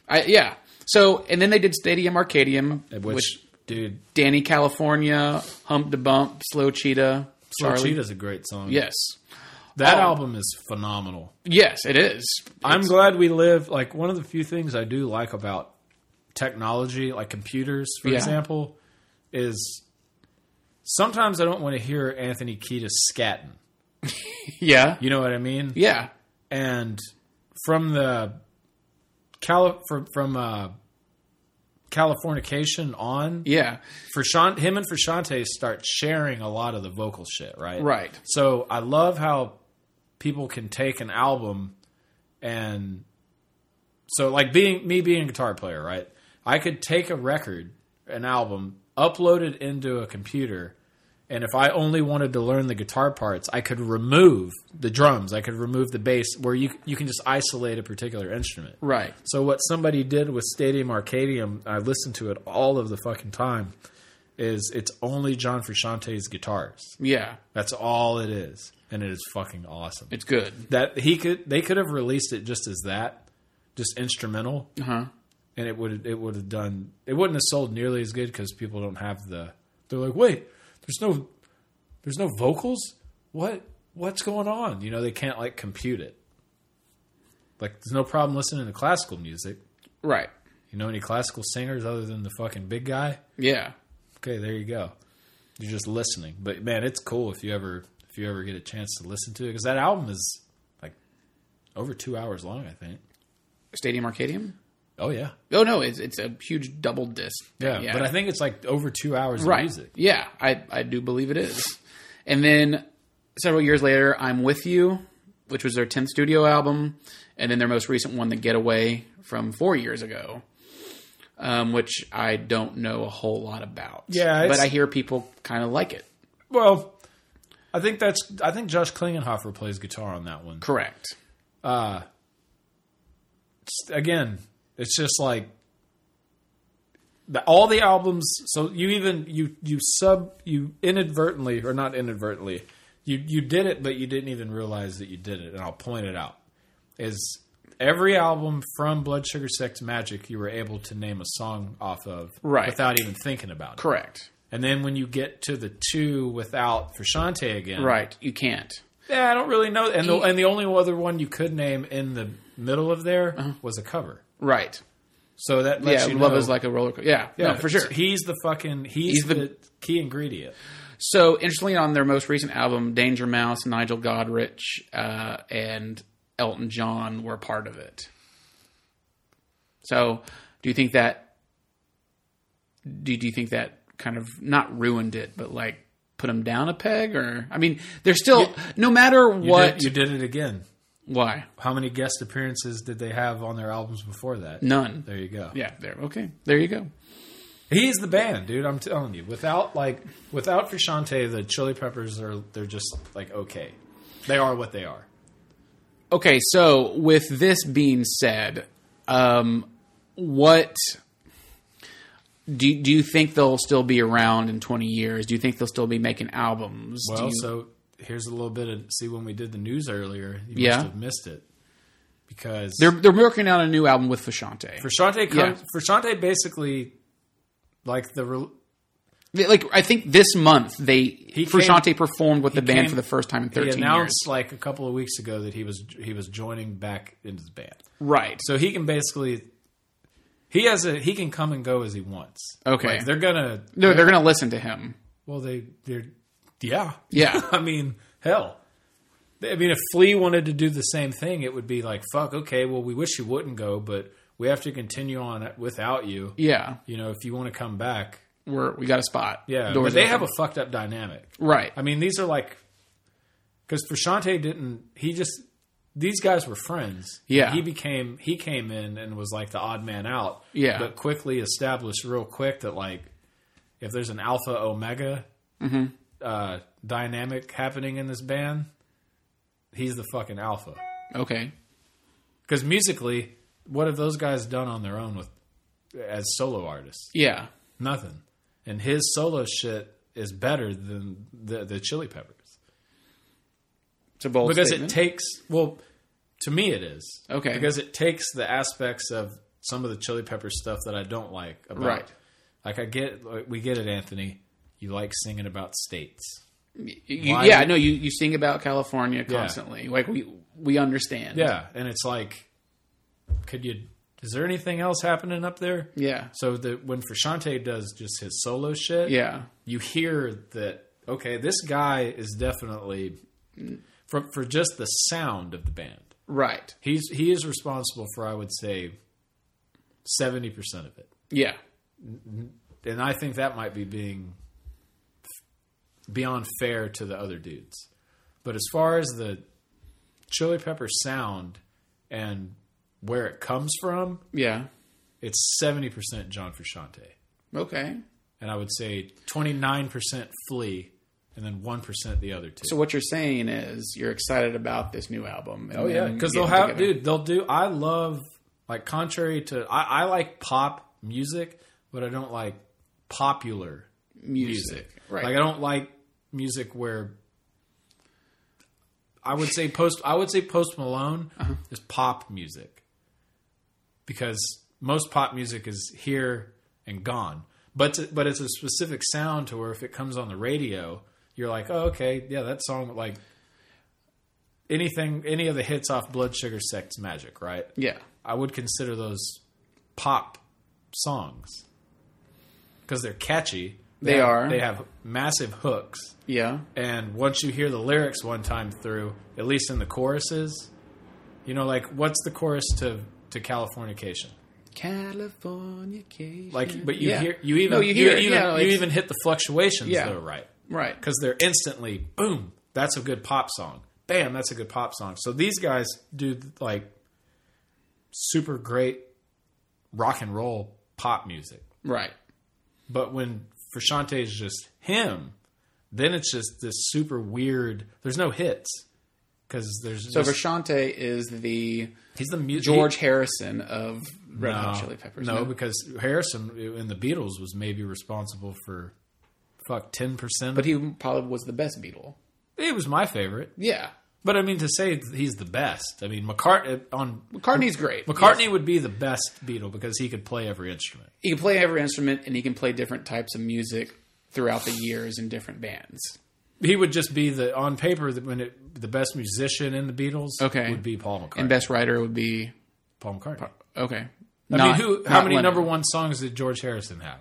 Speaker 1: I, yeah. So and then they did Stadium Arcadium,
Speaker 3: which,
Speaker 1: which
Speaker 3: dude
Speaker 1: Danny California, Hump to Bump, Slow Cheetah,
Speaker 3: Charlie.
Speaker 1: Charlie.
Speaker 3: a great song
Speaker 1: Yes,
Speaker 3: That
Speaker 1: Oh.
Speaker 3: album is phenomenal.
Speaker 1: yes, it is.
Speaker 3: I'm glad we live like one of the few things I do like about technology, like computers, for
Speaker 1: Yeah.
Speaker 3: example, is sometimes I don't want to hear Anthony Kiedis scatting.
Speaker 1: Yeah,
Speaker 3: You know what I mean?
Speaker 1: yeah,
Speaker 3: And from the Cali- from, from uh, Californication on,
Speaker 1: yeah,
Speaker 3: for Sean, him and Frashante start sharing a lot of the vocal shit, right?
Speaker 1: Right.
Speaker 3: So I love how people can take an album and so like being me being a guitar player, right? I could take a record, an album, upload it into a computer, and if I only wanted to learn the guitar parts, I could remove the drums, I could remove the bass, where you you can just isolate a particular instrument.
Speaker 1: right.
Speaker 3: So what somebody did with Stadium Arcadium, I listened to it all of the fucking time, is it's only John Frusciante's guitars.
Speaker 1: Yeah,
Speaker 3: That's all it is, and it is fucking awesome.
Speaker 1: it's good.
Speaker 3: That he could, they could have released it just as that, just instrumental,
Speaker 1: Uh-huh.
Speaker 3: and it would it would have done. It wouldn't have sold nearly as good because people don't have the. They're like, wait, there's no, there's no vocals. What what's going on? You know, they can't like compute it. Like, there's no problem listening to classical music.
Speaker 1: Right.
Speaker 3: You know any classical singers other than the fucking big guy?
Speaker 1: Yeah.
Speaker 3: Okay, there you go. You're just listening. But man, it's cool if you ever if you ever get a chance to listen to it because that album is like over two hours long. I think.
Speaker 1: Stadium Arcadium.
Speaker 3: Oh yeah.
Speaker 1: Oh no, it's it's a huge double disc.
Speaker 3: yeah, But I think it's like over two hours of
Speaker 1: right.
Speaker 3: music.
Speaker 1: Yeah, I, I do believe it is. And then several years later, I'm With You, which was their 10th studio album, and then their most recent one, The Getaway, from four years ago, um, which I don't know a whole lot about.
Speaker 3: Yeah, it's-
Speaker 1: But I hear people kind of like it.
Speaker 3: Well, I think that's I think Josh Klingenhofer plays guitar on that one.
Speaker 1: Correct.
Speaker 3: It's- again, it's just like the, all the albums. So you even you you sub you inadvertently or not inadvertently you you did it, but you didn't even realize that you did it. And I'll point it out is every album from Blood Sugar Sex Magic you were able to name a song off of
Speaker 1: Right.
Speaker 3: without even thinking about it.
Speaker 1: Correct.
Speaker 3: And then when you get to the two without Frashante again,
Speaker 1: Right. You can't.
Speaker 3: Yeah, I don't really know. And the, and the only other one you could name in the middle of there
Speaker 1: Uh-huh.
Speaker 3: was a cover.
Speaker 1: Right.
Speaker 3: So that lets
Speaker 1: yeah,
Speaker 3: you
Speaker 1: love
Speaker 3: know-
Speaker 1: is like a roller coaster. Yeah, yeah, for sure.
Speaker 3: He's the fucking he's,
Speaker 1: He's the-
Speaker 3: the, key ingredient.
Speaker 1: So interestingly, on their most recent album, Danger Mouse, Nigel Godrich, uh, and Elton John were part of it. So, do you think that do, do you think that kind of not ruined it, but like put them down a peg? Or I mean, they're still no matter
Speaker 3: You
Speaker 1: what.
Speaker 3: did, you did it again.
Speaker 1: why
Speaker 3: How many guest appearances did they have on their albums before that?
Speaker 1: none?
Speaker 3: There you go.
Speaker 1: Yeah, there. Okay, there you go.
Speaker 3: He's the band, dude. I'm telling you. Without like without Frusciante, the Chili Peppers are they're just like okay. They are what they are.
Speaker 1: Okay, so with this being said, um, what do do you think they'll still be around in twenty years? Do you think they'll still be making albums? Do
Speaker 3: Well,
Speaker 1: you-
Speaker 3: so here's a little bit of see when we did the news earlier, you
Speaker 1: Yeah.
Speaker 3: must have missed it because
Speaker 1: they're they're working on a new album with Fashante.
Speaker 3: Frusciante. Comes,
Speaker 1: Yeah.
Speaker 3: Frusciante basically like the re-
Speaker 1: They- Like I think this month they
Speaker 3: came-
Speaker 1: Frusciante performed with the band
Speaker 3: came-
Speaker 1: for the first time in
Speaker 3: he
Speaker 1: thirteen years.
Speaker 3: announced like a couple of weeks ago that he was he was joining back into the band.
Speaker 1: Right.
Speaker 3: So he can basically he has a he can come and go as he wants.
Speaker 1: Okay.
Speaker 3: Like, they're gonna
Speaker 1: No, they're going to listen to him.
Speaker 3: well they they're yeah
Speaker 1: Yeah.
Speaker 3: [LAUGHS] I mean hell. I mean if Flea wanted to do the same thing, it would be like fuck okay well we wish you wouldn't go but we have to continue on without you.
Speaker 1: Yeah.
Speaker 3: You know if you want to come back
Speaker 1: We're we got a spot.
Speaker 3: yeah
Speaker 1: Doors
Speaker 3: but they
Speaker 1: open.
Speaker 3: have a fucked up dynamic.
Speaker 1: right.
Speaker 3: I mean these are like because Frusciante didn't he just these guys were friends.
Speaker 1: Yeah.
Speaker 3: He became he came in and was like the odd man out.
Speaker 1: Yeah.
Speaker 3: But quickly established real quick that like if there's an alpha omega
Speaker 1: Mm-hmm.
Speaker 3: uh, dynamic happening in this band, he's the fucking alpha.
Speaker 1: Okay.
Speaker 3: Because musically, what have those guys done on their own with as solo artists?
Speaker 1: Yeah.
Speaker 3: Nothing. And his solo shit is better than the the Chili Peppers.
Speaker 1: It's a bold
Speaker 3: because
Speaker 1: statement.
Speaker 3: it takes well to me it is
Speaker 1: Okay.
Speaker 3: because it takes the aspects of some of the chili pepper stuff that i don't like about
Speaker 1: Right.
Speaker 3: like i get like, we get it anthony you like singing about states
Speaker 1: You-
Speaker 3: Why-
Speaker 1: yeah, no, you, you sing about California constantly. Like we we understand.
Speaker 3: yeah and it's like could you is there anything else happening up there
Speaker 1: Yeah.
Speaker 3: so that when Frusciante does just his solo shit
Speaker 1: Yeah.
Speaker 3: you hear that okay this guy is definitely for, for just the sound of the band
Speaker 1: Right.
Speaker 3: He's he is responsible for I would say seventy percent of it,
Speaker 1: Yeah.
Speaker 3: and I think that might be being beyond fair to the other dudes. But as far as the Chili Pepper sound and where it comes from,
Speaker 1: Yeah.
Speaker 3: it's seventy percent John Frusciante,
Speaker 1: Okay.
Speaker 3: and I would say twenty nine percent Flea, and then one percent the other two.
Speaker 1: So what you're saying is you're excited about this new album. and
Speaker 3: Oh yeah,
Speaker 1: then
Speaker 3: because
Speaker 1: getting
Speaker 3: they'll have
Speaker 1: together.
Speaker 3: dude. They'll do. I love like contrary to I, I like pop music, but I don't like popular
Speaker 1: music.
Speaker 3: music.
Speaker 1: Right.
Speaker 3: Like I don't like music where I would say post. I would say Post Malone is pop music because most pop music is here and gone. But to, but it's a specific sound to where if it comes on the radio, you're like, oh okay, yeah, that song like anything any of the hits off Blood Sugar Sex Magic, right?
Speaker 1: yeah.
Speaker 3: I would consider those pop songs because they're catchy.
Speaker 1: They
Speaker 3: have-
Speaker 1: are.
Speaker 3: They have massive hooks,
Speaker 1: Yeah.
Speaker 3: and once you hear the lyrics one time through, at least in the choruses, you know, like what's the chorus to to Californication?
Speaker 1: California
Speaker 3: Like, but you
Speaker 1: Mm, yeah.
Speaker 3: hear you even
Speaker 1: No, you hear it.
Speaker 3: even,
Speaker 1: Yeah,
Speaker 3: you
Speaker 1: it's-
Speaker 3: even hit the fluctuations
Speaker 1: Yeah.
Speaker 3: though, right?
Speaker 1: right.
Speaker 3: Because they're instantly boom. That's a good pop song. Bam, that's a good pop song. So these guys do like super great rock and roll pop music.
Speaker 1: Right.
Speaker 3: But when Frusciante is just him, then it's just this super weird. There's no hits because there's
Speaker 1: So
Speaker 3: just,
Speaker 1: Vashante is the
Speaker 3: he's the mu-
Speaker 1: George
Speaker 3: he-
Speaker 1: Harrison of Red Hot
Speaker 3: no,
Speaker 1: Chili Peppers.
Speaker 3: No, because Harrison in the Beatles was maybe responsible for fuck ten percent.
Speaker 1: but he probably was the best Beatle.
Speaker 3: it was my favorite.
Speaker 1: Yeah.
Speaker 3: But I mean to say he's the best. I mean McCartney on
Speaker 1: McCartney's great.
Speaker 3: McCartney would be the best Beatle because he could play every instrument.
Speaker 1: he can play every instrument and he can play different types of music throughout the years in different bands.
Speaker 3: He would just be the on paper that when it, the best musician in the Beatles
Speaker 1: Okay.
Speaker 3: would be Paul McCartney.
Speaker 1: And best writer would be
Speaker 3: Paul McCartney.
Speaker 1: okay.
Speaker 3: I mean, who? How many number one songs did George Harrison have?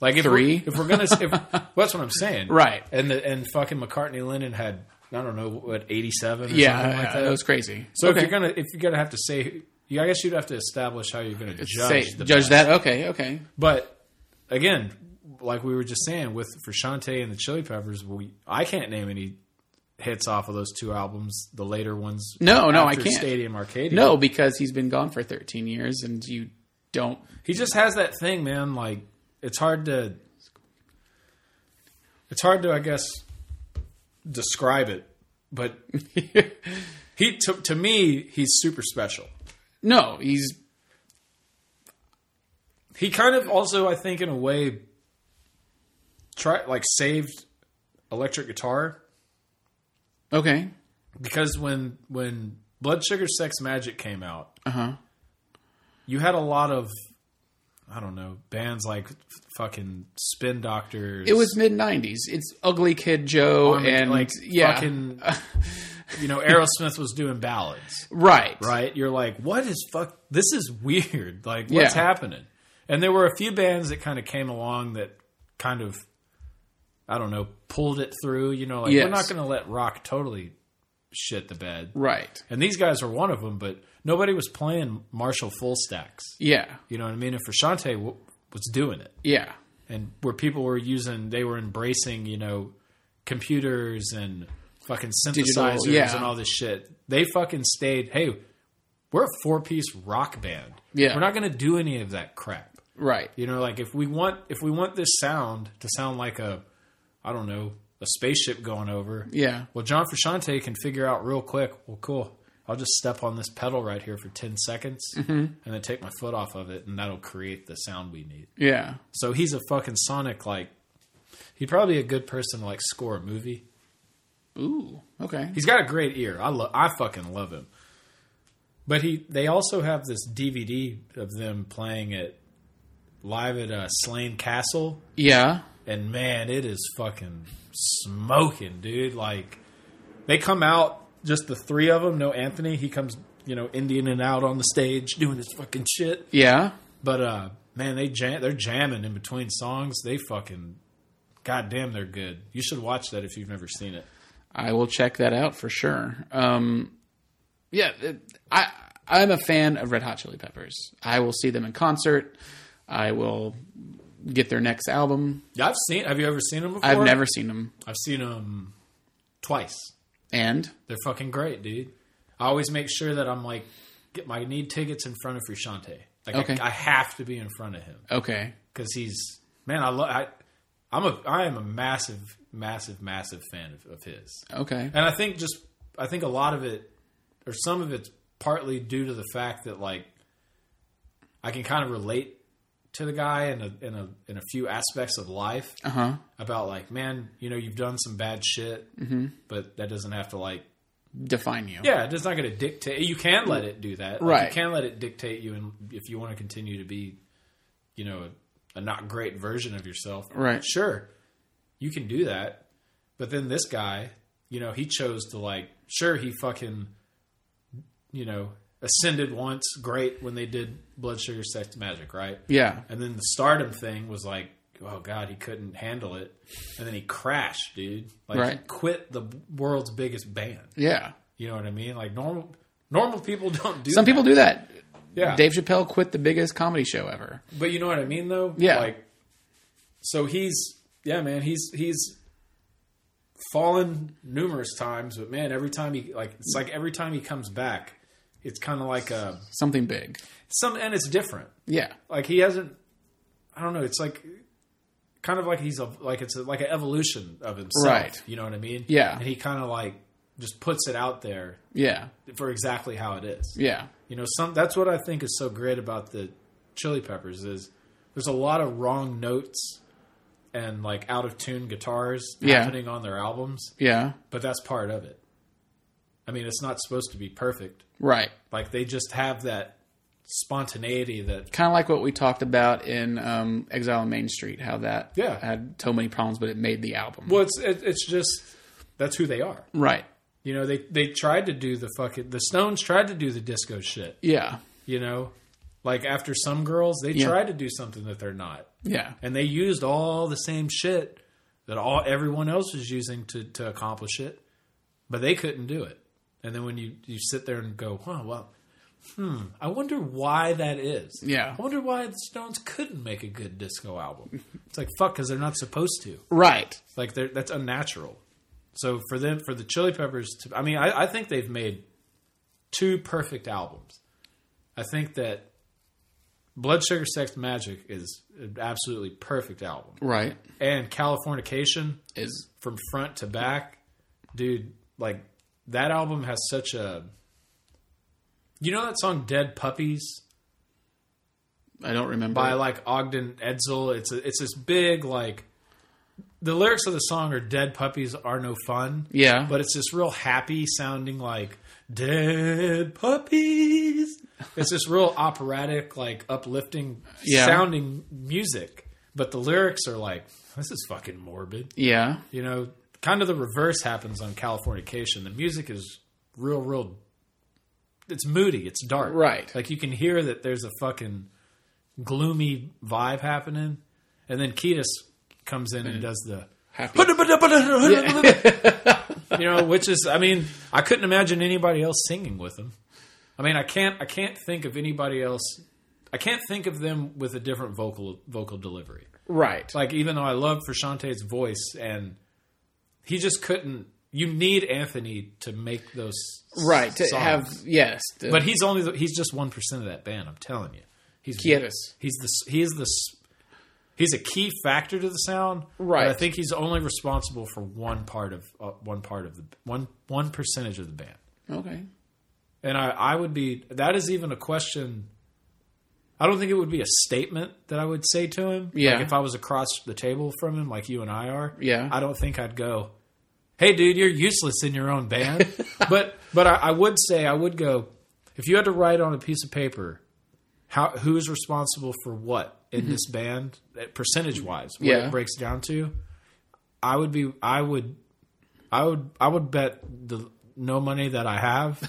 Speaker 3: Like if
Speaker 1: Three?
Speaker 3: We're, if we're gonna,
Speaker 1: [LAUGHS]
Speaker 3: if, well, that's what I'm saying,
Speaker 1: Right.
Speaker 3: And the and fucking McCartney Lennon had I don't know what 87 or
Speaker 1: Yeah,
Speaker 3: something like
Speaker 1: yeah,
Speaker 3: that.
Speaker 1: that was crazy.
Speaker 3: so if you're gonna if you're gonna have to say, you, I guess you'd have to establish how you're gonna judge
Speaker 1: say,
Speaker 3: the
Speaker 1: judge
Speaker 3: best.
Speaker 1: that, okay, okay,
Speaker 3: But again, like we were just saying with for Shante and the Chili Peppers, we I can't name any hits off of those two albums, the later ones.
Speaker 1: No, no, I
Speaker 3: after
Speaker 1: can't.
Speaker 3: Stadium Arcadia.
Speaker 1: No, because he's been gone for 13 years and you don't.
Speaker 3: he just has that thing, man. Like it's hard to, it's hard to, I guess, describe it.
Speaker 1: [LAUGHS]
Speaker 3: But he to, to me, he's super special.
Speaker 1: no, he's.
Speaker 3: He kind of also, I think, in a way, try like saved electric guitar
Speaker 1: Okay.
Speaker 3: because when when Blood Sugar Sex Magic came out,
Speaker 1: Uh huh.
Speaker 3: you had a lot of I don't know bands like f- fucking Spin Doctors.
Speaker 1: It was mid 90s. It's Ugly Kid Joe
Speaker 3: Armaged-
Speaker 1: and.
Speaker 3: like
Speaker 1: yeah. [LAUGHS]
Speaker 3: fucking you know Aerosmith was doing ballads,
Speaker 1: right.
Speaker 3: right? You're like, what is fuck? This is weird. Like, what's
Speaker 1: Yeah.
Speaker 3: happening? And there were a few bands that kind of came along that kind of I don't know pulled it through. You know, like
Speaker 1: Yes.
Speaker 3: we're not going to let rock totally shit the bed.
Speaker 1: Right.
Speaker 3: And these guys were one of them, but nobody was playing Marshall full stacks.
Speaker 1: Yeah.
Speaker 3: You know what I mean? And Frusciante w- was doing it,
Speaker 1: Yeah.
Speaker 3: and where people were using, they were embracing, you know, computers and fucking synthesizers
Speaker 1: yeah.
Speaker 3: and all this shit. They fucking stayed. Hey, we're a four-piece rock band.
Speaker 1: Yeah.
Speaker 3: we're not gonna do any of that crap.
Speaker 1: Right.
Speaker 3: You know, like if we want if we want this sound to sound like a, I don't know, a spaceship going over.
Speaker 1: Yeah.
Speaker 3: Well, John Frusciante can figure out real quick. Well, cool. I'll just step on this pedal right here for ten seconds, and then take my foot off of it, and that'll create the sound we need.
Speaker 1: Yeah.
Speaker 3: So he's a fucking sonic. Like he'd probably be a good person to like score a movie.
Speaker 1: Ooh. Okay.
Speaker 3: He's got a great ear. I lo- I fucking love him. But he they also have this DVD of them playing it live at uh, Slane Castle,
Speaker 1: Yeah.
Speaker 3: and man, it is fucking smoking, dude. Like they come out just the three of them. No Anthony, he comes you know Indian and out on the stage doing his fucking shit.
Speaker 1: Yeah.
Speaker 3: But uh, man, they jam- they're jamming in between songs. They fucking goddamn, they're good. You should watch that if you've never seen it.
Speaker 1: I will check that out for sure. Um, yeah, it- I I'm a fan of Red Hot Chili Peppers. I will see them in concert. I will get their next album.
Speaker 3: Yeah, I've seen. Have you ever seen them before?
Speaker 1: I've never seen them,
Speaker 3: I've seen them twice.
Speaker 1: and
Speaker 3: They're fucking great, dude. I always make sure that I'm like, get my need tickets in front of Frusciante. Like,
Speaker 1: Okay.
Speaker 3: I, I have to be in front of him
Speaker 1: okay,
Speaker 3: because he's man. I love. I, I'm a. I am a massive, massive, massive fan of, of his.
Speaker 1: okay,
Speaker 3: And I think just I think a lot of it or some of it's partly due to the fact that like I can kind of relate to the guy in a in a in a few aspects of life
Speaker 1: uh huh,
Speaker 3: about like man you know you've done some bad shit but that doesn't have to like
Speaker 1: define you.
Speaker 3: yeah it's not going to dictate you can let it do that Like,
Speaker 1: Right.
Speaker 3: you can let it dictate you and if you want to continue to be you know a, a not great version of yourself
Speaker 1: Right.
Speaker 3: sure you can do that but then this guy you know he chose to like sure he fucking you know ascended once great when they did blood sugar sex magic right
Speaker 1: yeah,
Speaker 3: and then the stardom thing was like, oh god, he couldn't handle it, and then he crashed, dude. Like he
Speaker 1: Right.
Speaker 3: quit the world's biggest band.
Speaker 1: yeah.
Speaker 3: You know what I mean? Like normal normal people [LAUGHS] don't do.
Speaker 1: Some
Speaker 3: that.
Speaker 1: people do that.
Speaker 3: yeah.
Speaker 1: Dave Chappelle quit the biggest comedy show ever.
Speaker 3: But you know what I mean, though.
Speaker 1: Yeah.
Speaker 3: Like, so he's yeah, man. He's he's fallen numerous times, but man, every time he like it's like every time he comes back, it's kind of like a
Speaker 1: Something big.
Speaker 3: some and it's different.
Speaker 1: Yeah,
Speaker 3: like he hasn't i don't know it's like kind of like he's a like it's a, like an evolution of himself
Speaker 1: Right.
Speaker 3: you know what i mean
Speaker 1: Yeah.
Speaker 3: and he kind of like just puts it out there
Speaker 1: yeah,
Speaker 3: for exactly how it is
Speaker 1: yeah,
Speaker 3: you know some that's what i think is so great about the chili peppers is there's a lot of wrong notes and like out of tune guitars
Speaker 1: Yeah.
Speaker 3: happening on their albums
Speaker 1: yeah.
Speaker 3: but that's part of it i mean it's not supposed to be perfect
Speaker 1: Right.
Speaker 3: like they just have that spontaneity that
Speaker 1: kind of like what we talked about in um, Exile on Main Street, how that
Speaker 3: Yeah.
Speaker 1: had so many problems, but it made the album.
Speaker 3: Well, it's it, it's just that's who they are.
Speaker 1: Right.
Speaker 3: You know, they they tried to do the fucking the Stones tried to do the disco shit.
Speaker 1: Yeah.
Speaker 3: You know, like after some girls, they
Speaker 1: Yeah.
Speaker 3: tried to do something that they're not,
Speaker 1: Yeah.
Speaker 3: and they used all the same shit that all everyone else was using to to accomplish it, but they couldn't do it. And then when you you sit there and go, huh, well, hmm, I wonder why that is.
Speaker 1: Yeah.
Speaker 3: I wonder why the Stones couldn't make a good disco album. It's like fuck because they're not supposed to.
Speaker 1: Right.
Speaker 3: Like they're, that's unnatural. So for them, for the Chili Peppers, to, I mean, I, I think they've made two perfect albums. I think that Blood Sugar Sex Magic is an absolutely perfect album,
Speaker 1: Right.
Speaker 3: and Californication
Speaker 1: Is
Speaker 3: from front to back, dude. Like that album has such a. You know that song "Dead Puppies"
Speaker 1: I don't remember.
Speaker 3: by like Ogden Edsel. It's a, it's this big like the lyrics of the song are "Dead puppies are no fun."
Speaker 1: yeah.
Speaker 3: but it's this real happy sounding like "Dead puppies." It's this real operatic, like uplifting
Speaker 1: Yeah.
Speaker 3: sounding music, but the lyrics are like this is fucking morbid.
Speaker 1: yeah.
Speaker 3: You know, kind of the reverse happens on Californication. The music is real, real. It's moody. It's dark.
Speaker 1: Right.
Speaker 3: Like you can hear that there's a fucking gloomy vibe happening, and then Kiedis comes in and does the.
Speaker 1: Happy.
Speaker 3: [LAUGHS] you know, which is, I mean, I couldn't imagine anybody else singing with them. I mean, I can't, I can't think of anybody else. I can't think of them with a different vocal vocal delivery
Speaker 1: Right.
Speaker 3: like even though I love Frusciante's voice and he just couldn't you need Anthony to make those s-
Speaker 1: right. To
Speaker 3: songs.
Speaker 1: have yes. to-
Speaker 3: but he's only the, he's just 1% of that band I'm telling you he's
Speaker 1: Kieras.
Speaker 3: he's the s- he is the s- he's a key factor to the sound but I
Speaker 1: Right.
Speaker 3: think he's only responsible for one part of uh, one part of the one one percentage of the band
Speaker 1: okay.
Speaker 3: and I, I would be that is even a question I don't think it would be a statement that I would say to him.
Speaker 1: Yeah.
Speaker 3: Like if I was across the table from him, like you and I are.
Speaker 1: Yeah.
Speaker 3: I don't think I'd go, Hey dude, you're useless in your
Speaker 1: [LAUGHS]
Speaker 3: own band. but but I, I would say I would go, if you had to write on a piece of paper how who is responsible for what in this band, percentage wise, what
Speaker 1: Mm-hmm. Yeah.
Speaker 3: it breaks down to, I would be I would I would I would bet the no money that I
Speaker 1: [LAUGHS]
Speaker 3: have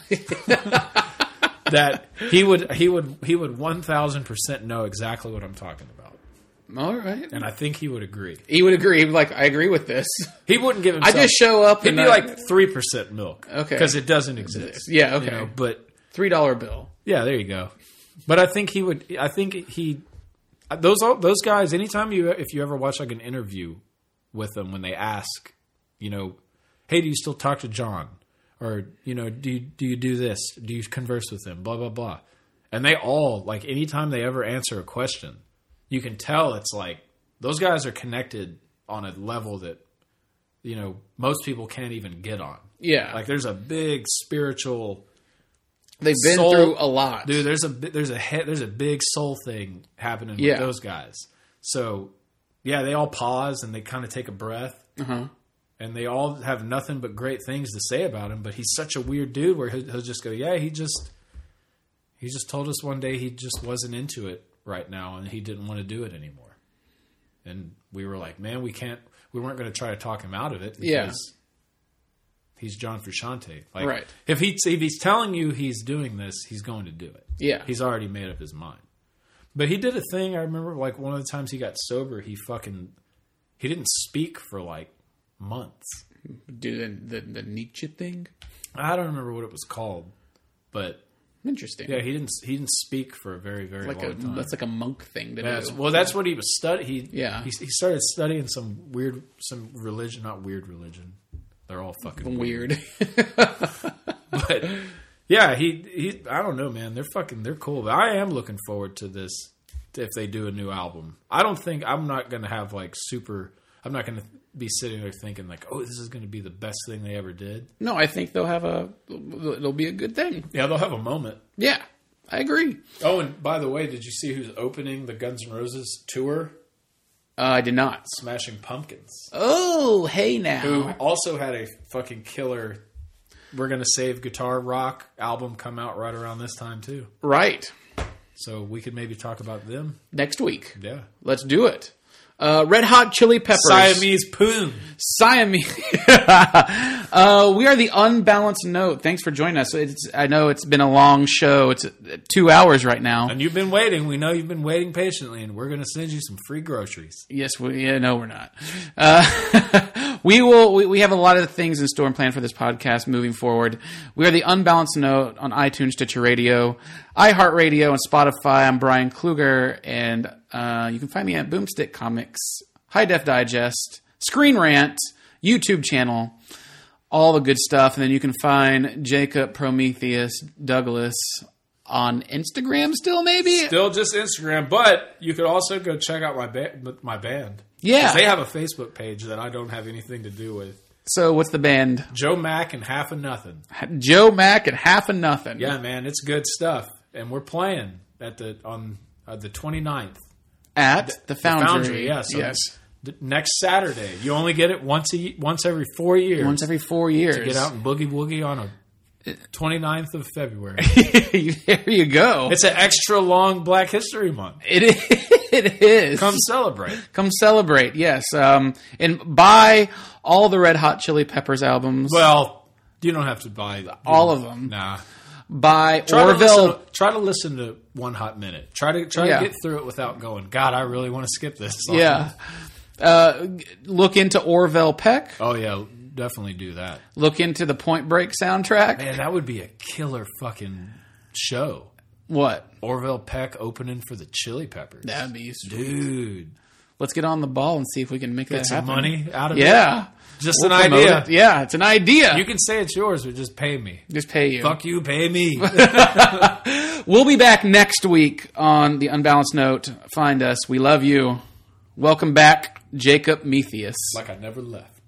Speaker 3: that he would he would he would one thousand percent know exactly what I'm talking about,
Speaker 1: All right.
Speaker 3: and I think he would agree.
Speaker 1: He would agree. He'd be like, I agree with this.
Speaker 3: He wouldn't give
Speaker 1: I
Speaker 3: himself.
Speaker 1: just show up
Speaker 3: It'd
Speaker 1: and
Speaker 3: be
Speaker 1: I-
Speaker 3: like three percent milk,
Speaker 1: Okay.
Speaker 3: because it doesn't exist.
Speaker 1: Yeah,
Speaker 3: you
Speaker 1: okay.
Speaker 3: know, but
Speaker 1: three dollar bill.
Speaker 3: yeah, there you go. But I think he would. I think he those those guys. Anytime you if you ever watch like an interview with them when they ask, you know, hey, do you still talk to John? Or you know, do you, do you do this? Do you converse with him? Blah blah blah. And they all like anytime they ever answer a question, you can tell it's like those guys are connected on a level that you know most people can't even get on.
Speaker 1: Yeah.
Speaker 3: Like there's a big spiritual
Speaker 1: They've been
Speaker 3: soul-
Speaker 1: through a lot.
Speaker 3: dude. There's a bi- there's a he, there's a big soul thing happening
Speaker 1: Yeah.
Speaker 3: with those guys. So yeah, they all pause and they kind of take a breath,
Speaker 1: Uh-huh.
Speaker 3: and they all have nothing but great things to say about him. But he's such a weird dude where he'll, he'll just go, yeah, he just he just told us one day he just wasn't into it right now and he didn't want to do it anymore. And we were like, man, we can't. We weren't going to try to talk him out of it. Because
Speaker 1: Yeah.
Speaker 3: He's John Frusciante. Like,
Speaker 1: Right.
Speaker 3: If he's if he's telling you he's doing this, he's going to do it.
Speaker 1: Yeah.
Speaker 3: He's already made up his mind. But he did a thing. I remember, like one of the times he got sober, he fucking he didn't speak for like months.
Speaker 1: Dude, the, the the Nietzsche thing.
Speaker 3: I don't remember what it was called, but
Speaker 1: Interesting.
Speaker 3: yeah, he didn't he didn't speak for a very very
Speaker 1: like
Speaker 3: long
Speaker 1: a,
Speaker 3: time.
Speaker 1: that's like a monk thing to
Speaker 3: That's-
Speaker 1: do.
Speaker 3: well, that's what he was study. He
Speaker 1: Yeah.
Speaker 3: He, he started studying some weird some religion, not weird religion. They're all fucking weird.
Speaker 1: weird. [LAUGHS]
Speaker 3: [LAUGHS] but yeah, he he. I don't know, man. They're fucking. They're cool. But I am looking forward to this if they do a new album. I don't think I'm not gonna have like super. I'm not gonna be sitting there thinking like, oh, this is gonna be the best thing they ever did.
Speaker 1: no, I think they'll have a it'll be a good thing.
Speaker 3: Yeah, they'll have a moment.
Speaker 1: Yeah, I agree.
Speaker 3: Oh, and by the way, did you see who's opening the Guns N' Roses tour?
Speaker 1: Uh, I did not.
Speaker 3: Smashing Pumpkins,
Speaker 1: Oh, hey now.
Speaker 3: who also had a fucking killer. We're gonna save guitar rock album come out right around this time too,
Speaker 1: Right.
Speaker 3: so we could maybe talk about them.
Speaker 1: Next week.
Speaker 3: Yeah,
Speaker 1: Let's do it. Uh, Red Hot Chili Peppers.
Speaker 3: Siamese Poon.
Speaker 1: Siamese. [LAUGHS] uh, we are the unbalanced note. Thanks for joining us. It's, I know it's been a long show. It's uh, two hours right now.
Speaker 3: And you've been waiting. We know you've been waiting patiently, and we're going to send you some free groceries.
Speaker 1: Yes, we. Yeah, no, we're not. Uh, [LAUGHS] we will. We, we have a lot of things in store and planned for this podcast moving forward. We are the Unbalanced Note on iTunes, Stitcher Radio, iHeartRadio, and Spotify. I'm Brian Kluger, and uh, you can find me at Boomstick Comics, High Def Digest, Screen Rant, YouTube channel all the good stuff. And then you can find Jacob Prometheus Douglas on Instagram still, maybe?
Speaker 3: Still just Instagram, but you could also go check out my ba- my band. 'Cause
Speaker 1: yeah.
Speaker 3: They have a Facebook page that I don't have anything to do with.
Speaker 1: so what's the band?
Speaker 3: Joe Mack and Half of Nothing.
Speaker 1: Joe Mack and Half and Nothing.
Speaker 3: Yeah, man, it's good stuff. And we're playing at the on uh, the 29th.
Speaker 1: At the Foundry.
Speaker 3: Foundry, yeah, so
Speaker 1: yes.
Speaker 3: th- next Saturday. You only get it once a, ye- once every 4 years.
Speaker 1: Once every four years.
Speaker 3: get out and boogie woogie on a 29th of February.
Speaker 1: there [LAUGHS] you go.
Speaker 3: it's an extra long Black History Month.
Speaker 1: It is. [LAUGHS] It is. [LAUGHS]
Speaker 3: Come celebrate.
Speaker 1: Come celebrate, yes. Um, and buy all the Red Hot Chili Peppers albums.
Speaker 3: Well, you don't have to buy
Speaker 1: all of them.
Speaker 3: Nah.
Speaker 1: buy
Speaker 3: Try To
Speaker 1: Orville.
Speaker 3: listen, try to listen to one hot minute. Try to try
Speaker 1: Yeah.
Speaker 3: to get through it without going. God, I really want to skip this. Song.
Speaker 1: Yeah. Uh, look into Orville Peck.
Speaker 3: Oh yeah, definitely do that.
Speaker 1: Look into the Point Break soundtrack.
Speaker 3: Man, that would be a killer fucking show.
Speaker 1: What?
Speaker 3: Orville Peck opening for the Chili Peppers.
Speaker 1: That'd be sweet.
Speaker 3: Dude,
Speaker 1: Let's get on the ball and see if we can make
Speaker 3: get
Speaker 1: that
Speaker 3: some
Speaker 1: happen.
Speaker 3: money out of it.
Speaker 1: Yeah.
Speaker 3: Just
Speaker 1: We'll
Speaker 3: an
Speaker 1: promote
Speaker 3: idea.
Speaker 1: it. Yeah, it's an idea.
Speaker 3: You can say it's yours, but just pay me.
Speaker 1: just pay you.
Speaker 3: Fuck you, pay me.
Speaker 1: We'll be back next week on the Unbalanced Note. Find us. We love you. Welcome back, Jacob Metheus.
Speaker 3: like I never left.